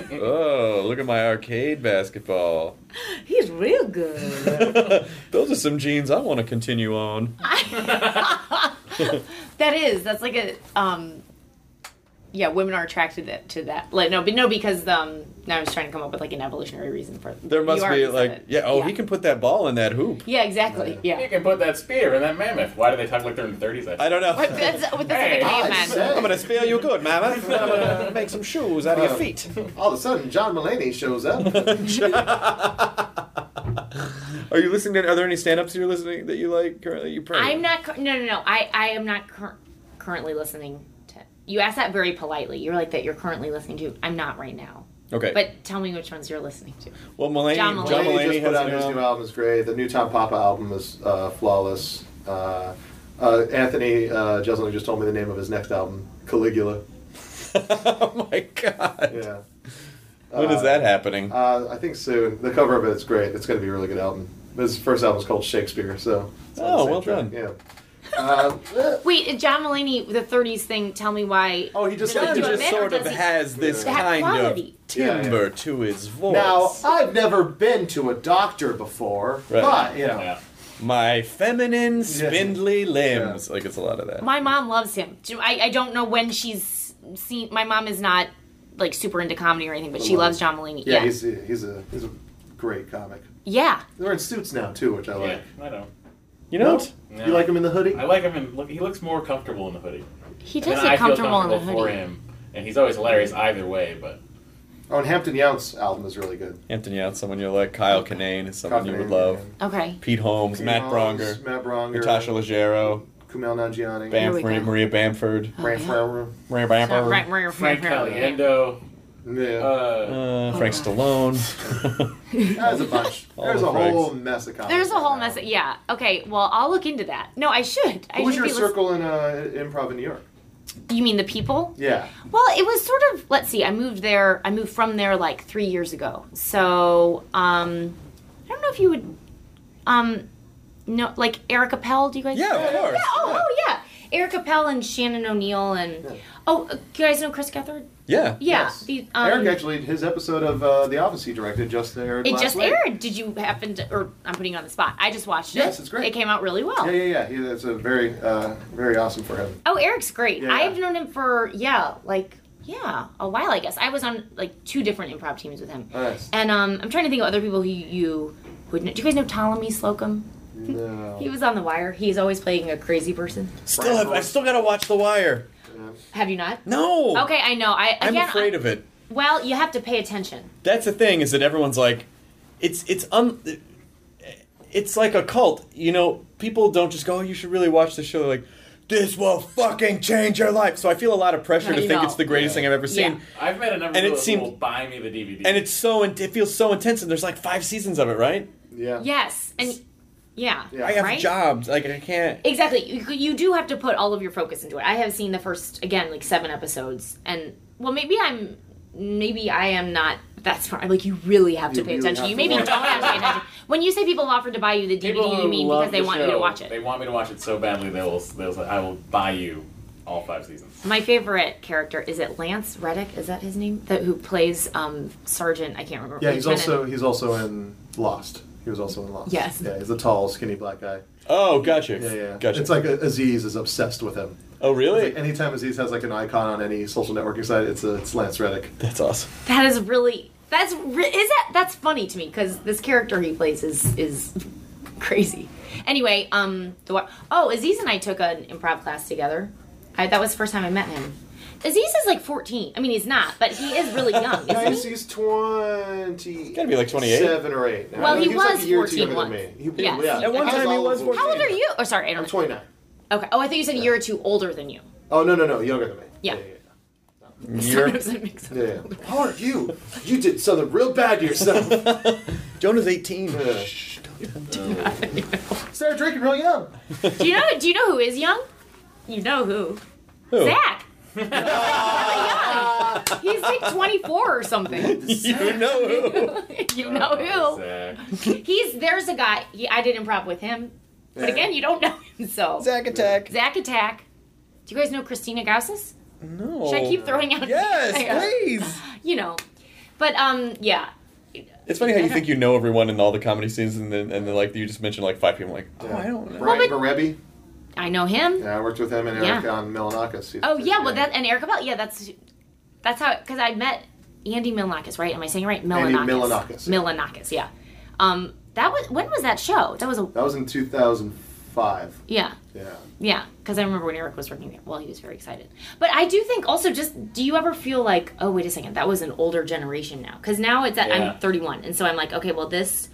Speaker 1: oh, look at my arcade basketball.
Speaker 3: He's real good.
Speaker 1: those are some genes I want to continue on.
Speaker 3: That is. That's like a um yeah, women are attracted to- to that. Like no, but no, because um, now I was trying to come up with like an evolutionary reason for.
Speaker 1: There
Speaker 3: You
Speaker 1: must
Speaker 3: already
Speaker 1: be
Speaker 3: said
Speaker 1: like,
Speaker 3: it.
Speaker 1: yeah, oh, he can put that ball in that hoop.
Speaker 3: Yeah, exactly.
Speaker 7: You
Speaker 3: Yeah.
Speaker 7: can put that spear in that mammoth. Why do they talk like they're in the 30s?
Speaker 1: I don't know.
Speaker 3: But that's, but that's
Speaker 7: Hey,
Speaker 3: like
Speaker 5: I
Speaker 3: a caveman.
Speaker 5: said-
Speaker 1: I'm gonna spear you good, mama. I'm gonna make some shoes out of your feet.
Speaker 5: All of a sudden, John Mulaney shows up.
Speaker 1: Are you listening? To, are there any stand-ups you're listening that you like currently? You probably
Speaker 3: I'm not. cur- No, no, no. I, I am not cur- currently listening to. You asked that very politely. You're like that. You're currently listening to. I'm not right now.
Speaker 1: okay.
Speaker 3: But tell me which ones you're listening to.
Speaker 1: well, Mulaney,
Speaker 3: John
Speaker 1: John,
Speaker 3: Mulaney.
Speaker 5: Mulaney
Speaker 1: Mulaney
Speaker 5: just put
Speaker 1: has
Speaker 5: out
Speaker 1: an
Speaker 5: his new
Speaker 1: album.
Speaker 5: album. is great. The new Tom Papa album is uh, flawless. Uh, uh, Anthony uh, Jeselnik just told me the name of his next album, Caligula.
Speaker 1: oh my god!
Speaker 5: Yeah.
Speaker 1: When is that happening?
Speaker 5: Uh, I think soon. The cover of it's great. It's going to be a really good album. His first album is called Shakespeare, so. it's on
Speaker 1: Oh,
Speaker 5: the same
Speaker 1: well done.
Speaker 5: Yeah. Uh, eh,
Speaker 3: Wait, uh, John Mulaney, the '30s thing. Tell me why.
Speaker 5: oh, he just
Speaker 3: Does
Speaker 5: got
Speaker 3: he
Speaker 1: He
Speaker 3: do
Speaker 5: into
Speaker 3: a
Speaker 1: just
Speaker 3: man
Speaker 5: it.
Speaker 3: or
Speaker 1: sort of
Speaker 3: does he-
Speaker 1: has this
Speaker 3: that
Speaker 1: kind
Speaker 3: quality?
Speaker 1: of
Speaker 5: Yeah, yeah.
Speaker 1: timber to his voice.
Speaker 5: Now, I've never been to a doctor before,
Speaker 1: Right.
Speaker 5: but, you know.
Speaker 7: Yeah.
Speaker 1: my feminine spindly limbs, like it's a lot of that.
Speaker 3: My mom loves him. Do- I, I don't know when she's seen. My mom is not like super into comedy or anything, but she
Speaker 5: Love
Speaker 3: loves John Mulaney.
Speaker 5: Yeah,
Speaker 3: Yeah,
Speaker 5: he's, he's, a, he's a great comic.
Speaker 3: yeah.
Speaker 5: They're in suits now, too, which I like.
Speaker 7: Yeah, I know.
Speaker 1: you know,
Speaker 5: No?
Speaker 1: what?
Speaker 7: No.
Speaker 5: You like him in the hoodie?
Speaker 7: I like him, and look, he looks more comfortable in the hoodie.
Speaker 3: He
Speaker 7: And
Speaker 3: does
Speaker 7: then
Speaker 3: look
Speaker 7: I feel
Speaker 3: comfortable in
Speaker 7: comfortable
Speaker 3: the
Speaker 7: for
Speaker 3: hoodie.
Speaker 7: him, and he's always hilarious either way. But
Speaker 5: Oh, and Hampton Yount's album is really good.
Speaker 1: Anthony out someone you like. Kyle Kinane is someone you would love.
Speaker 3: Okay.
Speaker 1: Pete Holmes, Matt Bronger,
Speaker 5: Matt Bronger,
Speaker 1: Natasha Leggero,
Speaker 5: Kumail Nanjiani,
Speaker 1: Bam-
Speaker 3: we
Speaker 1: Maria,
Speaker 3: go. Oh,
Speaker 1: Maria Bamford,
Speaker 5: Rand Ferrer.
Speaker 1: Maria
Speaker 3: Right,
Speaker 1: Bamford,
Speaker 3: right, right,
Speaker 7: Frank
Speaker 3: right, right.
Speaker 7: Caliendo,
Speaker 5: Yeah,
Speaker 7: uh,
Speaker 1: uh, Frank Stallone.
Speaker 5: there's a bunch.
Speaker 1: All
Speaker 5: There's
Speaker 1: the
Speaker 5: a whole
Speaker 1: Franks.
Speaker 5: mess of comics.
Speaker 3: There's a whole
Speaker 5: right now.
Speaker 3: mess. yeah. Okay. Well, I'll look into that. No, I should. I
Speaker 5: What was
Speaker 3: should
Speaker 5: your
Speaker 3: be lis-
Speaker 5: circle in uh, improv in New York?
Speaker 3: You mean the people?
Speaker 5: Yeah.
Speaker 3: Well, it was sort of. Let's see. I moved there. I moved from there like three years ago. So um, I don't know if you would. Um, no, like Erica Pell. Do you guys?
Speaker 1: yeah, of course.
Speaker 3: Oh, oh yeah. Erica Pell and Shannon O'Neill and oh, uh, you guys know Chris Gethard?
Speaker 1: Yeah.
Speaker 3: Yeah.
Speaker 5: Yes.
Speaker 3: the- um,
Speaker 5: Eric actually, his episode of uh, The Office he directed just aired.
Speaker 3: It
Speaker 5: last
Speaker 3: just
Speaker 5: week.
Speaker 3: aired. Did you happen to? Or I'm putting you on the spot. I just watched it.
Speaker 5: Yes, it's great.
Speaker 3: It came out really well.
Speaker 5: Yeah, yeah, yeah. He, that's a very, uh, very awesome for him.
Speaker 3: Oh, Eric's great.
Speaker 5: Yeah.
Speaker 3: I've known him for yeah, like yeah, a while I guess. I was on like two different improv teams with him.
Speaker 5: Nice.
Speaker 3: And um, I'm trying to think of other people who you would know. Do you guys know Ptolemy Slocum?
Speaker 5: No.
Speaker 3: He was on The Wire. He's always playing a crazy person.
Speaker 1: Still, have, I still gotta watch The Wire.
Speaker 3: Have you not?
Speaker 1: No.
Speaker 3: Okay, I know. I
Speaker 1: I'm
Speaker 3: again,
Speaker 1: afraid
Speaker 3: I-
Speaker 1: of it.
Speaker 3: Well, you have to pay attention.
Speaker 1: That's the thing is that everyone's like, it's it's un, it's like a cult. You know, people don't just go. Oh, you should really watch this show. They're like, this will fucking change your life. So I feel a lot of pressure
Speaker 3: No,
Speaker 1: to
Speaker 3: you
Speaker 1: think
Speaker 3: know.
Speaker 1: it's the greatest thing I've ever seen.
Speaker 3: Yeah.
Speaker 7: I've met a number
Speaker 1: And it
Speaker 7: of people
Speaker 1: seemed-
Speaker 7: who will buy me the DVD.
Speaker 1: And it's so in- it feels so intense. And there's like five seasons of it, right?
Speaker 5: Yeah.
Speaker 3: Yes, and yeah,
Speaker 5: Yeah.
Speaker 1: I have
Speaker 3: Right?
Speaker 1: jobs. Like I can't.
Speaker 3: exactly. You, you do have to put all of your focus into it. I have seen the first again like seven episodes, and well, maybe I'm maybe I am not that smart. Like you really have to
Speaker 5: You
Speaker 3: pay
Speaker 5: really
Speaker 3: attention.
Speaker 5: have
Speaker 3: You
Speaker 5: to
Speaker 3: maybe
Speaker 5: watch
Speaker 3: don't have to pay attention. When you say people offered to buy you the
Speaker 7: people
Speaker 3: DVD,
Speaker 7: who
Speaker 3: you mean
Speaker 7: love
Speaker 3: because they
Speaker 7: the
Speaker 3: want
Speaker 7: show,
Speaker 3: you to watch it.
Speaker 7: They want me to watch it so badly. They will. They'll say, I will buy you all five seasons.
Speaker 3: My favorite character is it Lance Reddick? Is that his name? That who plays um, Sergeant? I can't remember.
Speaker 5: Yeah, he's
Speaker 3: Lieutenant-
Speaker 5: also he's also in Lost. He was also in Lost.
Speaker 3: Yes.
Speaker 5: Yeah, he's a tall, skinny black guy.
Speaker 1: Oh, gotcha.
Speaker 5: Yeah, yeah.
Speaker 1: Gotcha.
Speaker 5: It's like uh, Aziz is obsessed with him.
Speaker 1: oh, really?
Speaker 5: Like, anytime Aziz has like an icon on any social networking site, it's uh it's Lance Reddick.
Speaker 1: That's awesome.
Speaker 3: That is really That's re- is that that's funny to me because this character he plays is is crazy. Anyway, um, the wa- oh Aziz and I took an improv class together. I, that was the first time I met him. Aziz is like 14. I mean, he's not, but he is really young.
Speaker 5: Yeah,
Speaker 3: Isn't
Speaker 5: he's,
Speaker 3: he?
Speaker 5: he's twenty.
Speaker 1: gotta be like 28.
Speaker 5: Seven or eight. Now.
Speaker 3: Well, he
Speaker 5: He's like
Speaker 3: was
Speaker 5: a year or
Speaker 3: 14
Speaker 5: two younger than
Speaker 3: once.
Speaker 5: me. He-
Speaker 3: Yes.
Speaker 5: yeah.
Speaker 3: At one
Speaker 5: I
Speaker 1: time he
Speaker 5: all
Speaker 1: was
Speaker 5: over
Speaker 1: 14.
Speaker 3: How old are you? Oh, sorry, I don't.
Speaker 5: I'm twenty nine.
Speaker 3: Okay. Oh, I thought you said a year or two older than you.
Speaker 5: Oh no no no, younger than me.
Speaker 3: Yeah.
Speaker 1: You're,
Speaker 3: Sometimes I mix up.
Speaker 5: Yeah. yeah, yeah. How are you? You did something real bad to yourself.
Speaker 10: Jonah's 18.
Speaker 5: Yeah. Sarah Drake, you're really young.
Speaker 3: Do you know? Do you know who is young? You know who?
Speaker 1: Who?
Speaker 3: Zach. He's like 24 or something.
Speaker 10: You know who.
Speaker 3: you know who?
Speaker 7: Zach.
Speaker 3: He's there's a guy. He, I did improv with him, but again, you don't know him. So Zach,
Speaker 10: Zack Attack.
Speaker 3: Attack. Do you guys know Christina Gaussis?
Speaker 1: Oh.
Speaker 10: No.
Speaker 3: Should I keep throwing out?
Speaker 10: Yes,
Speaker 3: Yeah.
Speaker 10: please.
Speaker 3: You know, but um, yeah.
Speaker 1: it's funny how you think you know everyone in all the comedy scenes, and then and then like you just mentioned like five people. Like, oh, I don't know.
Speaker 5: Brian
Speaker 3: but-
Speaker 5: Marebi.
Speaker 3: I know him.
Speaker 5: Yeah, I worked with him and Eric
Speaker 3: Yeah.
Speaker 5: on Milanakis. He's-
Speaker 3: Oh yeah, well that and Erica Bell. Yeah, that's that's how because I met Andy Milanakis, right? Am I saying it right?
Speaker 5: Andy
Speaker 3: Milanakis.
Speaker 5: Milanakis, yeah.
Speaker 3: Milanakis, yeah. Um, that was when was that show? That was a
Speaker 5: That was in 2005.
Speaker 3: yeah.
Speaker 5: Yeah.
Speaker 3: Yeah, because I remember when Eric was working there. Well, he was very excited. But I do think also just do you ever feel like, oh, wait a second, that was an older generation now? Because now it's that
Speaker 7: Yeah.
Speaker 3: I'm 31, and so I'm like, okay, well, this,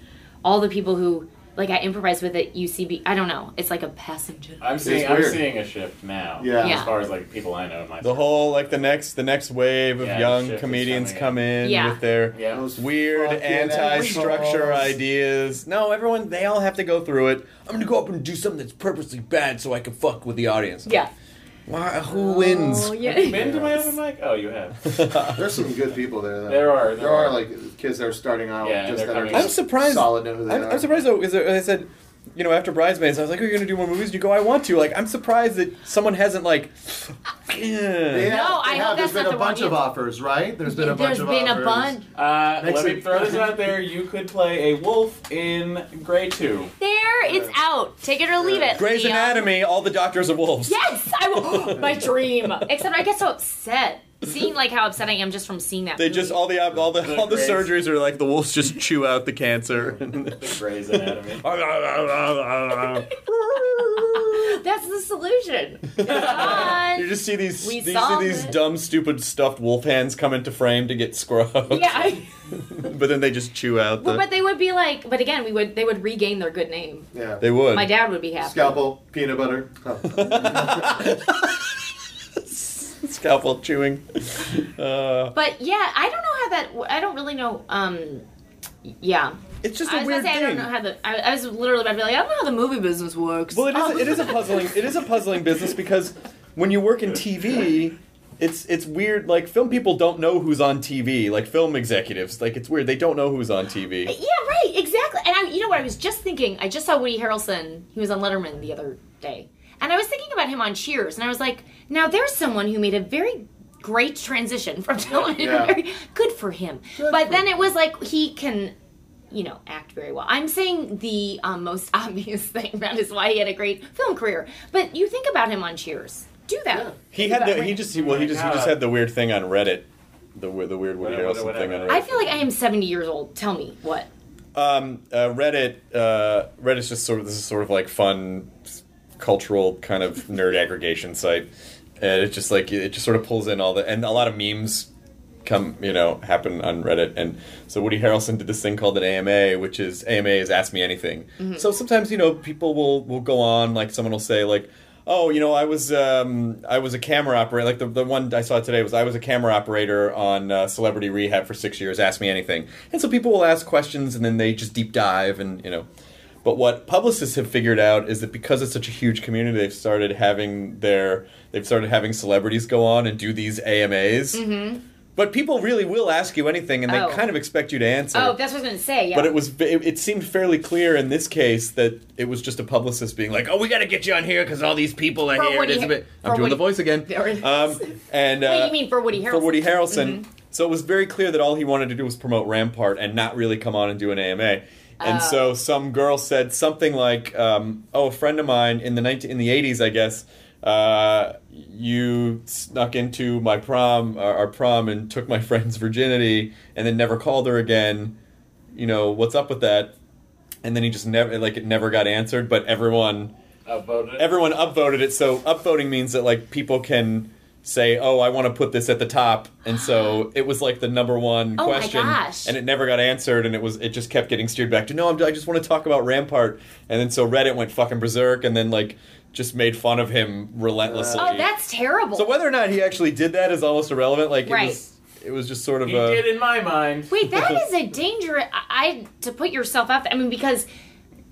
Speaker 3: all the people who like I improvised with at UCB, I don't know, it's like a passenger.
Speaker 7: I'm seeing.
Speaker 5: It's
Speaker 7: I'm
Speaker 5: weird.
Speaker 7: seeing a shift now.
Speaker 5: Yeah.
Speaker 3: Yeah.
Speaker 7: As far as like people I know in my
Speaker 1: The whole like the next the next wave of
Speaker 7: Yeah, shift
Speaker 1: young
Speaker 7: is
Speaker 1: comedians
Speaker 7: coming
Speaker 1: come in
Speaker 3: Yeah.
Speaker 1: with their
Speaker 7: Yeah.
Speaker 5: Those
Speaker 1: weird
Speaker 5: fucking
Speaker 1: anti-structure
Speaker 5: assholes.
Speaker 1: ideas. No, everyone they all have to go through it.
Speaker 10: I'm gonna go up and do something that's purposely bad so I can fuck with the audience.
Speaker 3: Yeah.
Speaker 10: Why, who wins?
Speaker 3: Oh,
Speaker 7: Have you
Speaker 3: yeah.
Speaker 7: been to my open mic? Oh, you have.
Speaker 5: There's some good people there. Though.
Speaker 7: There are,
Speaker 5: There,
Speaker 7: there
Speaker 5: are,
Speaker 7: are.
Speaker 5: like kids that are starting out
Speaker 7: Yeah,
Speaker 5: just
Speaker 7: they're
Speaker 5: that are
Speaker 7: coming
Speaker 5: just
Speaker 7: up.
Speaker 1: I'm surprised.
Speaker 5: Solid know who they
Speaker 1: I'm,
Speaker 5: are.
Speaker 1: I'm surprised though. Is there, I said, you know, after bridesmaids, I was like, "Are you gonna do more movies?" You go, "I want to." Like, I'm surprised that someone hasn't like.
Speaker 5: They
Speaker 1: yeah.
Speaker 5: have-
Speaker 3: No, I
Speaker 5: they have.
Speaker 3: hope
Speaker 5: There's
Speaker 3: that's
Speaker 5: been
Speaker 3: not
Speaker 5: a
Speaker 3: the
Speaker 5: bunch
Speaker 3: one
Speaker 5: of
Speaker 3: you-
Speaker 5: offers, right? There's been a bunch
Speaker 3: There's
Speaker 5: of
Speaker 3: been
Speaker 5: offers.
Speaker 3: a bunch.
Speaker 7: Uh,
Speaker 5: Next
Speaker 7: let me
Speaker 5: week.
Speaker 7: throw this out there. You could play a wolf in Grey Two.
Speaker 3: There, it's out. Take it or leave it.
Speaker 1: Grey's
Speaker 3: Liam.
Speaker 1: Anatomy, all the doctors are wolves.
Speaker 3: Yes, I will. My dream. Except I get so upset seeing like how upset I am just from seeing that.
Speaker 1: They just
Speaker 3: movie.
Speaker 1: all the all the all the
Speaker 7: Grey's.
Speaker 1: surgeries are like the wolves just chew out the cancer.
Speaker 7: The Grey's Anatomy.
Speaker 3: That's the solution. Fun.
Speaker 1: You just see these
Speaker 3: We
Speaker 1: you see
Speaker 3: solved
Speaker 1: these
Speaker 3: it.
Speaker 1: dumb, stupid, stuffed wolf hands come into frame to get scrubbed.
Speaker 3: Yeah, I,
Speaker 1: but then they just chew out the.
Speaker 3: well, but they would be like, but again, we would they would regain their good name.
Speaker 5: Yeah.
Speaker 1: they would.
Speaker 3: My dad would be happy.
Speaker 5: Scalpel, peanut butter. Oh.
Speaker 1: Scalpel chewing. Uh,
Speaker 3: But yeah, I don't know how that. I don't really know. Um, yeah,
Speaker 1: it's just a
Speaker 3: I was
Speaker 1: weird
Speaker 3: gonna say
Speaker 1: thing.
Speaker 3: I don't know how the. I, I was literally about to be like, I don't know how the movie business works.
Speaker 1: Well, it is, it is a puzzling it is a puzzling business because when you work in TV, it's it's weird. Like film people don't know who's on TV. Like film executives, like it's weird. They don't know who's on TV.
Speaker 3: Yeah, right, exactly. And I, you know what? I was just thinking. I just saw Woody Harrelson. He was on Letterman the other day, and I was thinking about him on Cheers, and I was like, now there's someone who made a very great transition from television.
Speaker 5: Yeah.
Speaker 3: Very good for him. but then it was like he can. You know, act very well. I'm saying the um, most obvious thing that is why he had a great film career. But you think about him on Cheers. Do that.
Speaker 1: He
Speaker 3: Think
Speaker 1: had
Speaker 3: about
Speaker 1: the he
Speaker 3: him.
Speaker 1: just he, well he just he just had the weird thing on Reddit. The, we- the weird Woody
Speaker 7: Whatever,
Speaker 1: Harrelson thing on
Speaker 7: whatever.
Speaker 1: Reddit.
Speaker 3: I feel like I am 70 years old. Tell me what.
Speaker 1: um, uh, Reddit. Uh, Reddit's just sort of this is sort of like fun, s- cultural kind of nerd aggregation site, and it's just like it just sort of pulls in all the and a lot of memes come you know happen on Reddit, and so Woody Harrelson did this thing called an AMA, which is AMA is Ask Me Anything. So sometimes you know people will will go on like someone will say like. Oh, you know, I was um, I was a camera operator. Like the, the one I saw today was I was a camera operator on uh, Celebrity Rehab for six years. Ask me anything, and so people will ask questions, and then they just deep dive, and you know. But what publicists have figured out is that because it's such a huge community, they've started having their they've started having celebrities go on and do these AMAs. Mm-hmm. But people really will ask you anything, and they
Speaker 3: Oh.
Speaker 1: kind of expect you to answer.
Speaker 3: Oh, that's what I was going to say. Yeah.
Speaker 1: But it was it, it seemed fairly clear in this case that it was just a publicist being like, "Oh, we got to get you on here because all these people are
Speaker 3: For
Speaker 1: here."
Speaker 3: Woody
Speaker 1: It is a bit- I'm
Speaker 3: Har- for
Speaker 1: doing the
Speaker 3: Woody-
Speaker 1: voice again.
Speaker 3: There it is.
Speaker 1: Um, and uh,
Speaker 3: Wait, you mean for Woody Harrelson?
Speaker 1: for Woody Harrelson. Mm-hmm. So it was very clear that all he wanted to do was promote Rampart and not really come on and do an AMA. And "Oh, so some girl said something like, um, "Oh, a friend of mine in the 19, in the 80s, I guess, uh, you snuck into my prom, our, our prom, and took my friend's virginity, and then never called her again. You know what's up with that? And then he just never, like, it never got answered. But everyone,
Speaker 7: Upvoted.
Speaker 1: everyone upvoted it. So upvoting means that like people can say, "Oh, I want to put this at the top," and so it was like the number one
Speaker 3: Oh my
Speaker 1: question,
Speaker 3: gosh.
Speaker 1: and it never got answered, and it was it just kept getting steered back to, "No, I'm, I just want to talk about Rampart," and then so Reddit went fucking berserk, and then like just made fun of him relentlessly.
Speaker 3: Oh, that's terrible.
Speaker 1: so whether or not he actually did that is almost irrelevant. Like it
Speaker 3: Right.
Speaker 1: was, it was just sort of uh,
Speaker 7: he
Speaker 1: a.
Speaker 7: did in my mind.
Speaker 3: Wait, that is a danger. I, I to put yourself out. there- I mean, because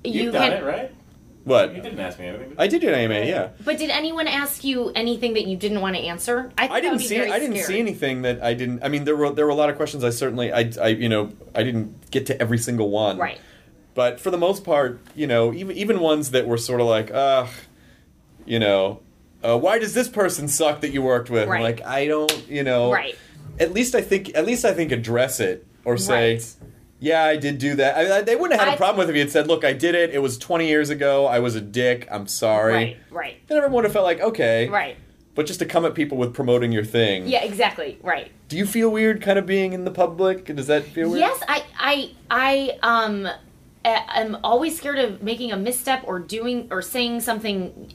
Speaker 3: you,
Speaker 7: You've done
Speaker 3: can.
Speaker 7: it, right? You
Speaker 1: What?
Speaker 7: didn't ask me anything.
Speaker 1: I did do an AMA, yeah.
Speaker 3: But did anyone ask you anything that you didn't want to answer? think
Speaker 1: I
Speaker 3: that would
Speaker 1: didn't
Speaker 3: be
Speaker 1: see.
Speaker 3: very
Speaker 1: I didn't
Speaker 3: scary.
Speaker 1: see anything that I didn't. I mean, there were there were a lot of questions. I certainly, I, I, you know, I didn't get to every single one.
Speaker 3: Right.
Speaker 1: But for the most part, you know, even even ones that were sort of like, ugh, you know, uh, why does this person suck that you worked with? I'm
Speaker 3: Right.
Speaker 1: Like, I don't, you know.
Speaker 3: Right.
Speaker 1: At least I think. At least I think address it or say.
Speaker 3: Right.
Speaker 1: Yeah, I did do that. I, I, they wouldn't have had a
Speaker 3: I-
Speaker 1: problem with it if you had said, "Look, I did it. It was 20 years ago. I was a dick. I'm sorry."
Speaker 3: Right. Right.
Speaker 1: Then everyone would have felt like, "Okay."
Speaker 3: Right.
Speaker 1: But just to come at people with promoting your thing.
Speaker 3: Yeah. Exactly. Right.
Speaker 1: Do you feel weird kind of being in the public? Does that feel weird?
Speaker 3: Yes, I, I, I, um, a- am always scared of making a misstep or doing or saying something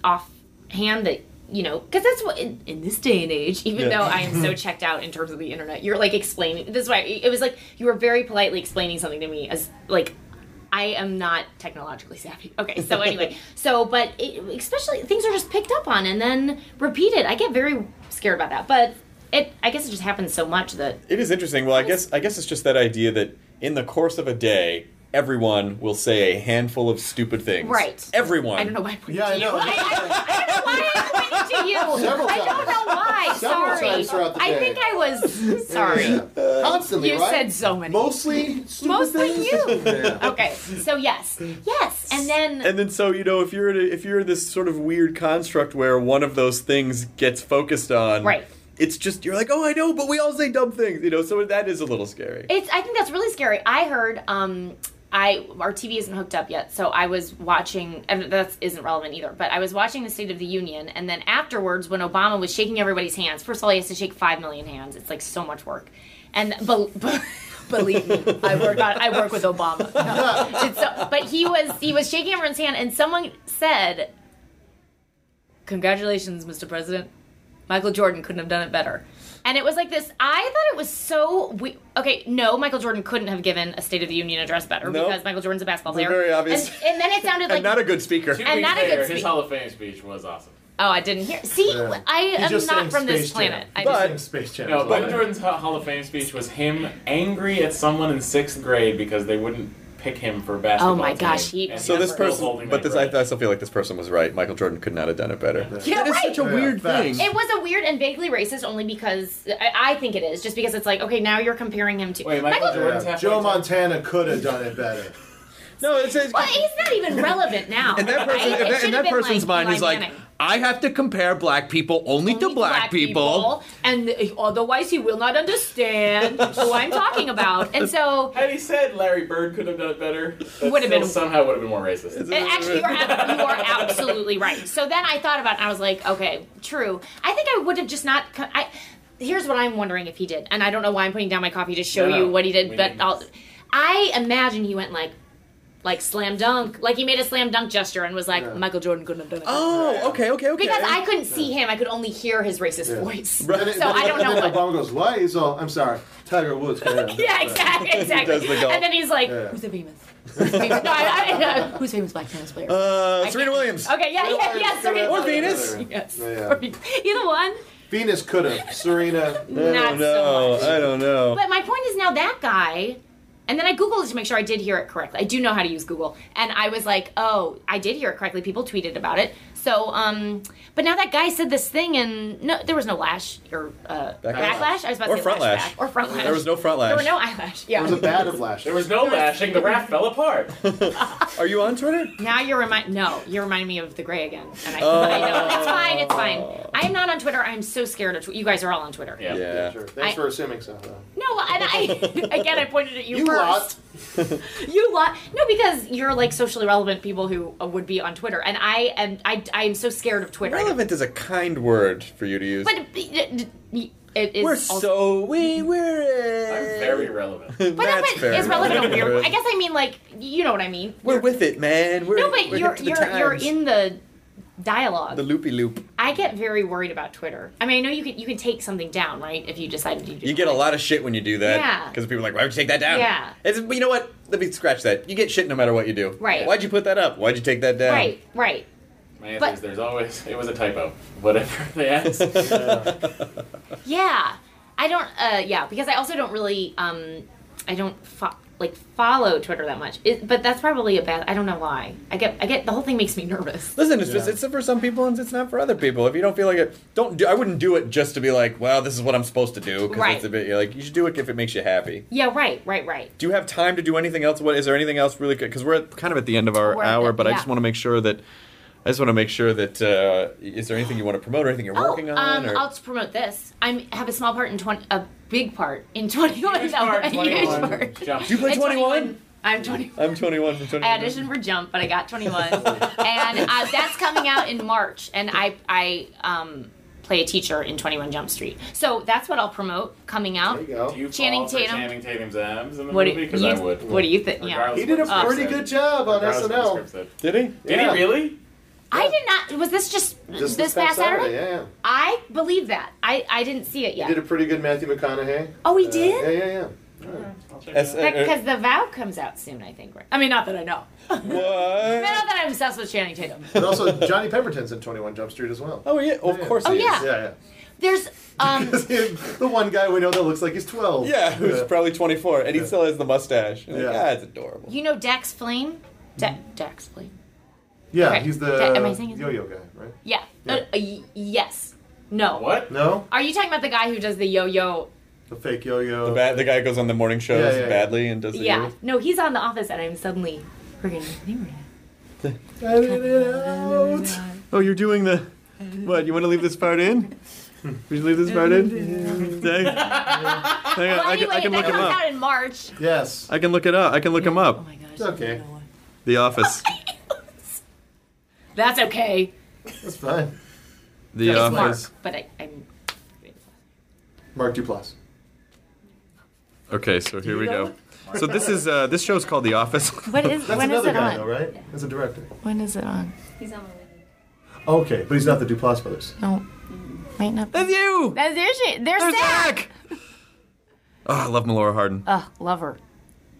Speaker 3: offhand that you know, because that's what in, in this day and age. Even
Speaker 1: Yeah.
Speaker 3: though I am so checked out in terms of the internet, you're like explaining. This is why it was like you were very politely explaining something to me as like. I am not technologically savvy. Okay, so anyway, so but it, especially things are just picked up on and then repeated. I get very scared about that, but it I guess it just happens so much that
Speaker 1: It is interesting. Well, I guess I guess it's just that idea that in the course of a day, everyone will say a handful of stupid things.
Speaker 3: Right.
Speaker 1: Everyone.
Speaker 3: I don't know why I pointed
Speaker 5: Yeah,
Speaker 3: to
Speaker 5: I
Speaker 3: you.
Speaker 5: know.
Speaker 3: I, I, I don't know why I pointed to you.
Speaker 9: Several
Speaker 3: I don't
Speaker 9: times.
Speaker 3: know why.
Speaker 9: Several
Speaker 3: sorry.
Speaker 9: times throughout the
Speaker 3: I
Speaker 9: day.
Speaker 3: think I was sorry.
Speaker 9: Yeah.
Speaker 1: Uh,
Speaker 9: Constantly,
Speaker 3: You
Speaker 9: right?
Speaker 3: said so many.
Speaker 9: Mostly stupid
Speaker 3: Mostly
Speaker 9: things.
Speaker 3: you.
Speaker 9: Yeah.
Speaker 3: Okay. So yes, yes, and then
Speaker 1: And then so you know if you're in a, if you're in this sort of weird construct where one of those things gets focused on,
Speaker 3: Right.
Speaker 1: It's just you're like, oh, I know, but we all say dumb things, you know. So that is a little scary.
Speaker 3: It's. I think that's really scary. I heard. Um, I our TV isn't hooked up yet, so I was watching. And that isn't relevant either. But I was watching the State of the Union, and then afterwards, when Obama was shaking everybody's hands, first of all, he has to shake five million hands. It's like so much work, and bel believe me, I work on. I work with Obama. No, it's so, but he was he was shaking everyone's hand, and someone said, "Congratulations, Mr. President." Michael Jordan couldn't have done it better. And it was like this. I thought it was so. We- okay, no, Michael Jordan couldn't have given a State of the Union address better
Speaker 1: No.
Speaker 3: because Michael Jordan's a basketball
Speaker 1: It's
Speaker 3: player.
Speaker 1: very obvious.
Speaker 3: And, and then it sounded like.
Speaker 1: and not a good speaker.
Speaker 7: Two
Speaker 3: And
Speaker 7: weeks
Speaker 3: not a good
Speaker 7: later, his
Speaker 3: speech.
Speaker 7: Hall of Fame speech was awesome.
Speaker 3: oh, I didn't hear. See,
Speaker 5: Yeah.
Speaker 3: I
Speaker 9: He
Speaker 3: am
Speaker 9: just
Speaker 3: not
Speaker 9: sang
Speaker 3: from this
Speaker 9: Space Jam.
Speaker 3: planet. I
Speaker 1: But-
Speaker 3: just,
Speaker 9: Saying Space Jam.
Speaker 7: No,
Speaker 9: Sorry.
Speaker 7: Michael Jordan's Ho- Hall of Fame speech was him angry at someone in sixth grade because they wouldn't pick him for basketball.
Speaker 3: Oh my
Speaker 7: team.
Speaker 3: gosh, he-
Speaker 7: And
Speaker 1: So
Speaker 7: he's
Speaker 1: this
Speaker 7: still
Speaker 1: person,
Speaker 7: holding
Speaker 1: but
Speaker 7: that
Speaker 1: this, I,
Speaker 7: grudge.
Speaker 1: I still feel like this person was right. Michael Jordan could not have done it better.
Speaker 3: yeah,
Speaker 1: That is
Speaker 3: right.
Speaker 1: such a
Speaker 9: Yeah,
Speaker 1: weird
Speaker 9: facts.
Speaker 1: thing.
Speaker 3: it was a weird and vaguely racist, only because I, I think it is, just because it's like, okay, now you're comparing him to
Speaker 7: Wait, Michael Jordan's
Speaker 9: Yeah.
Speaker 7: halfway
Speaker 9: Joe
Speaker 7: done.
Speaker 9: Montana could have done it better.
Speaker 1: no, it's, it's
Speaker 3: Well, he's not even relevant now.
Speaker 1: And that person,
Speaker 3: It- it
Speaker 1: and that,
Speaker 3: should
Speaker 1: and
Speaker 3: have
Speaker 1: that
Speaker 3: been
Speaker 1: person's mind
Speaker 3: Eli
Speaker 1: is like,
Speaker 3: Manning.
Speaker 1: I have to compare black people only, to
Speaker 3: only
Speaker 1: black, people.
Speaker 3: and otherwise he will not understand who I'm talking about. And so,
Speaker 7: Had he said Larry Bird could have done it better, that
Speaker 3: Would've
Speaker 7: still
Speaker 3: been-
Speaker 7: somehow would have been more racist.
Speaker 3: and actually, you are, ab- you are absolutely right. So then I thought about, it and I was like, okay, true. I think I would have just not. co- I here's what I'm wondering if he did, and I don't know why I'm putting down my coffee to show
Speaker 7: No, no,
Speaker 3: you what he did,
Speaker 7: we
Speaker 3: but
Speaker 7: need
Speaker 3: I'll.
Speaker 7: this.
Speaker 3: I imagine he went like. Like slam dunk, like he made a slam dunk gesture and was like, "Michael Jordan couldn't have done it."
Speaker 1: Oh, okay, okay, okay.
Speaker 3: because I couldn't see him; I could only hear his racist
Speaker 9: Yeah.
Speaker 3: voice.
Speaker 9: Then it-
Speaker 3: So
Speaker 9: then-
Speaker 3: I don't
Speaker 9: and
Speaker 3: know
Speaker 9: then
Speaker 3: what.
Speaker 9: Obama goes, why? He's all, I'm sorry, Tiger Woods. could have done it
Speaker 3: Yeah,
Speaker 9: better."
Speaker 3: exactly, exactly.
Speaker 1: does the golf.
Speaker 3: And then he's like,
Speaker 9: Yeah.
Speaker 3: "Who's the famous? Who's the famous, no, I, I, uh, who's the famous black tennis player?"
Speaker 1: Uh,
Speaker 3: I
Speaker 1: Serena
Speaker 3: can't-
Speaker 1: Williams.
Speaker 3: Okay, yeah,
Speaker 9: Could
Speaker 3: yeah,
Speaker 9: have-
Speaker 3: yeah,
Speaker 9: could
Speaker 3: Serena.
Speaker 9: have
Speaker 1: Or
Speaker 9: done it
Speaker 1: Venus.
Speaker 9: better.
Speaker 3: Yes.
Speaker 9: Yeah.
Speaker 3: Either one.
Speaker 9: Venus could have. Serena.
Speaker 1: no,
Speaker 3: Not so much.
Speaker 1: Oh, I don't know.
Speaker 3: But my point is now that guy, and then I googled it to make sure I did hear it correctly. I do know how to use Google, and I was like, oh, I did hear it correctly. People tweeted about it. So, um, but now that guy said this thing, and no, there was no lash or uh, backlash.
Speaker 1: Backlash.
Speaker 3: I was about
Speaker 1: Or
Speaker 3: to say
Speaker 1: front
Speaker 3: lash
Speaker 1: lash.
Speaker 3: back. or front lash.
Speaker 1: There was no front
Speaker 3: There
Speaker 1: lash.
Speaker 3: were no eyelash. Yeah.
Speaker 9: There was a bad of lash.
Speaker 7: There was no lashing. The raft fell apart.
Speaker 1: Are you on Twitter?
Speaker 3: Now you're remind no, you're reminding me of the gray again, and I, I know it's fine, it's fine. I am not on Twitter. I'm so scared of tw- you guys are all on Twitter.
Speaker 7: Yeah.
Speaker 1: Yeah.
Speaker 9: Sure. Thanks
Speaker 3: I-
Speaker 9: for assuming so. though.
Speaker 3: No, and I again I pointed at you,
Speaker 9: You
Speaker 3: first.
Speaker 9: lot.
Speaker 3: You lot. No, because you're like socially relevant people who uh, would be on Twitter, and I and I I am so scared of Twitter. I don't-
Speaker 1: Relevant is a kind word for you to use.
Speaker 3: But it it- it is
Speaker 1: we're
Speaker 3: also-
Speaker 1: so we we're.
Speaker 7: I'm very relevant.
Speaker 3: But,
Speaker 1: That's
Speaker 3: but
Speaker 1: very
Speaker 3: it's relevant.
Speaker 1: relevant.
Speaker 3: over here. I guess I mean like you know what I mean.
Speaker 1: We're with it, man. We're,
Speaker 3: no, but
Speaker 1: we're
Speaker 3: you're
Speaker 1: hip to the
Speaker 3: you're you're
Speaker 1: times.
Speaker 3: in the dialogue.
Speaker 1: the loopy loop.
Speaker 3: I get very worried about Twitter. I mean, I know you can you can take something down, right? If you decided you didn't
Speaker 1: You get a
Speaker 3: like
Speaker 1: lot of shit when you do that.
Speaker 3: Yeah.
Speaker 1: Because people are like, why would you take that down?
Speaker 3: Yeah.
Speaker 1: It's, but you know what? Let me scratch that. You get shit no matter what you do.
Speaker 3: Right.
Speaker 1: Why'd you put that up? Why'd you take that down?
Speaker 3: Right, right.
Speaker 7: My answer
Speaker 3: But-
Speaker 7: is there's always it was a typo. Whatever they asked.
Speaker 3: Yeah, I don't. Uh, yeah, because I also don't really. Um, I don't fo- like follow Twitter that much. It, but that's probably a bad. I don't know why. I get. I get the whole thing makes me nervous.
Speaker 1: Listen, it's just it's for some people and it's not for other people. If you don't feel like it, don't do. I wouldn't do it just to be like, well, this is what I'm supposed to do. Because
Speaker 3: Right.
Speaker 1: it's a bit you're like you should do it if it makes you happy.
Speaker 3: Yeah, right, right, right.
Speaker 1: Do you have time to do anything else? What is there anything else really? Because we're at, kind of at the end of our
Speaker 3: We're at
Speaker 1: hour,
Speaker 3: the-
Speaker 1: but I
Speaker 3: yeah.
Speaker 1: just want to make sure that I just want to make sure that uh, is there anything you want to promote or anything you're working
Speaker 3: oh,
Speaker 1: on?
Speaker 3: um,
Speaker 1: or,
Speaker 3: I'll just promote this. I'm have a small part in twenty. A big part in twenty one.
Speaker 7: Huge part,
Speaker 3: A huge
Speaker 7: 21.
Speaker 3: part.
Speaker 7: Jump.
Speaker 1: do you play
Speaker 3: At
Speaker 1: Twenty
Speaker 3: 21,
Speaker 1: One?
Speaker 3: I'm twenty one.
Speaker 1: I'm Twenty One from Twenty
Speaker 3: I
Speaker 1: One.
Speaker 3: auditioned for Jump, but I got 21, and uh, that's coming out in March. And I I um, play a teacher in 21 Jump Street, so that's what I'll promote coming out.
Speaker 9: There you go.
Speaker 7: Do you
Speaker 3: Channing
Speaker 7: fall for
Speaker 3: Tatum.
Speaker 7: Channing Tatum's abs in the
Speaker 3: What do
Speaker 7: movie?
Speaker 3: you,
Speaker 7: Because I would.
Speaker 3: what do you think? Yeah.
Speaker 7: Regardless
Speaker 9: He did a
Speaker 7: of what the
Speaker 9: pretty
Speaker 7: script
Speaker 9: good
Speaker 7: said.
Speaker 9: job on
Speaker 7: Regardless of what
Speaker 9: SNL.
Speaker 7: the script said.
Speaker 1: Did he?
Speaker 7: Did
Speaker 9: Yeah.
Speaker 7: he really?
Speaker 3: I did not. Was this just,
Speaker 9: Just
Speaker 3: this past Saturday?
Speaker 9: Yeah, yeah.
Speaker 3: I believe that. I, I didn't see it
Speaker 9: He
Speaker 3: yet.
Speaker 9: did a pretty good Matthew McConaughey.
Speaker 3: oh, he
Speaker 9: Uh,
Speaker 3: did.
Speaker 9: yeah, yeah, yeah.
Speaker 7: I'll check
Speaker 1: S-
Speaker 7: it out.
Speaker 3: Because the vow comes out soon, I think. Right? I mean, not that I know. not
Speaker 1: What?
Speaker 3: that I'm obsessed with Channing Tatum.
Speaker 9: And also Johnny Pemberton's in 21 Jump Street as well.
Speaker 1: Oh yeah, of
Speaker 9: Yeah.
Speaker 1: course.
Speaker 3: Oh,
Speaker 1: he is.
Speaker 3: yeah.
Speaker 9: Yeah,
Speaker 3: There's um,
Speaker 9: yeah. the one guy we know that looks like he's 12.
Speaker 1: Yeah, who's probably 24, and he still has the mustache. You're like,
Speaker 9: Yeah.
Speaker 1: ah, it's adorable.
Speaker 3: you know Dax Flame. Da- Dax Flame.
Speaker 9: Yeah,
Speaker 3: Okay.
Speaker 9: he's
Speaker 3: Okay,
Speaker 9: the
Speaker 3: am I saying his
Speaker 9: yo-yo guy, right?
Speaker 3: Yeah.
Speaker 9: Yeah.
Speaker 3: Uh, uh, y- yes. No.
Speaker 7: What?
Speaker 9: No,
Speaker 3: Are you talking about the guy who does the yo-yo?
Speaker 9: the fake yo-yo.
Speaker 1: The, ba- the guy goes on the morning shows
Speaker 9: Yeah, yeah, yeah.
Speaker 1: badly and does the
Speaker 3: Yeah. No, he's on The Office, and I'm suddenly forgetting his name. right
Speaker 9: Edit it out.
Speaker 1: Oh, you're doing the. What? You want to leave this part in? We should leave this part in. Hang on,
Speaker 3: now. Well, anyway, that comes out in March.
Speaker 9: Yes.
Speaker 1: I can look it up. I can look him
Speaker 3: Oh
Speaker 1: up.
Speaker 3: my gosh.
Speaker 9: It's okay.
Speaker 1: The Office.
Speaker 3: That's okay.
Speaker 9: That's fine.
Speaker 1: The
Speaker 3: it's
Speaker 1: Office.
Speaker 3: Mark, but I, I'm.
Speaker 9: Mark Duplass.
Speaker 1: Okay, so here we go. So this is uh, this show's called The Office.
Speaker 2: What is,
Speaker 9: That's
Speaker 2: when is
Speaker 9: another
Speaker 2: it
Speaker 9: guy,
Speaker 2: on?
Speaker 9: though, right? As a director.
Speaker 2: When is it on?
Speaker 4: He's on my list.
Speaker 9: Okay, but he's not the Duplass brothers.
Speaker 2: No. Might not be.
Speaker 1: That's you.
Speaker 2: That's their shit. They're
Speaker 1: There's
Speaker 2: sad.
Speaker 1: Zach. Oh, I love Melora Hardin.
Speaker 2: Ugh, love her.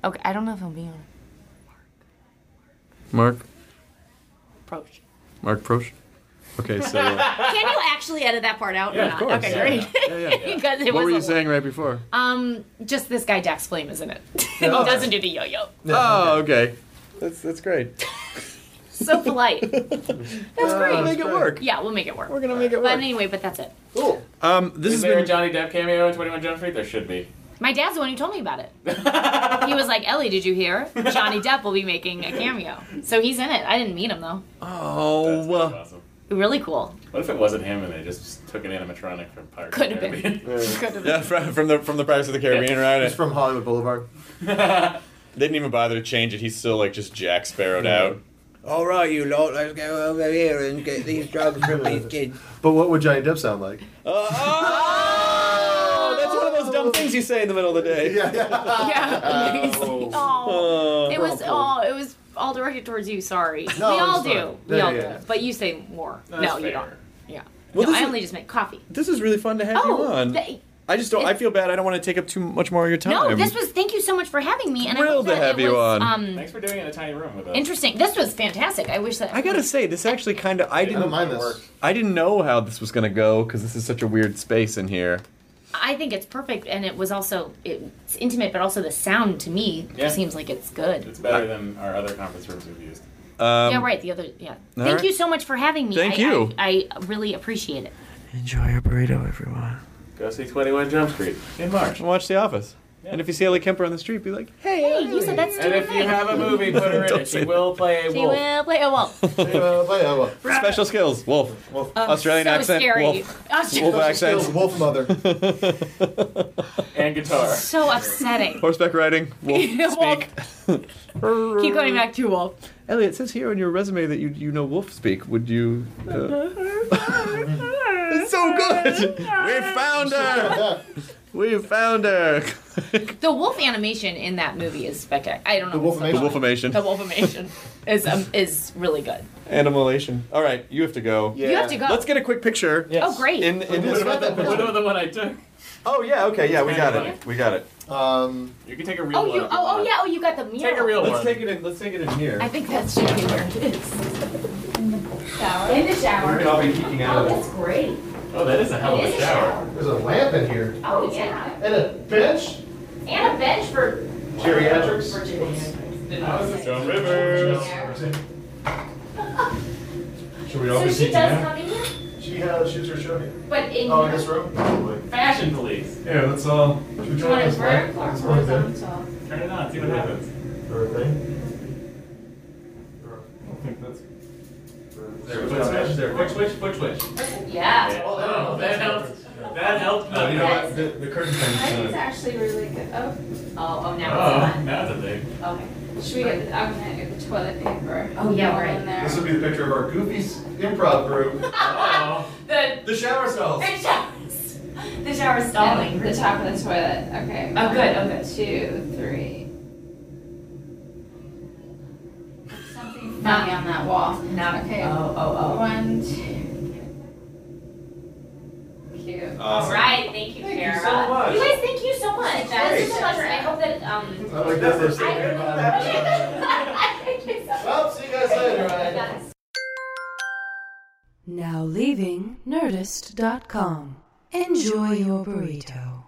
Speaker 2: Okay, I don't know if he'll be on.
Speaker 1: Mark.
Speaker 3: Approach.
Speaker 1: Mark Prosh. Okay, so uh,
Speaker 3: Can you actually edit that part out?
Speaker 7: Yeah,
Speaker 3: or
Speaker 7: of
Speaker 3: not?
Speaker 1: course.
Speaker 3: Okay,
Speaker 1: Yeah,
Speaker 3: great.
Speaker 1: yeah, yeah.
Speaker 3: because it
Speaker 1: what
Speaker 3: was
Speaker 1: were
Speaker 3: a
Speaker 1: you
Speaker 3: lot.
Speaker 1: saying right before?
Speaker 3: Um, just this guy Dax Flame, isn't it? he doesn't do the yo-yo.
Speaker 1: Oh, okay. That's that's great.
Speaker 3: So polite. that's
Speaker 1: We'll
Speaker 3: great.
Speaker 1: make it work.
Speaker 3: Yeah, we'll make it work.
Speaker 1: We're gonna make it
Speaker 3: But
Speaker 1: work.
Speaker 3: anyway, but that's it.
Speaker 9: Cool.
Speaker 1: Um, this has
Speaker 7: Is there
Speaker 1: been
Speaker 7: a Johnny Depp cameo in 21 Jump Street? There should be.
Speaker 3: My dad's the one who told me about it. he was like, Ellie, did you hear? Johnny Depp will be making a cameo. So he's in it. I didn't meet him though.
Speaker 7: That's
Speaker 1: oh
Speaker 7: kind
Speaker 1: uh,
Speaker 7: of awesome.
Speaker 3: Really cool.
Speaker 7: What if it wasn't him and they just took an animatronic from Pirates
Speaker 3: Could
Speaker 7: of
Speaker 3: have
Speaker 7: the
Speaker 3: been.
Speaker 7: Caribbean?
Speaker 1: yeah from, from the from the Pirates of the Caribbean right?
Speaker 9: He's from Hollywood Boulevard.
Speaker 1: They didn't even bother to change it. He's still like just Jack Sparrowed out. All right, you lot, let's go over here and get these drugs from these kids.
Speaker 9: But what would Johnny Depp sound like?
Speaker 1: oh, that's one of those dumb things you say in the middle of the day.
Speaker 9: Yeah, yeah.
Speaker 3: Yeah. amazing. Oh.
Speaker 1: Uh,
Speaker 3: It was
Speaker 9: Awful.
Speaker 3: all it was all directed towards you, sorry.
Speaker 9: No,
Speaker 3: we
Speaker 9: it was
Speaker 3: all do.
Speaker 9: fine.
Speaker 3: We
Speaker 9: Yeah,
Speaker 3: all
Speaker 9: yeah, yeah.
Speaker 3: do. But you say more.
Speaker 7: That's
Speaker 3: no, you
Speaker 7: fair.
Speaker 3: don't. Yeah.
Speaker 1: Well,
Speaker 3: no,
Speaker 1: this
Speaker 3: I
Speaker 1: is-
Speaker 3: only just make coffee.
Speaker 1: this is really fun to have you
Speaker 3: Oh,
Speaker 1: on.
Speaker 3: th-
Speaker 1: I just don't. I feel bad. I don't want to take up too much more of your time.
Speaker 3: no, this was thank you so much for having me and
Speaker 1: Thrilled
Speaker 3: I hope
Speaker 1: to
Speaker 3: that
Speaker 1: have
Speaker 3: it
Speaker 1: you
Speaker 3: was,
Speaker 1: on.
Speaker 3: um
Speaker 7: Thanks for doing it in a tiny room with us.
Speaker 3: interesting. This was fantastic. I wish that
Speaker 1: I gotta say, this actually kind of. I
Speaker 9: I don't
Speaker 1: didn't.
Speaker 9: mind this.
Speaker 1: I didn't know how this was gonna go because this is such a weird space in here.
Speaker 3: I think it's perfect, and it was also it's intimate, but also the sound to me
Speaker 7: Yeah.
Speaker 3: seems like it's good.
Speaker 7: It's better than our other conference rooms we've used.
Speaker 1: Um,
Speaker 3: yeah, right. The other, yeah. Thank
Speaker 1: right.
Speaker 3: you so much for having me.
Speaker 1: Thank
Speaker 3: I,
Speaker 1: you.
Speaker 3: I, I really appreciate it.
Speaker 1: Enjoy your burrito, everyone.
Speaker 7: Go see 21 Jump Street in March.
Speaker 1: And watch The Office. And if you see Ellie Kemper on the street, be like, "Hey,
Speaker 3: Hey, you said that's
Speaker 7: And if you have a movie, put her in
Speaker 1: Don't
Speaker 7: it.
Speaker 1: say
Speaker 7: She will play a
Speaker 3: She
Speaker 7: wolf.
Speaker 3: will play a wolf. Um,
Speaker 9: Uh, but yeah, well,
Speaker 1: special skills, Wolf,
Speaker 2: Uh,
Speaker 1: Australian
Speaker 3: so
Speaker 1: accent,
Speaker 3: Scary.
Speaker 1: Wolf,
Speaker 3: Austra-
Speaker 1: Wolf accent."
Speaker 9: Wolf Mother.
Speaker 7: And hand guitar.
Speaker 3: So upsetting.
Speaker 1: Horseback riding. Wolf
Speaker 3: Wolf.
Speaker 1: speak.
Speaker 3: Keep going back to Wolf.
Speaker 1: Elliot, it says here on your resume that you you know wolf speak. Would you? Uh... it's so good. we found her. we found her.
Speaker 3: The wolf animation in that movie is spectacular. I don't know.
Speaker 5: The wolf
Speaker 1: the
Speaker 5: animation.
Speaker 3: The
Speaker 1: wolfamation.
Speaker 3: wolf animation is um, is really good.
Speaker 1: Animalation. All right, you have to go.
Speaker 3: You have to go.
Speaker 1: Let's get a quick picture.
Speaker 3: Oh, great.
Speaker 1: In in
Speaker 5: What
Speaker 1: this.
Speaker 5: about that
Speaker 7: What about the one I took?
Speaker 1: Oh yeah. Okay. Yeah, we got it. We got it.
Speaker 5: Um,
Speaker 7: You can take a real
Speaker 3: oh,
Speaker 7: one
Speaker 3: you.
Speaker 7: if
Speaker 3: Oh,
Speaker 7: you
Speaker 3: oh,
Speaker 1: uh,
Speaker 7: want.
Speaker 3: yeah. Oh, you got the mural.
Speaker 7: Take a real one.
Speaker 1: it in. Let's take it in here.
Speaker 11: I think that should be where it is.
Speaker 3: in the
Speaker 1: We're
Speaker 3: shower.
Speaker 1: gonna all be peeking out of it.
Speaker 3: That's great.
Speaker 7: Oh, that is a hell of a shower.
Speaker 5: there's a lamp in here.
Speaker 3: Oh yeah.
Speaker 5: And a bench?
Speaker 3: And a bench for
Speaker 5: Geriatrics?
Speaker 7: Stone Rivers.
Speaker 5: Should we
Speaker 3: So
Speaker 5: be
Speaker 3: she
Speaker 5: seated
Speaker 3: does
Speaker 5: now?
Speaker 3: come in here,
Speaker 5: She uh, shoots her shot here.
Speaker 3: but in
Speaker 5: Oh, in
Speaker 3: here.
Speaker 5: this room? Probably.
Speaker 7: Fashion police.
Speaker 5: Yeah, let's all. Should we
Speaker 3: You want
Speaker 5: join
Speaker 3: it
Speaker 5: this light?
Speaker 3: vertical or
Speaker 5: This light thing?
Speaker 3: horizontal?
Speaker 7: Turn it on. See what happens.
Speaker 5: Or a thing? Or- I don't think that's.
Speaker 7: There, quick switch. There, quick switch. Quick switch.
Speaker 3: Yeah.
Speaker 7: Oh, that helped. That helped.
Speaker 5: Oh, you know
Speaker 7: nothing.
Speaker 5: what? The, the curtain
Speaker 4: I think
Speaker 5: thing's
Speaker 4: it's
Speaker 5: uh,
Speaker 4: actually really good. Oh,
Speaker 3: Oh, oh,
Speaker 5: Ah.
Speaker 7: Oh,
Speaker 3: now
Speaker 7: that's a thing.
Speaker 3: it's on. Okay.
Speaker 4: should we get? I'm gonna get the toilet paper.
Speaker 3: Oh, yeah,
Speaker 4: All
Speaker 3: right.
Speaker 4: in there.
Speaker 5: This would be the picture of our goofy s- improv group.
Speaker 7: Oh,
Speaker 3: The
Speaker 5: the shower stalls.
Speaker 3: the shower. The shower is
Speaker 4: And
Speaker 3: stalling.
Speaker 4: Oh, the top of the toilet. Okay.
Speaker 3: Oh,
Speaker 4: one,
Speaker 3: good, oh, good.
Speaker 4: Two, three. Something funny on that wall.
Speaker 3: Not
Speaker 4: okay.
Speaker 3: Oh, oh, oh.
Speaker 4: One, two. Cute.
Speaker 3: All right. Thank you,
Speaker 5: Thank you
Speaker 3: Kara.
Speaker 5: so much.
Speaker 3: You guys, thank you so much. That was
Speaker 5: great.
Speaker 3: such a pleasure. I hope that um.
Speaker 5: I like that first thing.
Speaker 3: I thank you so much.
Speaker 5: Well, see you guys later. Ryan.
Speaker 3: Yes.
Speaker 12: Now leaving Nerdist.com. Enjoy your burrito.